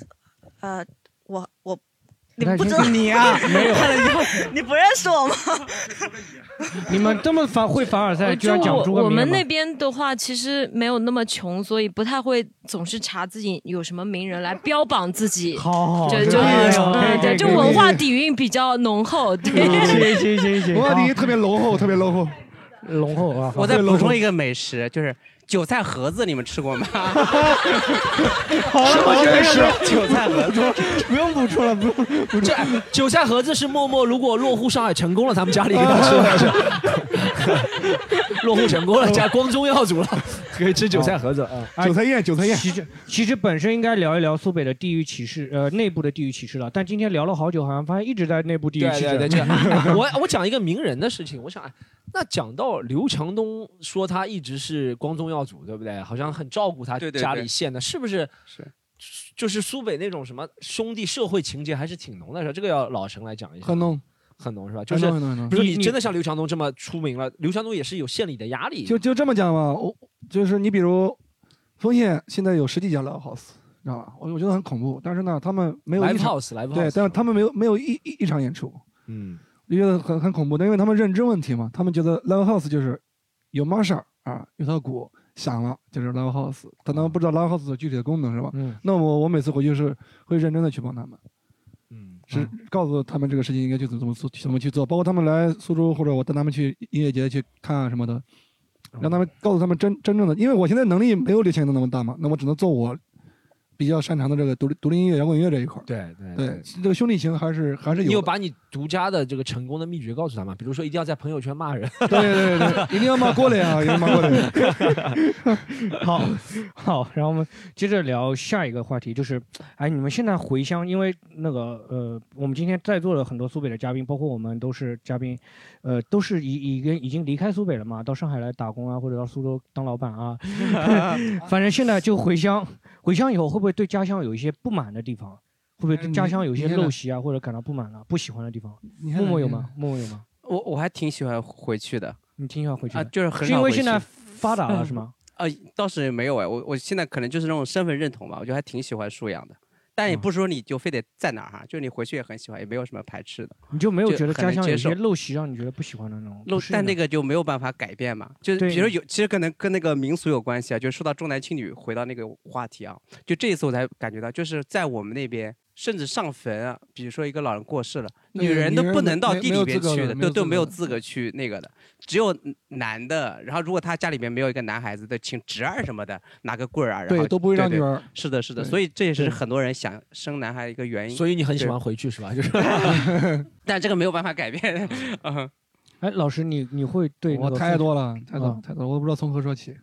S10: 呃，我我
S6: 你
S10: 你不知道
S6: 你啊，没有。
S10: 你不认识我吗？
S6: 你们这么反会凡尔赛，哎居然
S12: 就
S6: 讲
S12: 我
S6: 出个
S12: 我
S6: 名人
S12: 们
S6: 吗
S12: 那边的话，其实没有那么穷，所以不太会总是查自己有什么名人来标榜自 己。
S6: 好
S12: 对，
S6: 这
S12: 就
S6: 个哎呦可以
S12: 嗯
S6: 可以
S12: 对，就
S6: 可以嗯
S12: 文化底蕴比较浓厚。对，
S6: 行行行行，
S4: 文化底蕴特别浓厚，特别浓 厚。
S6: 浓厚啊！
S5: 我再补充一个美食，就是韭菜盒子，你们 吃过吗？
S6: 好了，好了，
S7: 没事
S5: 韭菜盒子，
S6: 不用补充了，不用补
S7: 这韭菜盒子是默默如果落户上海成功了，他们家里给他吃的
S6: 啊
S7: 是。 落户成功了，家光宗耀 祖了，可以吃韭菜盒子啊。
S6: 韭
S4: 菜哦宴，韭菜宴。
S6: 其实其实本身应该聊一聊苏北的地域歧视，呃，内部的地域歧视了。但今天聊了好久，好像发现一直在内部地域歧视。
S7: 对对对， 这样 我我讲一个名人的事情，我想，哎，那讲到刘强东说他一直是光宗耀祖，对不对？好像很照顾他
S5: 对对
S7: 家
S5: 对
S7: 里县的，是不是？是。就是苏北那种什么兄弟社会情节还是挺浓的，是吧？这个要老陈来讲一下。
S4: 很浓，
S7: 很浓是吧？就
S4: 很
S7: 是
S4: 浓很浓很浓
S7: 不是
S4: 你
S7: 你
S4: 你
S7: 真的像刘强东这么出名了？刘强东也是有县里的压力，
S4: 就就这么讲吧，我就是你比如，丰县现在有十几家 live house，知道吧？我我觉得很恐怖，但是呢，他们没有一
S7: Live
S4: 场
S7: house，live house
S4: 对，但是他们没有没有一一一场演出，
S7: 嗯，
S4: 我觉得很很恐怖。但因为他们认知问题嘛，他们觉得 live house 就是有 Marshall 啊，有套鼓响了就是 live house，但他们不知道 live house 的具体的功能是吧？
S6: 嗯，
S4: 那我我每次回去是会认真的去帮他们。是告诉他们这个事情应该去怎么做，怎么去做，包括他们来苏州或者我带他们去音乐节去看啊什么的，让他们告诉他们真真正的，因为我现在能力没有刘强东那么大嘛，那我只能做我比较擅长的这个独立独立音乐、摇滚乐这一块儿。
S7: 对对
S4: 对，这个兄弟情还是还是
S7: 你
S4: 有
S7: 有
S4: 的。
S7: 把你独家的这个成功的秘诀告诉他吗？比如说一定要在朋友圈骂人，
S4: 对对对对，一定要骂郭磊啊，一定要骂郭磊。
S6: 好好，然后我们接着聊下一个话题，就是，哎，你们现在回乡，因为那个呃，我们今天在座的很多苏北的嘉宾，包括我们都是嘉宾，呃，都是已已经已经离开苏北了嘛，到上海来打工啊，或者到苏州当老板啊，反正现在就回乡，回乡以后会不会对家乡有一些不满的地方？会不会对家乡有一些陋习啊，或者感到不满了、不喜欢的地方？
S5: 你看
S6: 默默有
S5: 你
S6: 吗？默默有吗？
S5: 我我还挺喜欢回去的。
S6: 你挺喜欢回去的
S5: 啊，就是很
S6: 是因
S5: 少
S6: 为
S5: 回
S6: 现
S5: 去
S6: 在发达了是 吗？
S5: 啊，倒是没有哎，我我现在可能就是那种身份认同吧，我觉得还挺喜欢沭阳的，但
S6: 哦
S5: 也不是说你就非得在哪儿哈，就是你回去也很喜欢，也没有什么排斥的。
S6: 你就没有觉得
S5: 很
S6: 家
S5: 能
S6: 乡有
S5: 接
S6: 一些
S5: 受
S6: 陋习让你觉得不喜欢的那种？
S5: 露
S6: 不，是
S5: 但
S6: 那
S5: 那个就没有办法改变嘛。就是
S6: 对
S5: 比如有，其实可能跟那个民俗有关系啊。就是说到重男轻女，回到那个话题啊，就这一次我才感觉到，就是在我们那边，甚至上坟啊，比如说一个老人过世了，
S2: 对
S5: 女人都
S2: 女人
S5: 不能到
S2: 没
S5: 地
S2: 没
S5: 里
S2: 有
S5: 边
S2: 资格
S5: 去
S2: 的
S5: 的，
S2: 没
S5: 都
S2: 有
S5: 都
S2: 资
S5: 没有
S2: 格
S5: 资格去那个的，只有嗯男的。然后如果他家里面没有一个男孩子的，请侄儿什么的拿个棍儿啊，然
S4: 对
S5: 后
S4: 都不会让
S5: 对
S4: 女
S5: 对
S4: 儿
S5: 是的，是的，
S4: 对
S5: 所以这也是
S4: 对
S5: 很多人想生男孩的一个原因。
S7: 所以你很喜
S5: 哎对
S7: 欢，回去是吧？ 就是
S5: 但这个没有办法改 变。嗯，
S6: 哎，老师，你你会对
S4: 我
S6: 那个
S4: 太
S6: 分
S4: 多了，太多
S6: 啊
S4: 太多了，我都不知道从何说起。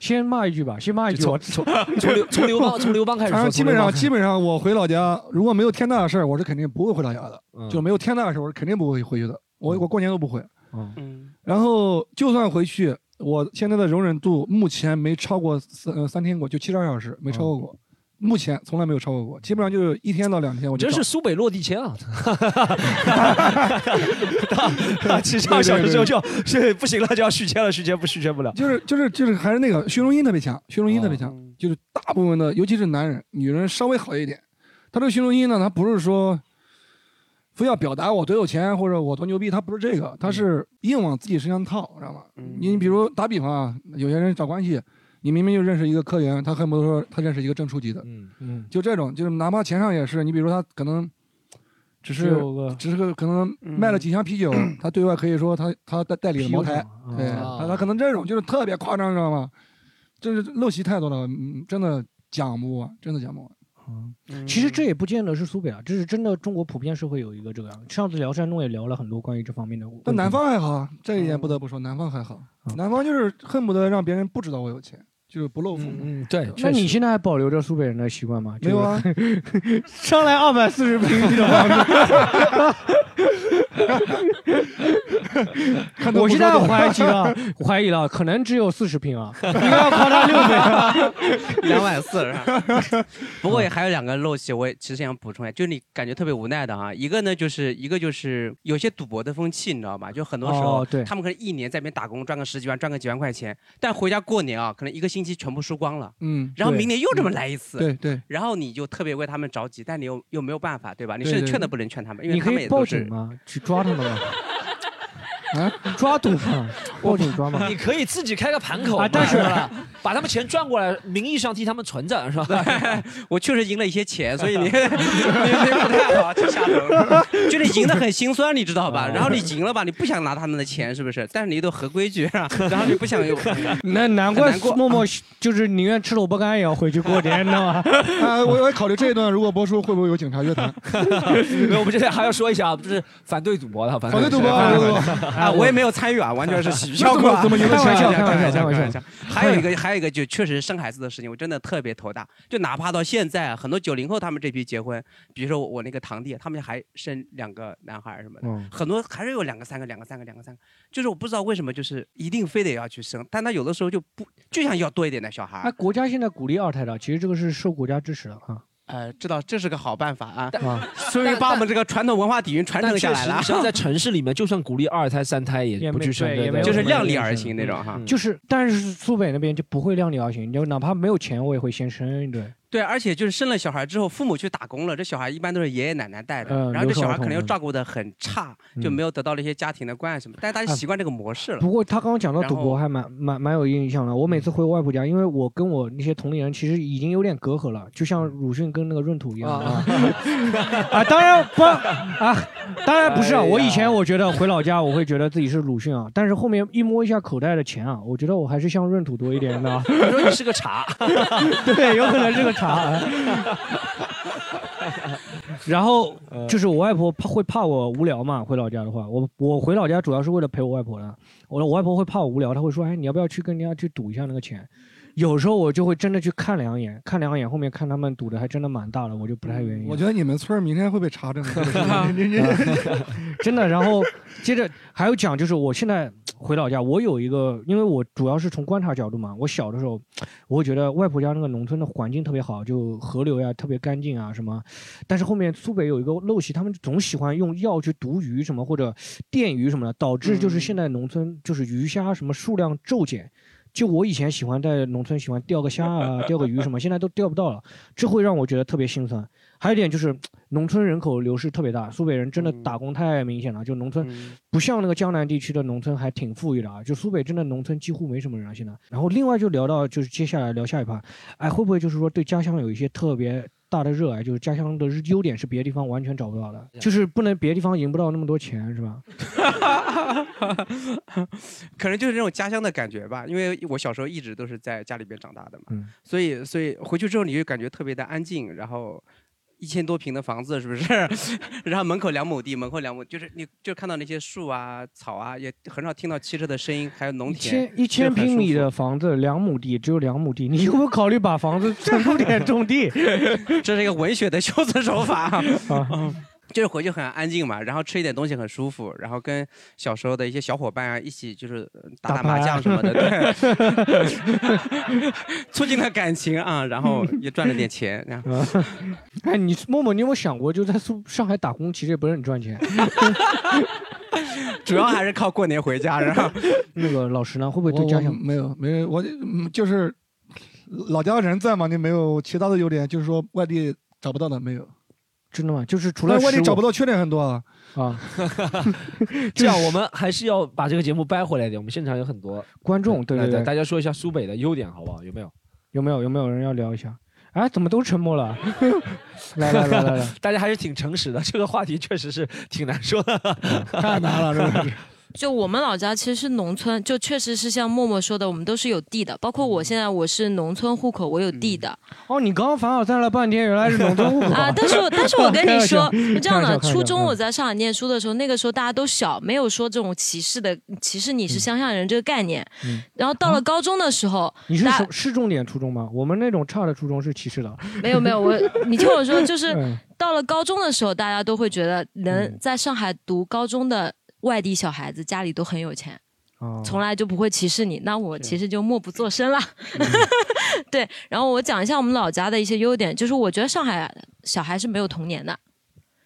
S6: 先骂一句吧，先骂 一句。
S4: 就
S6: 我
S4: 从从从刘从刘 邦从刘邦开始说
S6: 反正
S4: 基本上基本上我回老家，如果没有天大的事儿，我是肯定不会回老家的。
S7: 嗯
S4: 就没有天大的事儿，我是肯定不会回去的。我我过年都不回。
S5: 嗯，
S4: 然后就算回去，我现在的容忍度目前没超过三呃三天过，就七十二小时没超过过。目前从来没有超过过，基本上就是一天到两天我就
S7: 真
S4: 找。
S7: 是苏北落地签啊！ 七十
S4: 对对
S7: 二小时之
S4: 对
S7: 后就要 是不行了，就要续签了，续签不续签不了。
S4: 就是就是就是还是那个虚荣心特别强，虚荣心特别强，
S6: 哦
S4: 就是大部分的，尤其是男人，女人稍微好一点。他这个虚荣心呢，他不是说非要表达我多有钱或者我多牛逼，他不是这个，
S6: 嗯
S4: 他是硬往自己身上套，知道吗？你你比如打比方啊，有些人找关系，你明明就认识一个科员，他恨不得说他认识一个正处级的，
S6: 嗯，
S4: 就这种，就是哪怕钱上也是，你比如说他可能只
S6: 只
S4: 是
S6: 有个
S4: 只是个可能
S12: 嗯
S4: 卖了几箱啤酒，他对外可以说他他代代理了茅台，
S6: 啤酒厂
S4: 对，
S6: 啊
S12: 哦
S4: 他他可能这种就是特别夸张，知道吗？就是陋习太多了，嗯，真的讲不完，真的讲不完。嗯
S6: 其实这也不见得是苏北啊，这是真的中国普遍社会有一个这个样。上次聊山东也聊了很多关于这方面的问嗯题。
S4: 但南方还好，啊这一点不得不说，南方还好，
S6: 嗯
S4: 南方就是恨不得让别人不知道我有钱，就是不露富。
S7: 嗯，对
S6: 那你现在还保留着苏北人的习惯吗？
S4: 没有啊，
S6: 上来二百四十平米的房
S4: 看
S6: 子，
S4: 他
S6: 我
S4: 不说
S6: 现在
S4: 的
S6: 怀疑了，怀疑了，可能只有四十平啊，应该要夸他六倍啊。
S5: 两百四是 吧？不过也还有两个陋习，我也其实想补充一下，就是你感觉特别无奈的啊。一个呢，就是一个就是有些赌博的风气，你知道吧？就很多时候，
S6: 哦对
S5: 他们可能一年在那边打工赚个十几万，赚个几万块钱，但回家过年啊，可能一个星期全部输光了。
S4: 嗯
S5: 然后
S4: 对
S5: 明年又这么
S4: 嗯
S5: 来一次，
S4: 对对
S5: 然后你就特别为他们着急，但你又又没有办法，对吧？你
S6: 对
S5: 甚至
S6: 对
S5: 劝都
S6: 对
S5: 不能劝 他们，因为
S6: 你
S5: 他
S6: 可
S5: 们也
S6: 以
S5: 都
S6: 报
S5: 是
S6: 警吗？去抓他们吗？
S4: 啊，
S6: 抓赌吗？报警抓吗
S7: 你？可以自己开个盘口
S6: 啊但是
S7: 吧把他们钱赚过来，名义上替他们存着是吧？
S5: 我确实赢了一些钱，所 以你你你不太好，就下头， 就你赢得很心酸，你知道吧？然后你赢了吧，你不想拿他们的钱，是不是？但是你都合规矩啊，然后你不想用，
S6: 那难怪
S5: 很难过
S6: 默默就是宁愿吃萝卜干也要回去过年，你知道吗？
S4: 啊，我我也考虑这一段如果播出会不会有警察约谈？
S7: 没有，我们这里还要说一下，啊，就是反对赌博的，反
S4: 反对赌博反对赌博
S5: 啊，我也没有参与啊，完全是喜笑
S7: 那怎么
S5: 话，
S7: 怎么赢了钱
S5: 啊
S7: 啊
S5: 开
S7: 开
S5: 玩开
S7: 玩笑
S5: 玩笑，
S7: 开玩笑哎
S5: 开玩笑。还有一个，还有一个，就确实生孩子的事情，我真的特别头大。就哪怕到现在，啊很多九零后他们这批结婚，比如说我我那个堂弟，他们还生两个男孩儿什么的，
S6: 嗯
S5: 很多还是有两个、三个、两个、三个、两个、三个。就是我不知道为什么，就是一定非得要去生，但他有的时候就不就想要多一点的小孩
S6: 哎，
S5: 儿。
S6: 国家现在鼓励二胎的，其实这个是受国家支持的啊。
S5: 呃，知道这是个好办法啊
S6: 啊，
S5: 所以把我们这个传统文化底蕴传
S7: 但
S5: 承
S7: 确
S5: 哎下来
S7: 实，
S5: 了啊
S7: 你。像在 城市里面，就算鼓励二胎、三胎，也
S6: 也
S7: 不
S6: 没
S7: 去承
S6: 对
S7: 认
S6: 也
S7: 的，
S6: 没有
S5: 就是
S6: 什么
S5: 量
S6: 原
S5: 力
S6: 因
S5: 而
S6: 是
S5: 行那种哈
S6: 嗯就是，但是苏北那边就不会量力而行，就哪怕没有钱，我也会先生一对。
S5: 对，而且就是生了小孩之后，父母去打工了，这小孩一般都是爷爷奶奶带的，
S6: 嗯
S5: 然后
S6: 留
S5: 这
S6: 守
S5: 小孩
S6: 儿
S5: 可能
S6: 童
S5: 又
S6: 嗯
S5: 照顾的很差，
S6: 嗯
S5: 就
S6: 啊
S5: 没有得到了一些家庭的关爱什么，但是大家习惯这个模式了。
S6: 不过他刚刚讲到赌
S5: 然后
S6: 博，还蛮蛮蛮有印象的。我每次回我外婆家，因为我跟我那些同龄人其实已经有点隔阂了，就像鲁迅跟那个闰土一样啊。啊，当然不啊，当然不是啊。
S7: 哎呀
S6: 我以前我觉得回老家，我会觉得自己是鲁迅啊，但是后面一摸一下口袋的钱啊，我觉得我还是像闰土多一点的。啊
S7: 你说你是个茶，
S6: 对，有可能是个 茶。 然后就是我外婆怕会怕我无聊嘛，回老家的话，我我回老家主要是为了陪我外婆的。我我外婆会怕我无聊，她会说：“哎，你要不要去跟人家去赌一下那个钱？”有时候我就会真的去看两眼，看两眼，后面看他们赌的还真的蛮大的，我就不太愿意。
S4: 我觉得你们村儿明天会被查证的。你你
S6: 真的。然后接着还有讲，就是我现在回老家，我有一个，因为我主要是从观察角度嘛，我小的时候，我会觉得外婆家那个农村的环境特别好，就河流呀特别干净啊什么。但是后面苏北有一个陋习，他们总喜欢用药去毒鱼什么或者电鱼什么的，导致就是现在农村就是鱼虾什么数量骤减。就我以前喜欢在农村喜欢钓个虾啊，钓个鱼什么，现在都钓不到了，这会让我觉得特别心酸。还有一点就是，农村人口流失特别大，苏北人真的打工太明显了。就农村不像那个江南地区的农村还挺富裕的啊，就苏北真的农村几乎没什么人啊现在。然后另外就聊到就是接下来聊下一趴，哎，会不会就是说对家乡有一些特别大的热爱，就是家乡的优点是别的地方完全找不到的，就是不能别的地方赢不到那么多钱，是吧？
S5: 可能就是那种家乡的感觉吧，因为我小时候一直都是在家里边长大的嘛，
S4: 嗯
S5: 所以所以回去之后你就感觉特别的安静，然后一千多平的房子是 不是？然后门口两亩地，门口两亩，就是你就看到那些树啊、草啊，也很少听到汽车的声音，还有农
S6: 一千
S5: 田，
S6: 一千
S5: 就很
S6: 平
S5: 舒
S6: 米
S5: 服
S6: 的房子，两亩地，只有两亩地，你有没有考虑把房子全部点种地？
S5: 这是一个文学的修辞手法。啊
S6: 啊
S5: 就是回去很安静嘛，然后吃一点东西很舒服，然后跟小时候的一些小伙伴啊一起就是呃打打麻
S6: 啊
S5: 将什么 的，对， 促进了感情啊，然后也赚了点钱，然 后
S6: 哎，你默默，你有没有想过，就在苏上海打工，其实也不是很赚钱。
S5: 主要还是靠过年回家，然后
S6: 那个老师呢，会不会
S4: 我
S6: 对家
S4: 我
S6: 乡
S4: 没有没有，我嗯就是老家人在嘛，你没有其他的优点，就是说外地找不到的没有。
S6: 真的吗？就是
S7: 除了
S4: 但外地
S7: 食物
S4: 找不到，缺点很多啊。
S6: 啊，
S7: 这样我们还是要把这个节目掰回来一点。我们现场有很多
S6: 观众对
S7: 对
S6: 对对
S7: 大家说一下苏北的优点好不好？有没有？
S6: 有没有有没有人要聊一下？哎，怎么都沉默了？ 来来来来来，
S7: 大家还是挺诚实的。这个话题确实是挺难说的，
S4: 太难了，是不是？
S12: 就我们老家其实是农村，就确实是像默默说的，我们都是有地的。包括我现在我是农村户口，我有地的。
S6: 哦，你刚刚反好站了半天，原来是农村户口
S12: 啊！但是我但是 我跟你说，是这样的，初中我
S6: 在。
S12: 在上海念书的时候，那个时候大家都小，没有说这种歧视的歧视你是乡下人这个概念。
S6: 嗯
S12: 然后到了高中的时候，
S6: 你是
S12: 大
S6: 什市重点初中吗？我们那种差的初中是歧视的。
S12: 没有没有，我你听我说，就是
S6: 嗯
S12: 到了高中的时候，大家都会觉得能在上海读高中的外地小孩子家里都很有钱，
S6: 哦
S12: 从来就不会歧视你。那我其实就默不作声了。
S6: 嗯
S12: 对，然后我讲一下我们老家的一些优点，就是我觉得上海小孩是没有童年的，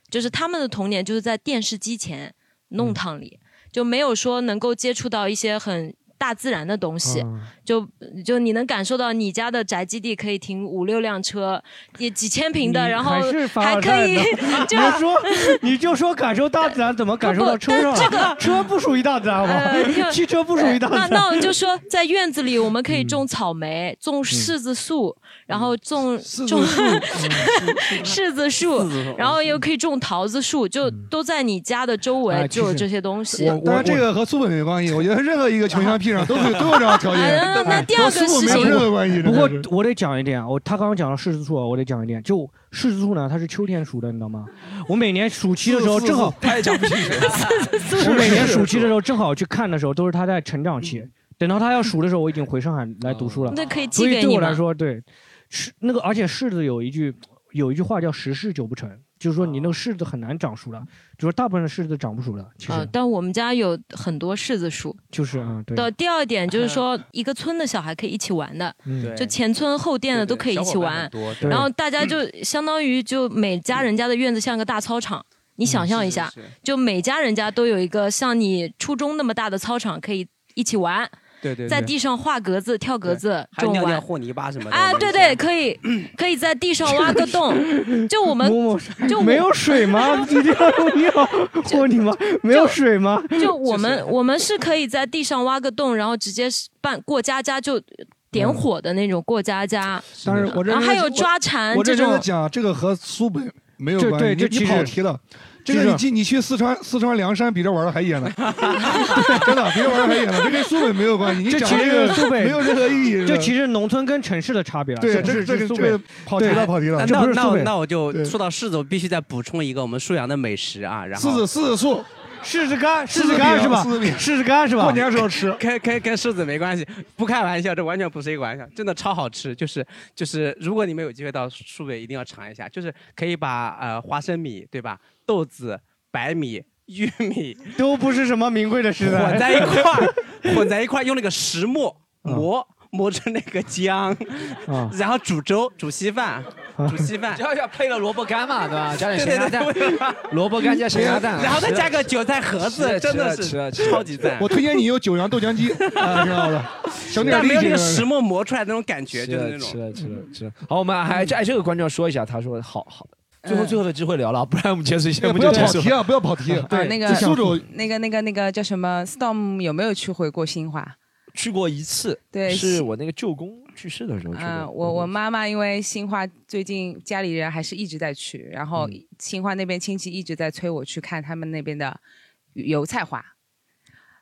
S12: 就是他们的童年就是在电视机前弄堂里，
S6: 嗯
S12: 就没有说能够接触到一些很。大自然的东西，
S6: 嗯
S12: 就就你能感受到你家的宅基地可以停五六辆车，也几千平的，
S6: 你
S12: 然后
S6: 还是凡尔
S12: 可
S6: 赛
S12: 以，
S6: 呢
S12: 就
S6: 你就说你就说感受大自然，怎么感受到车上了？
S12: 这个呃
S6: 车不属于大自然，好
S12: 因
S6: 吧？
S12: 为
S6: 汽车不属于大自
S12: 呃那
S6: 然。
S12: 那我就说，在院子里我们可以种草莓、
S6: 嗯
S12: 种柿子树，然后种种 柿子树
S6: 柿子树，嗯
S12: 然后又可以种桃子树，就都在你家的周围
S6: 啊
S4: 哎
S12: 就
S4: 其
S12: 有
S4: 实
S12: 这些东西。
S4: 当然这个和苏北没关系， 我觉得任何一个穷乡僻壤都有都有这样的条件。
S12: 哎那那第二个
S4: 和苏北没有
S12: 事情
S4: 任何关系。
S6: 不过
S4: 真的是
S6: 我得讲一点啊，我他刚刚讲了柿子树啊，我得讲一点。就柿子树呢，它是秋天熟的，你知道吗？我每年暑期的时候
S7: 是
S6: 正好
S7: 是，他也讲不清楚。
S6: 我每年暑期的时候正好去看的时候，都是它在成长
S4: 嗯
S6: 期。等到它要熟的时候，我已经回上海来读书了。
S12: 那可以寄
S6: 所以
S12: 给
S6: 对
S12: 你
S6: 我来
S12: 吗？
S6: 说，对，是那个，而且柿子有一句有一句话叫“十柿九不成”，就是说你那个柿子很难长熟了，就是大部分的柿子长不熟了。其实、
S12: 呃，但我们家有很多柿子树。
S6: 就是啊、嗯，对。
S12: 到第二点就是说，一个村的小孩可以一起玩的，
S6: 嗯对
S12: 就前村后店的都可以一起玩
S6: 对对小伙伴很，多对
S12: 然后大 家就相当于就每家人家的院子像个大操场。你想象一下，
S6: 嗯
S12: 就每家人家都有一个像你初中那么大的操场，可以一起玩，
S5: 对对，对
S12: 在地上画格子、跳格子，
S5: 还
S12: 这
S5: 有
S12: 种
S5: 尿尿
S12: 玩。
S5: 和泥巴什么的，
S6: 啊
S12: 哎，对对，可以，可以在地上挖个 洞。就我们，就我
S6: 没有 水吗？你这样你要我你吗？没有水吗？
S12: 就我们、我们是可以在地上挖个洞，然后直接是办过家家就点火的那种过家家。
S4: 但嗯是我认真
S12: 然后
S4: 地
S12: 还有
S4: 我
S12: 抓蝉
S4: 我
S12: 这
S4: 认真
S12: 种
S4: 的。讲，这个和苏北没有
S6: 这
S4: 关系。
S6: 对
S4: 你
S6: 这
S4: 你
S6: 其实
S4: 跑题了。这
S6: 其
S4: 个
S6: 实
S4: 你去你去四川四川凉山比这玩的还野呢， 对真的比这玩的还野呢，这跟苏北没有关系。你
S6: 这
S4: 讲
S6: 其
S4: 个
S6: 实苏北
S4: 没有任何意义。
S6: 这其实农村跟城市的差别了。
S4: 对
S6: 是不
S4: 这
S6: 是哎
S4: 个这个
S6: 是苏
S4: 这个
S6: 北
S4: 跑题了
S6: 对
S4: 跑题了
S6: 这
S5: 那
S6: 不是
S5: 那
S6: 苏北。
S5: 那我就说到柿子，我必须再补充一个我们沭阳的美食啊，然后
S4: 柿子柿子树，
S6: 柿子干柿
S5: 柿
S6: 子
S5: 子
S6: 干
S5: 饼
S6: 是吧？
S5: 柿子饼
S6: 柿子干是吧？
S5: 过年
S4: 时候 吃，
S5: 跟跟跟柿子没关系，不开玩笑，这完全不是一个玩笑，真的超好吃。就是就是，如果你们有机会到苏北，一定要尝一下，就是可以把呃花生米对吧，豆子、白米、玉米
S6: 都不是什么名贵的食材，
S5: 混在一块儿，混在一块儿，用那个石磨磨磨成那个浆，
S6: 啊
S5: 然后煮粥、煮稀饭、煮稀饭，
S7: 要要配了萝卜干嘛，对吧？加点咸
S5: 对
S7: 鸭
S5: 对
S7: 蛋
S5: 对对，
S7: 萝卜干加 咸鸭蛋，啊
S5: 然后再
S7: 吃
S5: 加个韭菜盒
S7: 吃
S5: 子，
S7: 了
S5: 真的
S7: 吃了
S5: 是
S7: 吃啊了
S5: 超级赞。
S4: 我推荐你有九阳豆浆机，啊，挺好的，省点
S5: 但
S4: 力
S5: 没有那
S4: 气
S5: 个。石磨磨出来那种感觉，
S7: 吃
S5: 就是那
S7: 了
S5: 种
S7: 吃了吃了吃了。好，我们还这哎这个观众要说一下，他说好好，最后
S11: 嗯
S7: 最后的机会聊了，不然我们结束节目
S4: 不
S7: 就
S4: 要
S7: 结
S4: 跑
S7: 束
S4: 题
S7: 了
S4: 啊！不要跑题。
S11: 啊，那个
S4: 苏州
S11: 那个那个那个叫什么？Storm 有没有去回过新华？
S7: 去过一次，
S11: 对
S7: 是
S11: 西
S7: 我那个舅公去世的时候去
S11: 嗯，
S7: 的。
S11: 我我妈妈因为新化最近家里人还是一直在去，然后
S14: 嗯
S11: 新化那边亲戚一直在催我去看他们那边的油菜花，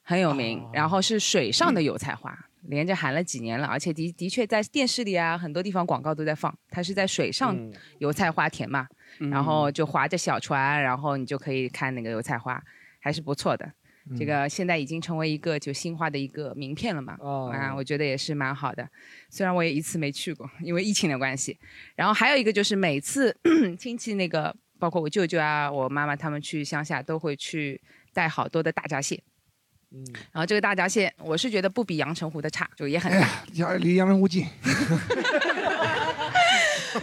S11: 很有名，
S14: 哦
S11: 然后是水上
S14: 嗯
S11: 的油菜花。连着喊了几年了，而且的的确在电视里啊，很多地方广告都在放。它是在水上
S14: 嗯
S11: 油菜花田嘛，
S14: 嗯
S11: 然后就划着小船，然后你就可以看那个油菜花，还是不错的。这个现在已经成为一个就新化的一个名片了嘛，啊，我觉得也是蛮好的。虽然我也一次没去过，因为疫情的关系。然后还有一个就是每次 亲戚那个，包括我舅舅啊、我妈妈他们去乡下，都会去带好多的大闸蟹。然后这个大闸蟹，我是觉得不比阳澄湖的差，就也很
S4: 哎
S11: 大。
S4: 呀，家离阳澄湖近，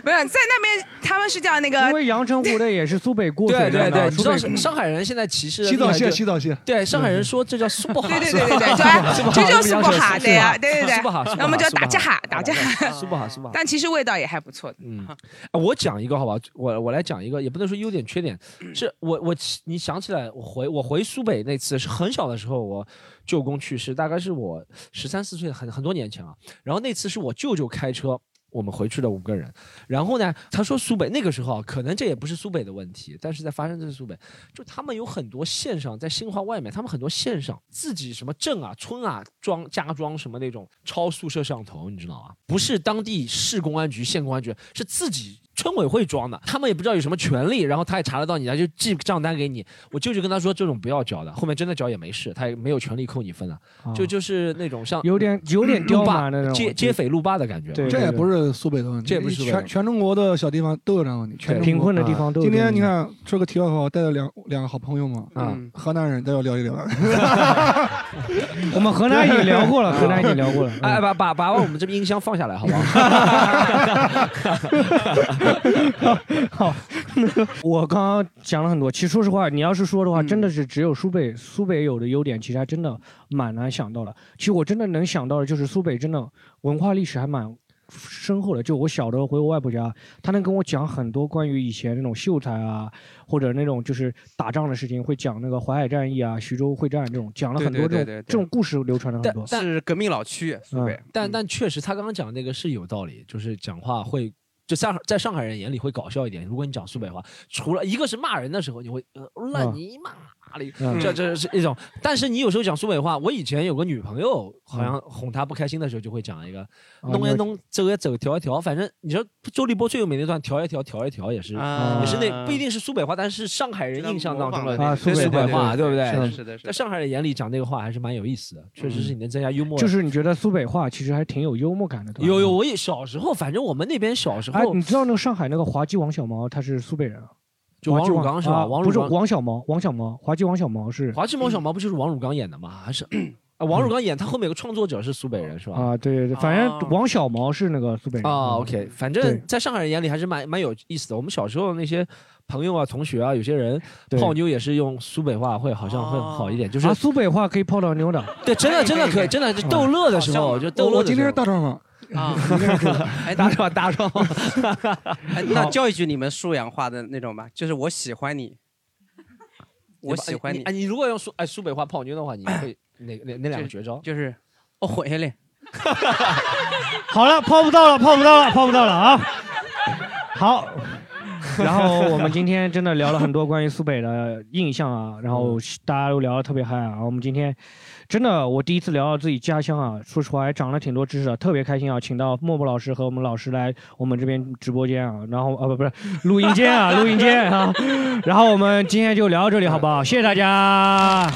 S11: 没有在那边，他们是叫那个，
S6: 因为阳澄湖的也是苏北过水
S7: 对
S6: 站
S7: 对
S6: 的
S7: 对，你
S6: 苏
S7: 知道
S6: 北
S7: 上上海人现在歧视的
S4: 洗澡
S7: 厉害
S4: 蟹
S7: 就
S4: 洗澡蟹
S7: 对上海人说这叫苏不哈，
S11: 对对对对对，就哎这 就是不哈，对呀，对对对
S7: 苏不哈，，
S11: 那我们叫打架哈，打架哈，
S7: 苏不哈苏不哈。
S11: 但其实味道也还不错的。
S7: 嗯，啊我讲一个好吧，我我来讲一个，也不能说优点缺点，是我我其你想起来，我回我回苏北那次是很小的时候，我舅公去世，大概是我十三四岁，很很多年前啊。然后那次是我舅舅开车。我们回去的五个人，然后呢，他说苏北那个时候啊可能这也不是苏北的问题，但是在发生在苏北，就他们有很多县上在新化外面，他们很多县上自己什么镇啊、村啊装加装什么那种超速摄像头，你知道吗？不是当地市公安局、县公安局，是自己村委会装的，他们也不知道有什么权利，然后他也查得到你，他就寄账单给你。我舅舅跟他说这种不要交的，后面真的交也没事，他也没有权利扣你分的，就就是那种像
S6: 啊有点有点
S7: 路
S6: 刁
S7: 霸
S6: 蛮的那种
S7: 街街匪路霸的感觉，
S4: 这也不是苏北的问题，
S7: 这也不是苏北的问
S4: 全
S7: 题
S4: 全中国的小地方都有这样的问题，全中国啊
S6: 贫困的地方都有
S4: 今
S6: 这样的
S4: 天
S6: 问
S4: 你
S6: 题
S4: 看说个题外话，我带了两两个好朋友嘛，
S6: 啊
S4: 嗯，河南人，大家聊一聊。
S6: 我们河南已经聊过了，河南已经聊 过了。嗯
S7: 哎，把把把我们这边音箱放下来，好不好？
S6: 好，那个我刚刚讲了很多，其实说实话，你要是说
S5: 嗯
S6: 的话，真的是只有苏北苏北有的优点，其实还真的蛮难想到的。其实我真的能想到的就是苏北真的文化历史还蛮。深厚的，就我小的时候回我外婆家，她能跟我讲很多关于以前那种秀才啊，或者那种就是打仗的事情，会讲那个淮海战役啊、徐州会战这种，讲了很多这种
S5: 对对对对对
S6: 这种故事流传了很多。
S5: 是革命老区苏
S6: 嗯
S5: 北。
S7: 但但确实，他刚刚讲那个是有道理，就是讲话会。就上在上海人眼里会搞笑一点，如果你讲苏北话，除了一个是骂人的时候，你会呃烂泥骂里，
S6: 嗯
S7: 这这是一种。但是你有时候讲苏北话，我以前有个女朋友，好
S6: 嗯
S7: 像哄她不开心的时候就会讲一个
S6: 啊
S7: 弄一弄，走一走，调一调，反正你说周立波最有名那段调一调，调一调也是
S5: 啊
S7: 也是那不一定是苏北话，但是上海人印象当中的
S6: 啊苏
S7: 苏
S6: 北
S7: 北话，
S6: 对
S7: 对不
S6: 对对是的
S7: 对？
S6: 是的是的
S7: 在上海人眼里讲这个话还是蛮有意思的，确实是你能增加幽默的。
S6: 就是你觉得苏北话其实还挺有幽默感的，对吧？
S7: 有有，我也小时候，反正我们那边小时
S6: 嗯哎，
S7: 候
S6: 你，知道那个上海那个滑稽王小毛，他是苏北人啊，
S7: 就
S6: 滑稽
S7: 王汝刚是吧
S6: 啊
S7: 王
S6: 不是
S7: 汝刚
S6: 王小毛，王小毛，滑稽王小毛是
S7: 华稽毛小毛不就是王汝刚演的吗？ 还是啊，王汝刚演，他后面有个创作者是苏北人是吧？
S6: 啊，对对对，反正王小毛是那个苏北人
S7: 啊，OK，反正
S6: 对
S7: 在上海人眼里还是蛮蛮有意思的。我们小时候那些朋友啊、同学啊，有些人
S6: 对
S7: 泡妞也是用苏北话，会好像会好一点，就是
S6: 啊，苏北话可以泡到妞的，
S7: 对，真的真的可以，真的就逗乐的时
S6: 啊
S7: 候，就逗乐的时候。
S4: 我今天是大壮吗？
S5: 啊，
S7: 哎，大壮大壮，
S5: 哎，那教一句你们沭阳话的那种吧，就是我喜欢你，我喜欢
S7: 你。哎，你如果用苏哎苏北话泡妞的话，你会哪哪哪两个绝招？
S5: 就是
S6: 哦
S5: 我混下来。
S6: 好了，泡不到了，泡不到了，泡不到了啊！好，然后我们今天真的聊了很多关于苏北的印象啊，然后大家都聊得特别嗨啊。我们今天真的，我第一次聊到自己家乡啊，说实话还长了挺多知识的，特别开心啊！请到默默老师和我们老师来我们这边直播间啊，然后啊不不是录音间啊，录音间啊，然后我们今天就聊到这里好不好？谢谢大家。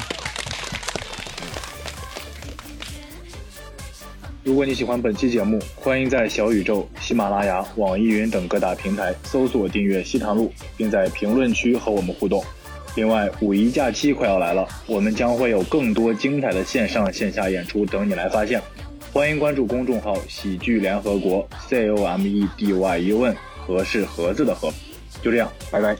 S1: 如果你喜欢本期节目，欢迎在小宇宙、喜马拉雅、网易云等各大平台搜索订阅《西塘路》，并在评论区和我们互动。另外，五一假期快要来了，我们将会有更多精彩的线上线下演出等你来发现。欢迎关注公众号“喜剧联 E 合国 ”（C O M E D Y U N），和是盒子的盒。就这样，拜拜。